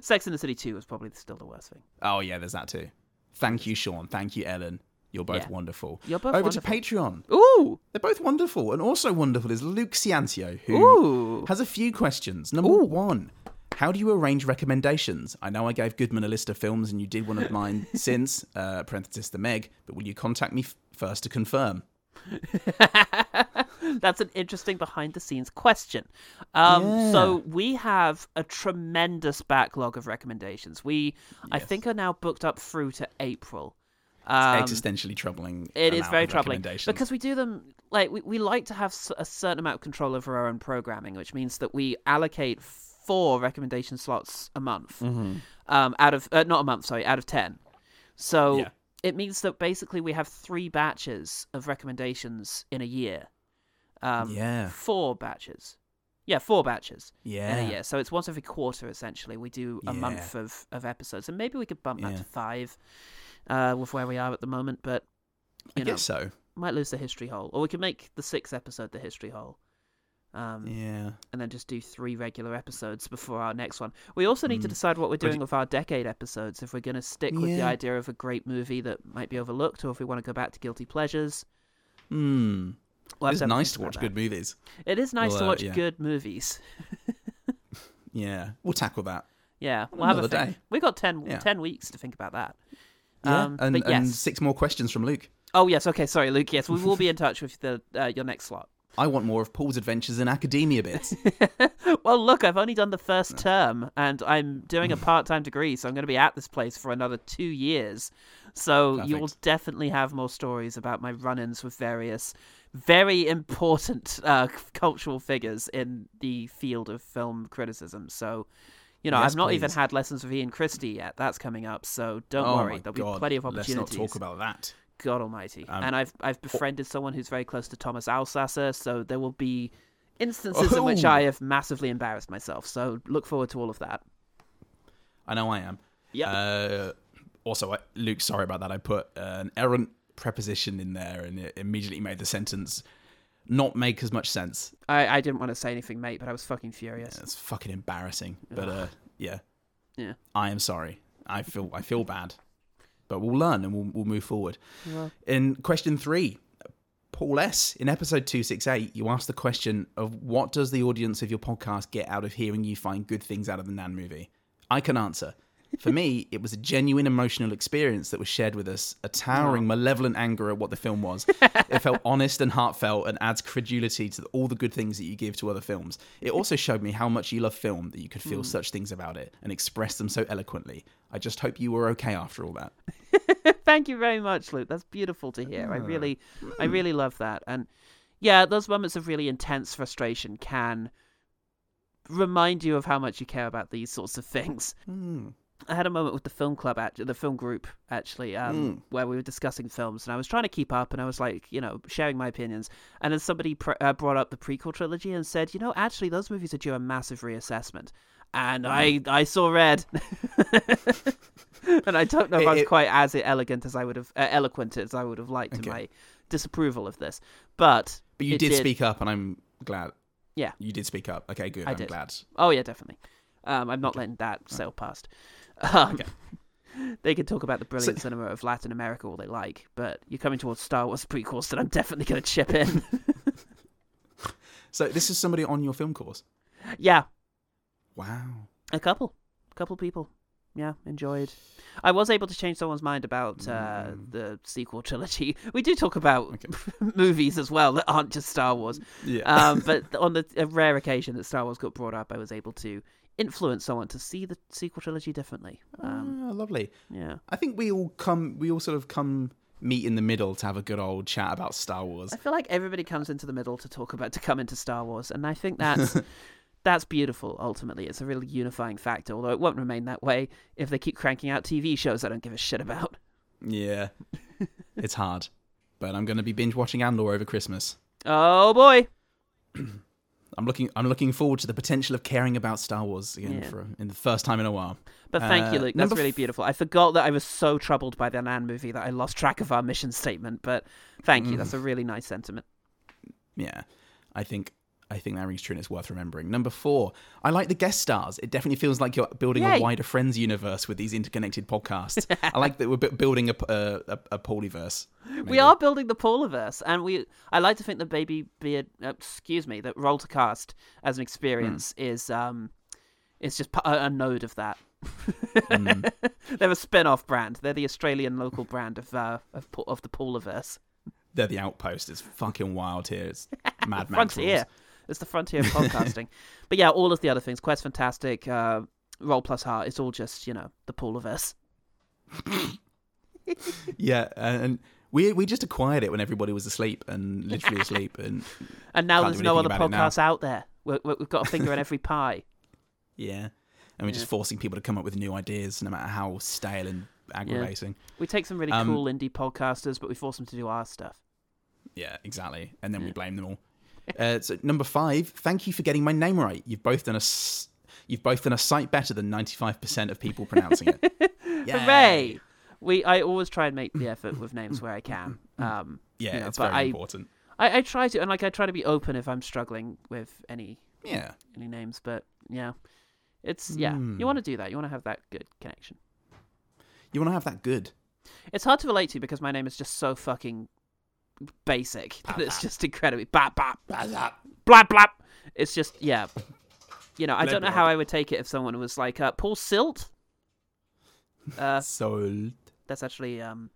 [SPEAKER 1] Sex in the City two was probably still the worst thing.
[SPEAKER 2] Oh yeah, there's that too. Thank you, Sean. Thank you, Ellen. You're both
[SPEAKER 1] Yeah.
[SPEAKER 2] wonderful.
[SPEAKER 1] You're both
[SPEAKER 2] over
[SPEAKER 1] wonderful.
[SPEAKER 2] to Patreon.
[SPEAKER 1] Ooh,
[SPEAKER 2] They're both wonderful, and also wonderful is Luke Ciantio, who
[SPEAKER 1] Ooh.
[SPEAKER 2] has a few questions. Number one. How do you arrange recommendations? I know I gave Goodman a list of films and you did one of mine since, uh, parenthesis the Meg, but will you contact me f- first to confirm?
[SPEAKER 1] That's an interesting behind the scenes question. Um, So we have a tremendous backlog of recommendations. We, I think, are now booked up through to April. Um,
[SPEAKER 2] Existentially troubling.
[SPEAKER 1] it is
[SPEAKER 2] amount
[SPEAKER 1] very
[SPEAKER 2] of
[SPEAKER 1] troubling
[SPEAKER 2] recommendations.
[SPEAKER 1] because we do them like we, we like to have s- a certain amount of control over our own programming, which means that we allocate four recommendation slots a month
[SPEAKER 2] Mm.
[SPEAKER 1] um, out of uh, not a month, sorry, out of ten. So
[SPEAKER 2] Yeah.
[SPEAKER 1] it means that basically we have three batches of recommendations in a year. Um,
[SPEAKER 2] Yeah.
[SPEAKER 1] four batches. Yeah, four batches. in
[SPEAKER 2] Yeah.
[SPEAKER 1] a year. So it's once every quarter essentially. We do a
[SPEAKER 2] Yeah.
[SPEAKER 1] month of, of episodes, and maybe we could bump that
[SPEAKER 2] Yeah.
[SPEAKER 1] to five, uh, with where we are at the moment. But
[SPEAKER 2] I
[SPEAKER 1] you know,
[SPEAKER 2] guess so.
[SPEAKER 1] might lose the history hole, or we could make the sixth episode the history hole, um,
[SPEAKER 2] Yeah.
[SPEAKER 1] and then just do three regular episodes before our next one. We also need to
[SPEAKER 2] Mm.
[SPEAKER 1] decide what we're doing
[SPEAKER 2] you-
[SPEAKER 1] with our decade episodes. If we're going to stick with the
[SPEAKER 2] Yeah.
[SPEAKER 1] idea of a great movie that might be overlooked, or if we want to go back to guilty pleasures.
[SPEAKER 2] Hmm.
[SPEAKER 1] We'll have
[SPEAKER 2] it's
[SPEAKER 1] have a
[SPEAKER 2] nice
[SPEAKER 1] think
[SPEAKER 2] to watch
[SPEAKER 1] about
[SPEAKER 2] good movies.
[SPEAKER 1] that. It is nice to
[SPEAKER 2] Well, uh,
[SPEAKER 1] watch
[SPEAKER 2] yeah.
[SPEAKER 1] good movies.
[SPEAKER 2] Yeah. We'll tackle that.
[SPEAKER 1] Yeah, we'll have a
[SPEAKER 2] Another
[SPEAKER 1] think.
[SPEAKER 2] day.
[SPEAKER 1] We've got 10,
[SPEAKER 2] Yeah.
[SPEAKER 1] 10 weeks to think about that.
[SPEAKER 2] Yeah.
[SPEAKER 1] Um,
[SPEAKER 2] and,
[SPEAKER 1] but yes.
[SPEAKER 2] and six more questions from Luke.
[SPEAKER 1] Oh yes. Okay. Sorry, Luke. Yes, we will be in touch with the uh, your next slot.
[SPEAKER 2] I want more of Paul's adventures in academia bits.
[SPEAKER 1] Well, look, I've only done the first term, and I'm doing a part-time degree, so I'm going to be at this place for another two years. So you will
[SPEAKER 2] Perfect.
[SPEAKER 1] definitely have more stories about my run-ins with various very important uh, c- cultural figures in the field of film criticism. So. You know,
[SPEAKER 2] Yes,
[SPEAKER 1] I've not even
[SPEAKER 2] please.
[SPEAKER 1] had lessons with Ian Christie yet. That's coming up, so don't
[SPEAKER 2] oh
[SPEAKER 1] worry.
[SPEAKER 2] my
[SPEAKER 1] There'll
[SPEAKER 2] God.
[SPEAKER 1] be plenty of
[SPEAKER 2] Let's
[SPEAKER 1] opportunities.
[SPEAKER 2] not talk about that.
[SPEAKER 1] God Almighty.
[SPEAKER 2] Um,
[SPEAKER 1] and I've I've befriended someone who's very close to Thomas Alsasser, so there will be instances in which
[SPEAKER 2] Oh.
[SPEAKER 1] I have massively embarrassed myself. So look forward to all of that.
[SPEAKER 2] I know I am.
[SPEAKER 1] Yep.
[SPEAKER 2] Uh, also, I, Luke, sorry about that. I put uh, an errant preposition in there, and it immediately made the sentence not make as much sense.
[SPEAKER 1] I, I didn't want to say anything, mate, but I was fucking furious.
[SPEAKER 2] It's fucking embarrassing. But uh, yeah,
[SPEAKER 1] Yeah.
[SPEAKER 2] I am sorry. I feel I feel bad, but we'll learn and we'll we'll move forward. In question three, Paul S. In episode two six eight, you asked the question of what does the audience of your podcast get out of hearing you find good things out of the Nan movie. I can answer. For me, it was a genuine emotional experience that was shared with us, a towering, malevolent anger at what the film was. it felt honest and heartfelt and adds credulity to all the good things that you give to other films. It also showed me how much you love film that you could
[SPEAKER 1] Hmm.
[SPEAKER 2] feel such things about it and express them so eloquently. I just hope you were okay after all that.
[SPEAKER 1] Thank you very much, Luke. That's beautiful to hear. I really I
[SPEAKER 2] Hmm.
[SPEAKER 1] really love that. And yeah, those moments of really intense frustration
[SPEAKER 2] Hmm.
[SPEAKER 1] can remind you of how much you care about these sorts of things. I had a moment with the film club, act- the film group, actually, um,
[SPEAKER 2] Hmm.
[SPEAKER 1] where we were discussing films, and I was trying to keep up, and I was like, you know, sharing my opinions. And then somebody pr- uh, brought up the prequel trilogy and said, you know, actually, those movies are due a massive reassessment. And I,
[SPEAKER 2] Hmm.
[SPEAKER 1] I saw red, and I don't know if I was
[SPEAKER 2] It- it-
[SPEAKER 1] quite as elegant as I would have, uh, eloquent as I would have liked
[SPEAKER 2] Okay.
[SPEAKER 1] in my disapproval of this. But
[SPEAKER 2] But you
[SPEAKER 1] it
[SPEAKER 2] did, speak up, and I'm glad.
[SPEAKER 1] Yeah.
[SPEAKER 2] You did speak up. Okay, good.
[SPEAKER 1] I
[SPEAKER 2] I'm
[SPEAKER 1] did.
[SPEAKER 2] glad.
[SPEAKER 1] Oh yeah, definitely. Um, I'm not letting that sail past. Um, They can talk about the brilliant cinema of Latin America all they like, but you're coming towards Star Wars prequels that I'm definitely going to chip in.
[SPEAKER 2] So this is somebody on your film course.
[SPEAKER 1] yeah,
[SPEAKER 2] Wow.
[SPEAKER 1] a couple, a couple people. Yeah, enjoyed. I was able to change someone's mind about uh, the sequel trilogy. We do talk about movies as well that aren't just Star Wars.
[SPEAKER 2] Yeah.
[SPEAKER 1] um, but on the a rare occasion that Star Wars got brought up, I was able to influence someone to see the sequel trilogy differently. Um,
[SPEAKER 2] Ah, lovely.
[SPEAKER 1] yeah.
[SPEAKER 2] I think we all come. We all sort of come meet in the middle to have a good old chat about Star Wars.
[SPEAKER 1] I feel like everybody comes into the middle to talk about to come into Star Wars, and I think that's that's beautiful. Ultimately, it's a real unifying factor. Although it won't remain that way if they keep cranking out TV shows I don't give a shit about.
[SPEAKER 2] Yeah. it's hard, but I'm going to be binge watching Andor over Christmas.
[SPEAKER 1] Oh boy,
[SPEAKER 2] I'm looking. I'm looking forward to the potential of caring about Star Wars again
[SPEAKER 1] Yeah.
[SPEAKER 2] for in the first time in a while.
[SPEAKER 1] but thank you, Luke.
[SPEAKER 2] Uh,
[SPEAKER 1] That's
[SPEAKER 2] number f-
[SPEAKER 1] really beautiful. I forgot that I was so troubled by the Nan movie that I lost track of our mission statement. But thank you.
[SPEAKER 2] Mm.
[SPEAKER 1] That's a really nice sentiment.
[SPEAKER 2] Yeah, I think. I think that rings true and it's worth remembering. Number four, I like the guest stars. It definitely feels like you're building
[SPEAKER 1] Yay.
[SPEAKER 2] a wider Friends universe with these interconnected podcasts. I like that we're bu- building a, p- a, a, a polyverse.
[SPEAKER 1] We
[SPEAKER 2] maybe.
[SPEAKER 1] are building the Pauliverse, and we. I like to think that Baby Beard, uh, excuse me, that Roll to Cast as an experience
[SPEAKER 2] Hmm.
[SPEAKER 1] is um, is just pa- a, a node of that.
[SPEAKER 2] Hmm.
[SPEAKER 1] They're a spin-off brand. They're the Australian local brand of uh, of, Pau- of the Pauliverse.
[SPEAKER 2] They're the outpost. It's fucking wild here. It's Mad Max
[SPEAKER 1] frontier.
[SPEAKER 2] rules.
[SPEAKER 1] It's the frontier of podcasting. but yeah, all of the other things, Quest Fantastic, uh, Roll Plus Heart, it's all just you know the Pauliverse.
[SPEAKER 2] Yeah, and we we just acquired it when everybody was asleep and literally asleep. And
[SPEAKER 1] And now
[SPEAKER 2] Can't do
[SPEAKER 1] there's no other
[SPEAKER 2] anything about it now.
[SPEAKER 1] podcast out there. We're, we're, we've got a finger in every pie.
[SPEAKER 2] yeah, and we're just forcing people to come up with new ideas, no matter how stale and aggravating.
[SPEAKER 1] We take some really
[SPEAKER 2] Um,
[SPEAKER 1] cool indie podcasters, but we force them to do our stuff.
[SPEAKER 2] Yeah, exactly. And then we blame them all. Uh, so number five, thank you for getting my name right. You've both done a s- you've both done a sight better than ninety five percent of people pronouncing it. Yay.
[SPEAKER 1] Hooray! We I always try and make the effort with names where I can. Um,
[SPEAKER 2] Yeah,
[SPEAKER 1] you know,
[SPEAKER 2] it's
[SPEAKER 1] but
[SPEAKER 2] very
[SPEAKER 1] I,
[SPEAKER 2] important.
[SPEAKER 1] I I try to and like I try to be open if I'm struggling with any
[SPEAKER 2] Yeah,
[SPEAKER 1] any names, but yeah, it's yeah.
[SPEAKER 2] Hmm.
[SPEAKER 1] You want to do that. You want to have that good connection.
[SPEAKER 2] you want to have that good.
[SPEAKER 1] It's hard to relate to because my name is just so fucking basic that it's just incredibly bap bap blap blap. It's just yeah. You know, I don't know how I would take it if someone was like uh, Paul Silt. Uh,
[SPEAKER 2] So
[SPEAKER 1] that's actually um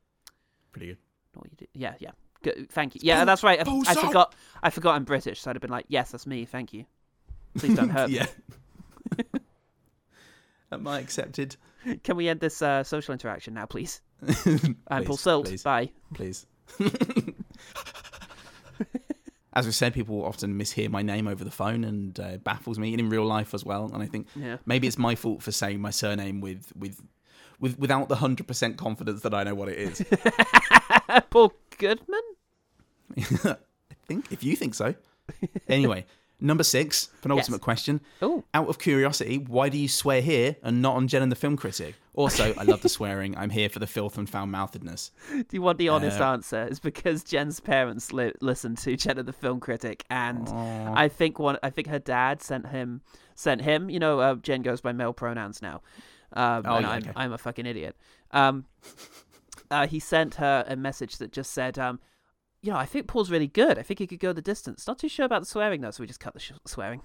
[SPEAKER 2] pretty good.
[SPEAKER 1] Not what you did. Yeah, yeah. Good. Thank you. Yeah, that's right. I, I
[SPEAKER 2] Bozo!
[SPEAKER 1] forgot. I forgot I'm British, so I'd have been like, "Yes, that's me. Thank you. Please don't hurt
[SPEAKER 2] Yeah. Am I accepted?
[SPEAKER 1] me." Can we end this uh, social interaction now, please? I'm Paul
[SPEAKER 2] Please,
[SPEAKER 1] Silt.
[SPEAKER 2] please.
[SPEAKER 1] Bye.
[SPEAKER 2] please. As we said, people often mishear my name over the phone and uh, baffles me, and in real life as well. And I think
[SPEAKER 1] Yeah.
[SPEAKER 2] maybe it's my fault for saying my surname with with, with without the hundred percent confidence that I know what it is.
[SPEAKER 1] Paul Goodman.
[SPEAKER 2] I think if you think so. Anyway, number six, penultimate
[SPEAKER 1] Yes.
[SPEAKER 2] question.
[SPEAKER 1] Oh,
[SPEAKER 2] Out of curiosity, why do you swear here and not on Jen and the film critic? Also, I love the swearing. I'm here for the filth and foul mouthedness.
[SPEAKER 1] do you want the honest
[SPEAKER 2] Uh,
[SPEAKER 1] answer? It's because Jen's parents li- listened to Jen and the film critic, and I think one. I think her dad sent him. Sent him. You know, uh, Jen goes by male pronouns now. Um,
[SPEAKER 2] Oh,
[SPEAKER 1] and
[SPEAKER 2] yeah,
[SPEAKER 1] I'm,
[SPEAKER 2] okay.
[SPEAKER 1] I'm a fucking idiot. Um, uh, he sent her a message that just said, um, you know, I think Paul's really good. I think he could go the distance. Not too sure about the swearing though, so we just cut the sh- swearing.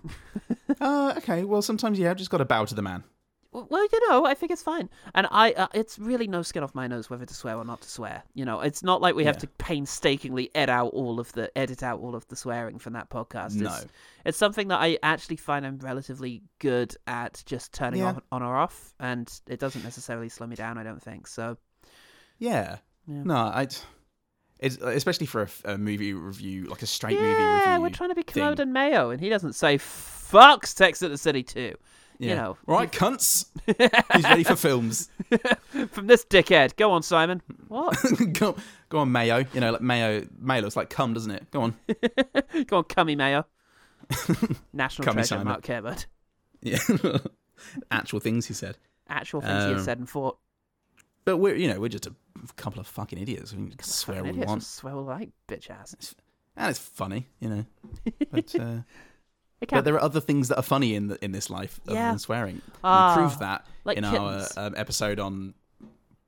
[SPEAKER 2] Uh, okay, well, sometimes, yeah, I've just got to bow to the man.
[SPEAKER 1] well, you know, I think it's fine. And I, uh, it's really no skin off my nose whether to swear or not to swear. You know, it's not like we have
[SPEAKER 2] Yeah.
[SPEAKER 1] to painstakingly edit out all of the edit out all of the swearing from that podcast. It's,
[SPEAKER 2] No.
[SPEAKER 1] it's something that I actually find I'm relatively good at just turning
[SPEAKER 2] Yeah.
[SPEAKER 1] on, on or off, and it doesn't necessarily slow me down. I don't think so.
[SPEAKER 2] Yeah.
[SPEAKER 1] Yeah.
[SPEAKER 2] No, I. It's, especially for a f- a, movie review, like a straight movie review.
[SPEAKER 1] Yeah, we're trying to be
[SPEAKER 2] thing.
[SPEAKER 1] Commode and Mayo, and he doesn't say fucks Sex at the City 2.
[SPEAKER 2] Yeah.
[SPEAKER 1] you know,
[SPEAKER 2] All right, cunts. He's ready for films.
[SPEAKER 1] from this dickhead. Go on, Simon. What?
[SPEAKER 2] go, go on, Mayo. You know, like Mayo. Mayo looks like cum, doesn't it? Go on.
[SPEAKER 1] Go on, Cummy Mayo. National
[SPEAKER 2] Cummy
[SPEAKER 1] treasure,
[SPEAKER 2] Simon.
[SPEAKER 1] Mark Kermode.
[SPEAKER 2] Yeah. Actual things he said.
[SPEAKER 1] Actual things he
[SPEAKER 2] Um,
[SPEAKER 1] has said and thought.
[SPEAKER 2] But we're, you know, we're just a couple of fucking idiots. We can swear
[SPEAKER 1] Fucking
[SPEAKER 2] we
[SPEAKER 1] idiots,
[SPEAKER 2] want.
[SPEAKER 1] Swear we like, bitch ass.
[SPEAKER 2] And it's funny, you know. But, uh,
[SPEAKER 1] It can
[SPEAKER 2] but there are other things that are funny in the, in this life other
[SPEAKER 1] Yeah.
[SPEAKER 2] than swearing.
[SPEAKER 1] Ah,
[SPEAKER 2] we proved that
[SPEAKER 1] like
[SPEAKER 2] in
[SPEAKER 1] kittens.
[SPEAKER 2] our um, episode on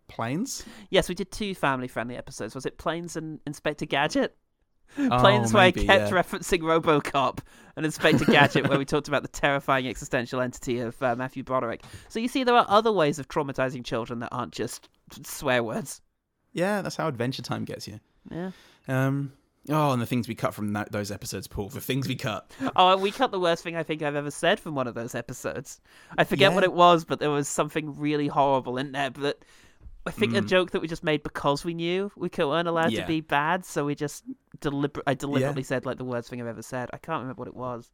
[SPEAKER 2] planes.
[SPEAKER 1] Yes, we did two family-friendly episodes. Was it Planes and Inspector Gadget?
[SPEAKER 2] Oh,
[SPEAKER 1] Planes where
[SPEAKER 2] maybe,
[SPEAKER 1] I kept
[SPEAKER 2] yeah.
[SPEAKER 1] referencing RoboCop and Inspector Gadget, where we talked about the terrifying existential entity of uh, Matthew Broderick. So you see, there are other ways of traumatizing children that aren't just swear words.
[SPEAKER 2] Yeah, that's how Adventure Time gets you.
[SPEAKER 1] Yeah.
[SPEAKER 2] Um, oh, and the things we cut from that, those episodes, Paul. The things we cut.
[SPEAKER 1] Oh, and we cut the worst thing I think I've ever said from one of those episodes. I forget
[SPEAKER 2] Yeah.
[SPEAKER 1] what it was, but there was something really horrible in there. But I think a joke that we just made because we knew we co- weren't allowed
[SPEAKER 2] Mm. Yeah.
[SPEAKER 1] to be bad, so we just deliber- I deliberately
[SPEAKER 2] Yeah.
[SPEAKER 1] said like the worst thing I've ever said. I can't remember what it was.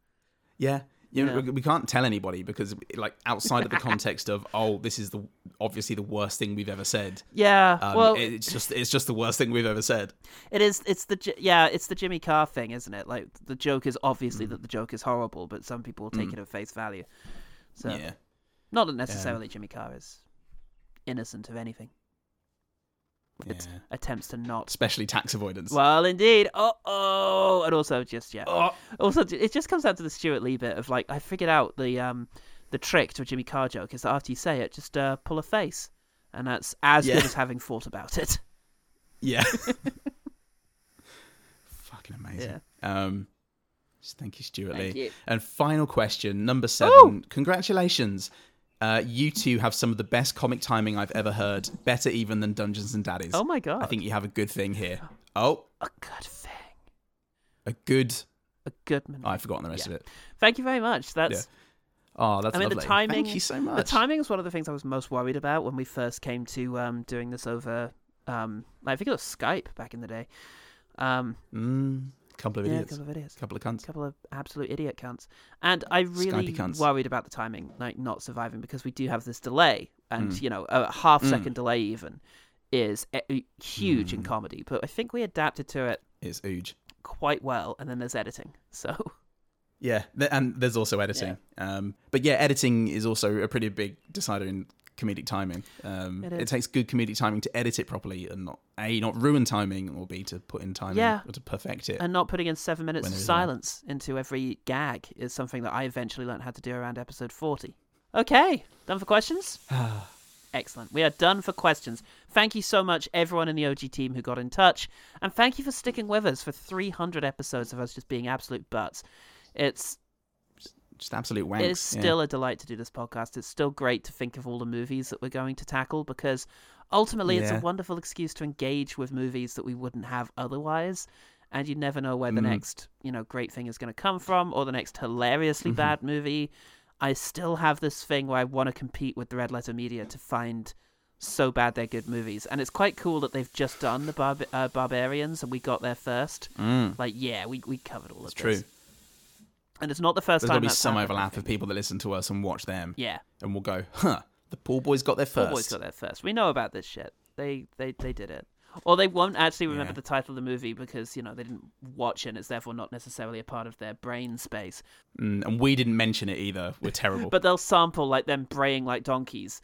[SPEAKER 2] Yeah. You know,
[SPEAKER 1] Yeah.
[SPEAKER 2] we- We can't tell anybody because, like, outside of the context of, oh, this is the obviously the worst thing we've ever said.
[SPEAKER 1] Yeah.
[SPEAKER 2] Um,
[SPEAKER 1] well,
[SPEAKER 2] it's just it's just the worst thing we've ever said.
[SPEAKER 1] it is. It's the Ji- yeah. It's the Jimmy Carr thing, isn't it? Like the joke is
[SPEAKER 2] Mm.
[SPEAKER 1] obviously that the joke is horrible, but some people will take it at face value. So
[SPEAKER 2] Yeah.
[SPEAKER 1] not that necessarily Jimmy Carr is innocent of anything. It's
[SPEAKER 2] Yeah.
[SPEAKER 1] attempts to not
[SPEAKER 2] Especially tax avoidance.
[SPEAKER 1] Well, uh, indeed. Uh oh, and also just yeah.
[SPEAKER 2] Oh.
[SPEAKER 1] Also, j- it just comes down to the Stuart Lee bit of like I figured out the um the trick to a Jimmy Carr joke is that after you say it, just uh, pull a face, and that's as
[SPEAKER 2] Yeah.
[SPEAKER 1] good as having thought about it.
[SPEAKER 2] Yeah. Fucking amazing. Um, just thank you, Stuart
[SPEAKER 1] Thank
[SPEAKER 2] Lee.
[SPEAKER 1] you.
[SPEAKER 2] And final question, number seven. Congratulations. Uh, you two have some of the best comic timing I've ever heard. Better even than Dungeons and Daddies.
[SPEAKER 1] Oh my god!
[SPEAKER 2] I think you have a good thing here. Oh,
[SPEAKER 1] a good thing,
[SPEAKER 2] a good.
[SPEAKER 1] a good man.
[SPEAKER 2] oh, I've forgotten the rest
[SPEAKER 1] Yeah.
[SPEAKER 2] of it.
[SPEAKER 1] Thank you very much. That's
[SPEAKER 2] Oh, that's
[SPEAKER 1] I mean, the
[SPEAKER 2] lovely.
[SPEAKER 1] timing-
[SPEAKER 2] Thank you so much.
[SPEAKER 1] The timing was one of the things I was most worried about when we first came to um, doing this over. Um, I think it was Skype back in the day. Um,
[SPEAKER 2] Mm, couple of
[SPEAKER 1] yeah,
[SPEAKER 2] idiots.
[SPEAKER 1] couple of idiots.
[SPEAKER 2] couple of cunts.
[SPEAKER 1] couple of absolute idiot cunts. And I really
[SPEAKER 2] Skypey cunts.
[SPEAKER 1] worried about the timing, like not surviving, because we do have this delay, and
[SPEAKER 2] Mm.
[SPEAKER 1] you know, a half second delay even is e- huge
[SPEAKER 2] Mm.
[SPEAKER 1] in comedy. But I think we adapted to it
[SPEAKER 2] It's ooge.
[SPEAKER 1] quite well, and then there's editing. So
[SPEAKER 2] Yeah, th- and there's also editing. Um, but yeah, editing is also a pretty big decider in comedic timing. Um,
[SPEAKER 1] It
[SPEAKER 2] it,
[SPEAKER 1] is.
[SPEAKER 2] takes good comedic timing to edit it properly and not a not ruin timing or b to put in timing
[SPEAKER 1] Yeah.
[SPEAKER 2] or to perfect it.
[SPEAKER 1] and not putting in seven minutes
[SPEAKER 2] When
[SPEAKER 1] of
[SPEAKER 2] there is one.
[SPEAKER 1] silence into every gag is something that I eventually learned how to do around episode 40. Okay, done for questions? Excellent. We are done for questions. Thank you so much, everyone in the OG team who got in touch. And thank you for sticking with us for 300 episodes of us just being absolute butts. It's
[SPEAKER 2] Just absolute wanks.
[SPEAKER 1] it is
[SPEAKER 2] yeah.
[SPEAKER 1] still a delight to do this podcast. It's still great to think of all the movies that we're going to tackle because ultimately it's a
[SPEAKER 2] Yeah.
[SPEAKER 1] wonderful excuse to engage with movies that we wouldn't have otherwise. And you never know where the
[SPEAKER 2] Mm.
[SPEAKER 1] next, you know, great thing is going to come from or the next hilariously
[SPEAKER 2] Mm-hmm.
[SPEAKER 1] bad movie. I still have this thing where I want to compete with the Red Letter Media to find so bad they're good movies. And it's quite cool that they've just done the Barb- uh, Barbarians and we got there first.
[SPEAKER 2] Mm,
[SPEAKER 1] Like, yeah, we, we covered all
[SPEAKER 2] it's
[SPEAKER 1] of
[SPEAKER 2] true.
[SPEAKER 1] this. And it's not the first
[SPEAKER 2] There's
[SPEAKER 1] time
[SPEAKER 2] gonna be
[SPEAKER 1] that's
[SPEAKER 2] some
[SPEAKER 1] happened, I
[SPEAKER 2] overlap of
[SPEAKER 1] think.
[SPEAKER 2] people that listen to us and watch them,
[SPEAKER 1] Yeah.
[SPEAKER 2] and we'll go, huh? The poor boys got there first.
[SPEAKER 1] Poor boys got there first. We know about this shit. They they they did it. Or they won't actually remember
[SPEAKER 2] Yeah.
[SPEAKER 1] the title of the movie because you know they didn't watch it. and It's therefore not necessarily a part of their brain space.
[SPEAKER 2] Mm, and we didn't mention it either. We're terrible.
[SPEAKER 1] But they'll sample like them braying like donkeys,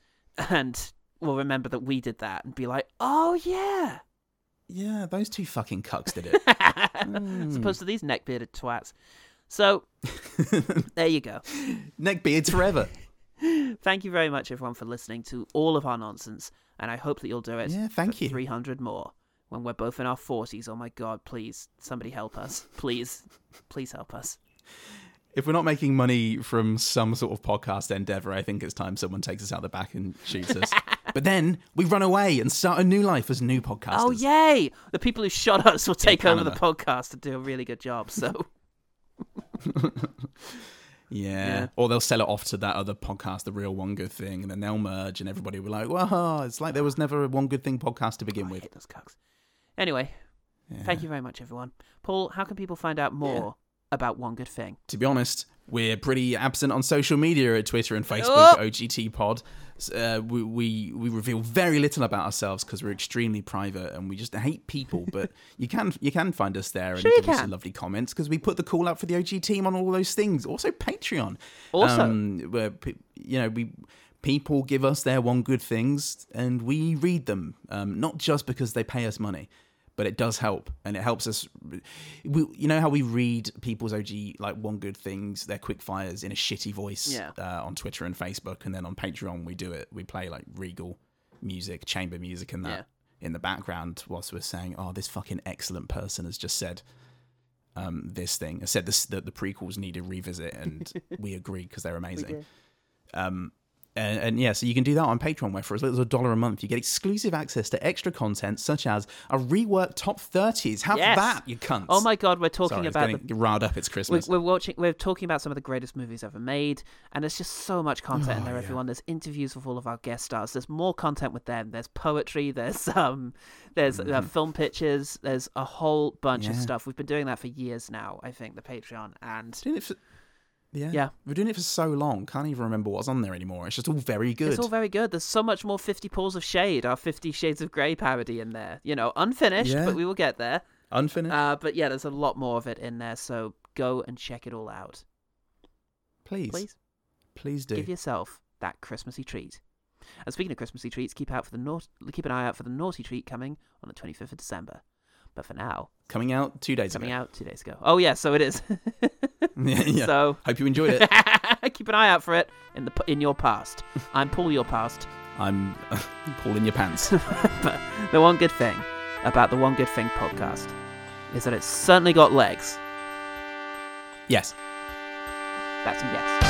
[SPEAKER 1] and will remember that we did that and be like, "Oh yeah."
[SPEAKER 2] yeah, those two fucking cucks did it. Hmm.
[SPEAKER 1] As opposed to these neckbearded twats. So there you go.
[SPEAKER 2] Neck beards forever.
[SPEAKER 1] Thank you very much, everyone, for listening to all of our nonsense, and I hope that you'll do it.
[SPEAKER 2] Yeah, thank
[SPEAKER 1] for
[SPEAKER 2] you.
[SPEAKER 1] 300 more when we're both in our 40s. Oh my god, please, somebody help us. Please, please help us.
[SPEAKER 2] if we're not making money from some sort of podcast endeavor, I think it's time someone takes us out the back and shoots us. but then we run away and start a new life as new podcasters.
[SPEAKER 1] Oh, yay! The people who shot us will take over the
[SPEAKER 2] Canada.
[SPEAKER 1] podcast and do a really good job. So,
[SPEAKER 2] yeah.
[SPEAKER 1] Yeah.
[SPEAKER 2] Or they'll sell it off to that other podcast, the Real One Good Thing, and then they'll merge, and everybody will be like, "Whoa!" It's like there was never a One Good Thing podcast to begin
[SPEAKER 1] I
[SPEAKER 2] with.
[SPEAKER 1] hate those cucks. Anyway, thank you very much, everyone. Paul, how can people find out more about one good thing.
[SPEAKER 2] to be honest, we're pretty absent on social media at Twitter and Facebook,
[SPEAKER 1] Oh.
[SPEAKER 2] OGT Pod. S- Uh, we, we we reveal very little about ourselves because we're extremely private and we just hate people. But you can you can find us there and
[SPEAKER 1] Sure you
[SPEAKER 2] give us some
[SPEAKER 1] can.
[SPEAKER 2] lovely comments because we put the call out for the OG team on all those things. Also Patreon.
[SPEAKER 1] Also.
[SPEAKER 2] um, where pe- you know we people give us their one good things and we read them, um, not just because they pay us money but it does help and it helps us we, you know how we read people's og like one good things their quick fires in a shitty voice
[SPEAKER 1] Yeah.
[SPEAKER 2] uh, on twitter and facebook and then on patreon we do it we play like regal music chamber music and that in the background whilst we're saying oh this fucking excellent person has just said um, this thing i said this that the prequels need a revisit and we agree because they're amazing um and, and yeah, so you can do that on Patreon, where for as little as a dollar a month, you get exclusive access to extra content such as a reworked top 30s. Have
[SPEAKER 1] Yes.
[SPEAKER 2] that, you cunts.
[SPEAKER 1] Oh my god, we're talking
[SPEAKER 2] Sorry,
[SPEAKER 1] about
[SPEAKER 2] it's
[SPEAKER 1] the
[SPEAKER 2] getting riled up. It's
[SPEAKER 1] we're,
[SPEAKER 2] Christmas.
[SPEAKER 1] we're watching we're talking about some of the greatest movies ever made and there's just so much content
[SPEAKER 2] Oh,
[SPEAKER 1] in there everyone there's interviews with all of our guest stars there's more content with them there's poetry there's um there's uh, film pictures there's a whole bunch of
[SPEAKER 2] Mm-hmm. Yeah.
[SPEAKER 1] stuff we've been doing that for years now i think the patreon and
[SPEAKER 2] Doing it for- yeah.
[SPEAKER 1] Yeah.
[SPEAKER 2] we're doing it for so long. Can't even remember what's on there anymore. It's just all very good.
[SPEAKER 1] it's all very good there's so much more 50 pools of shade our 50 shades of grey parody in there you know unfinished
[SPEAKER 2] Yeah.
[SPEAKER 1] but we will get there
[SPEAKER 2] Unfinished.
[SPEAKER 1] uh but yeah there's a lot more of it in there so go and check it all out
[SPEAKER 2] please,
[SPEAKER 1] please
[SPEAKER 2] please, do.
[SPEAKER 1] Give yourself that Christmassy treat. And speaking of Christmassy treats, keep out for the naught- keep an eye out for the naughty treat coming on the 25th of December. But for now,
[SPEAKER 2] Coming out two days
[SPEAKER 1] coming
[SPEAKER 2] ago.
[SPEAKER 1] out two days ago. Oh yeah, so it is.
[SPEAKER 2] yeah, yeah.
[SPEAKER 1] So
[SPEAKER 2] Hope you enjoyed it.
[SPEAKER 1] keep an eye out for it in the p- in your past. I'm Paul your past.
[SPEAKER 2] I'm pulling your pants.
[SPEAKER 1] but the one good thing about the One Good Thing podcast is that it's certainly got legs.
[SPEAKER 2] yes.
[SPEAKER 1] That's a yes.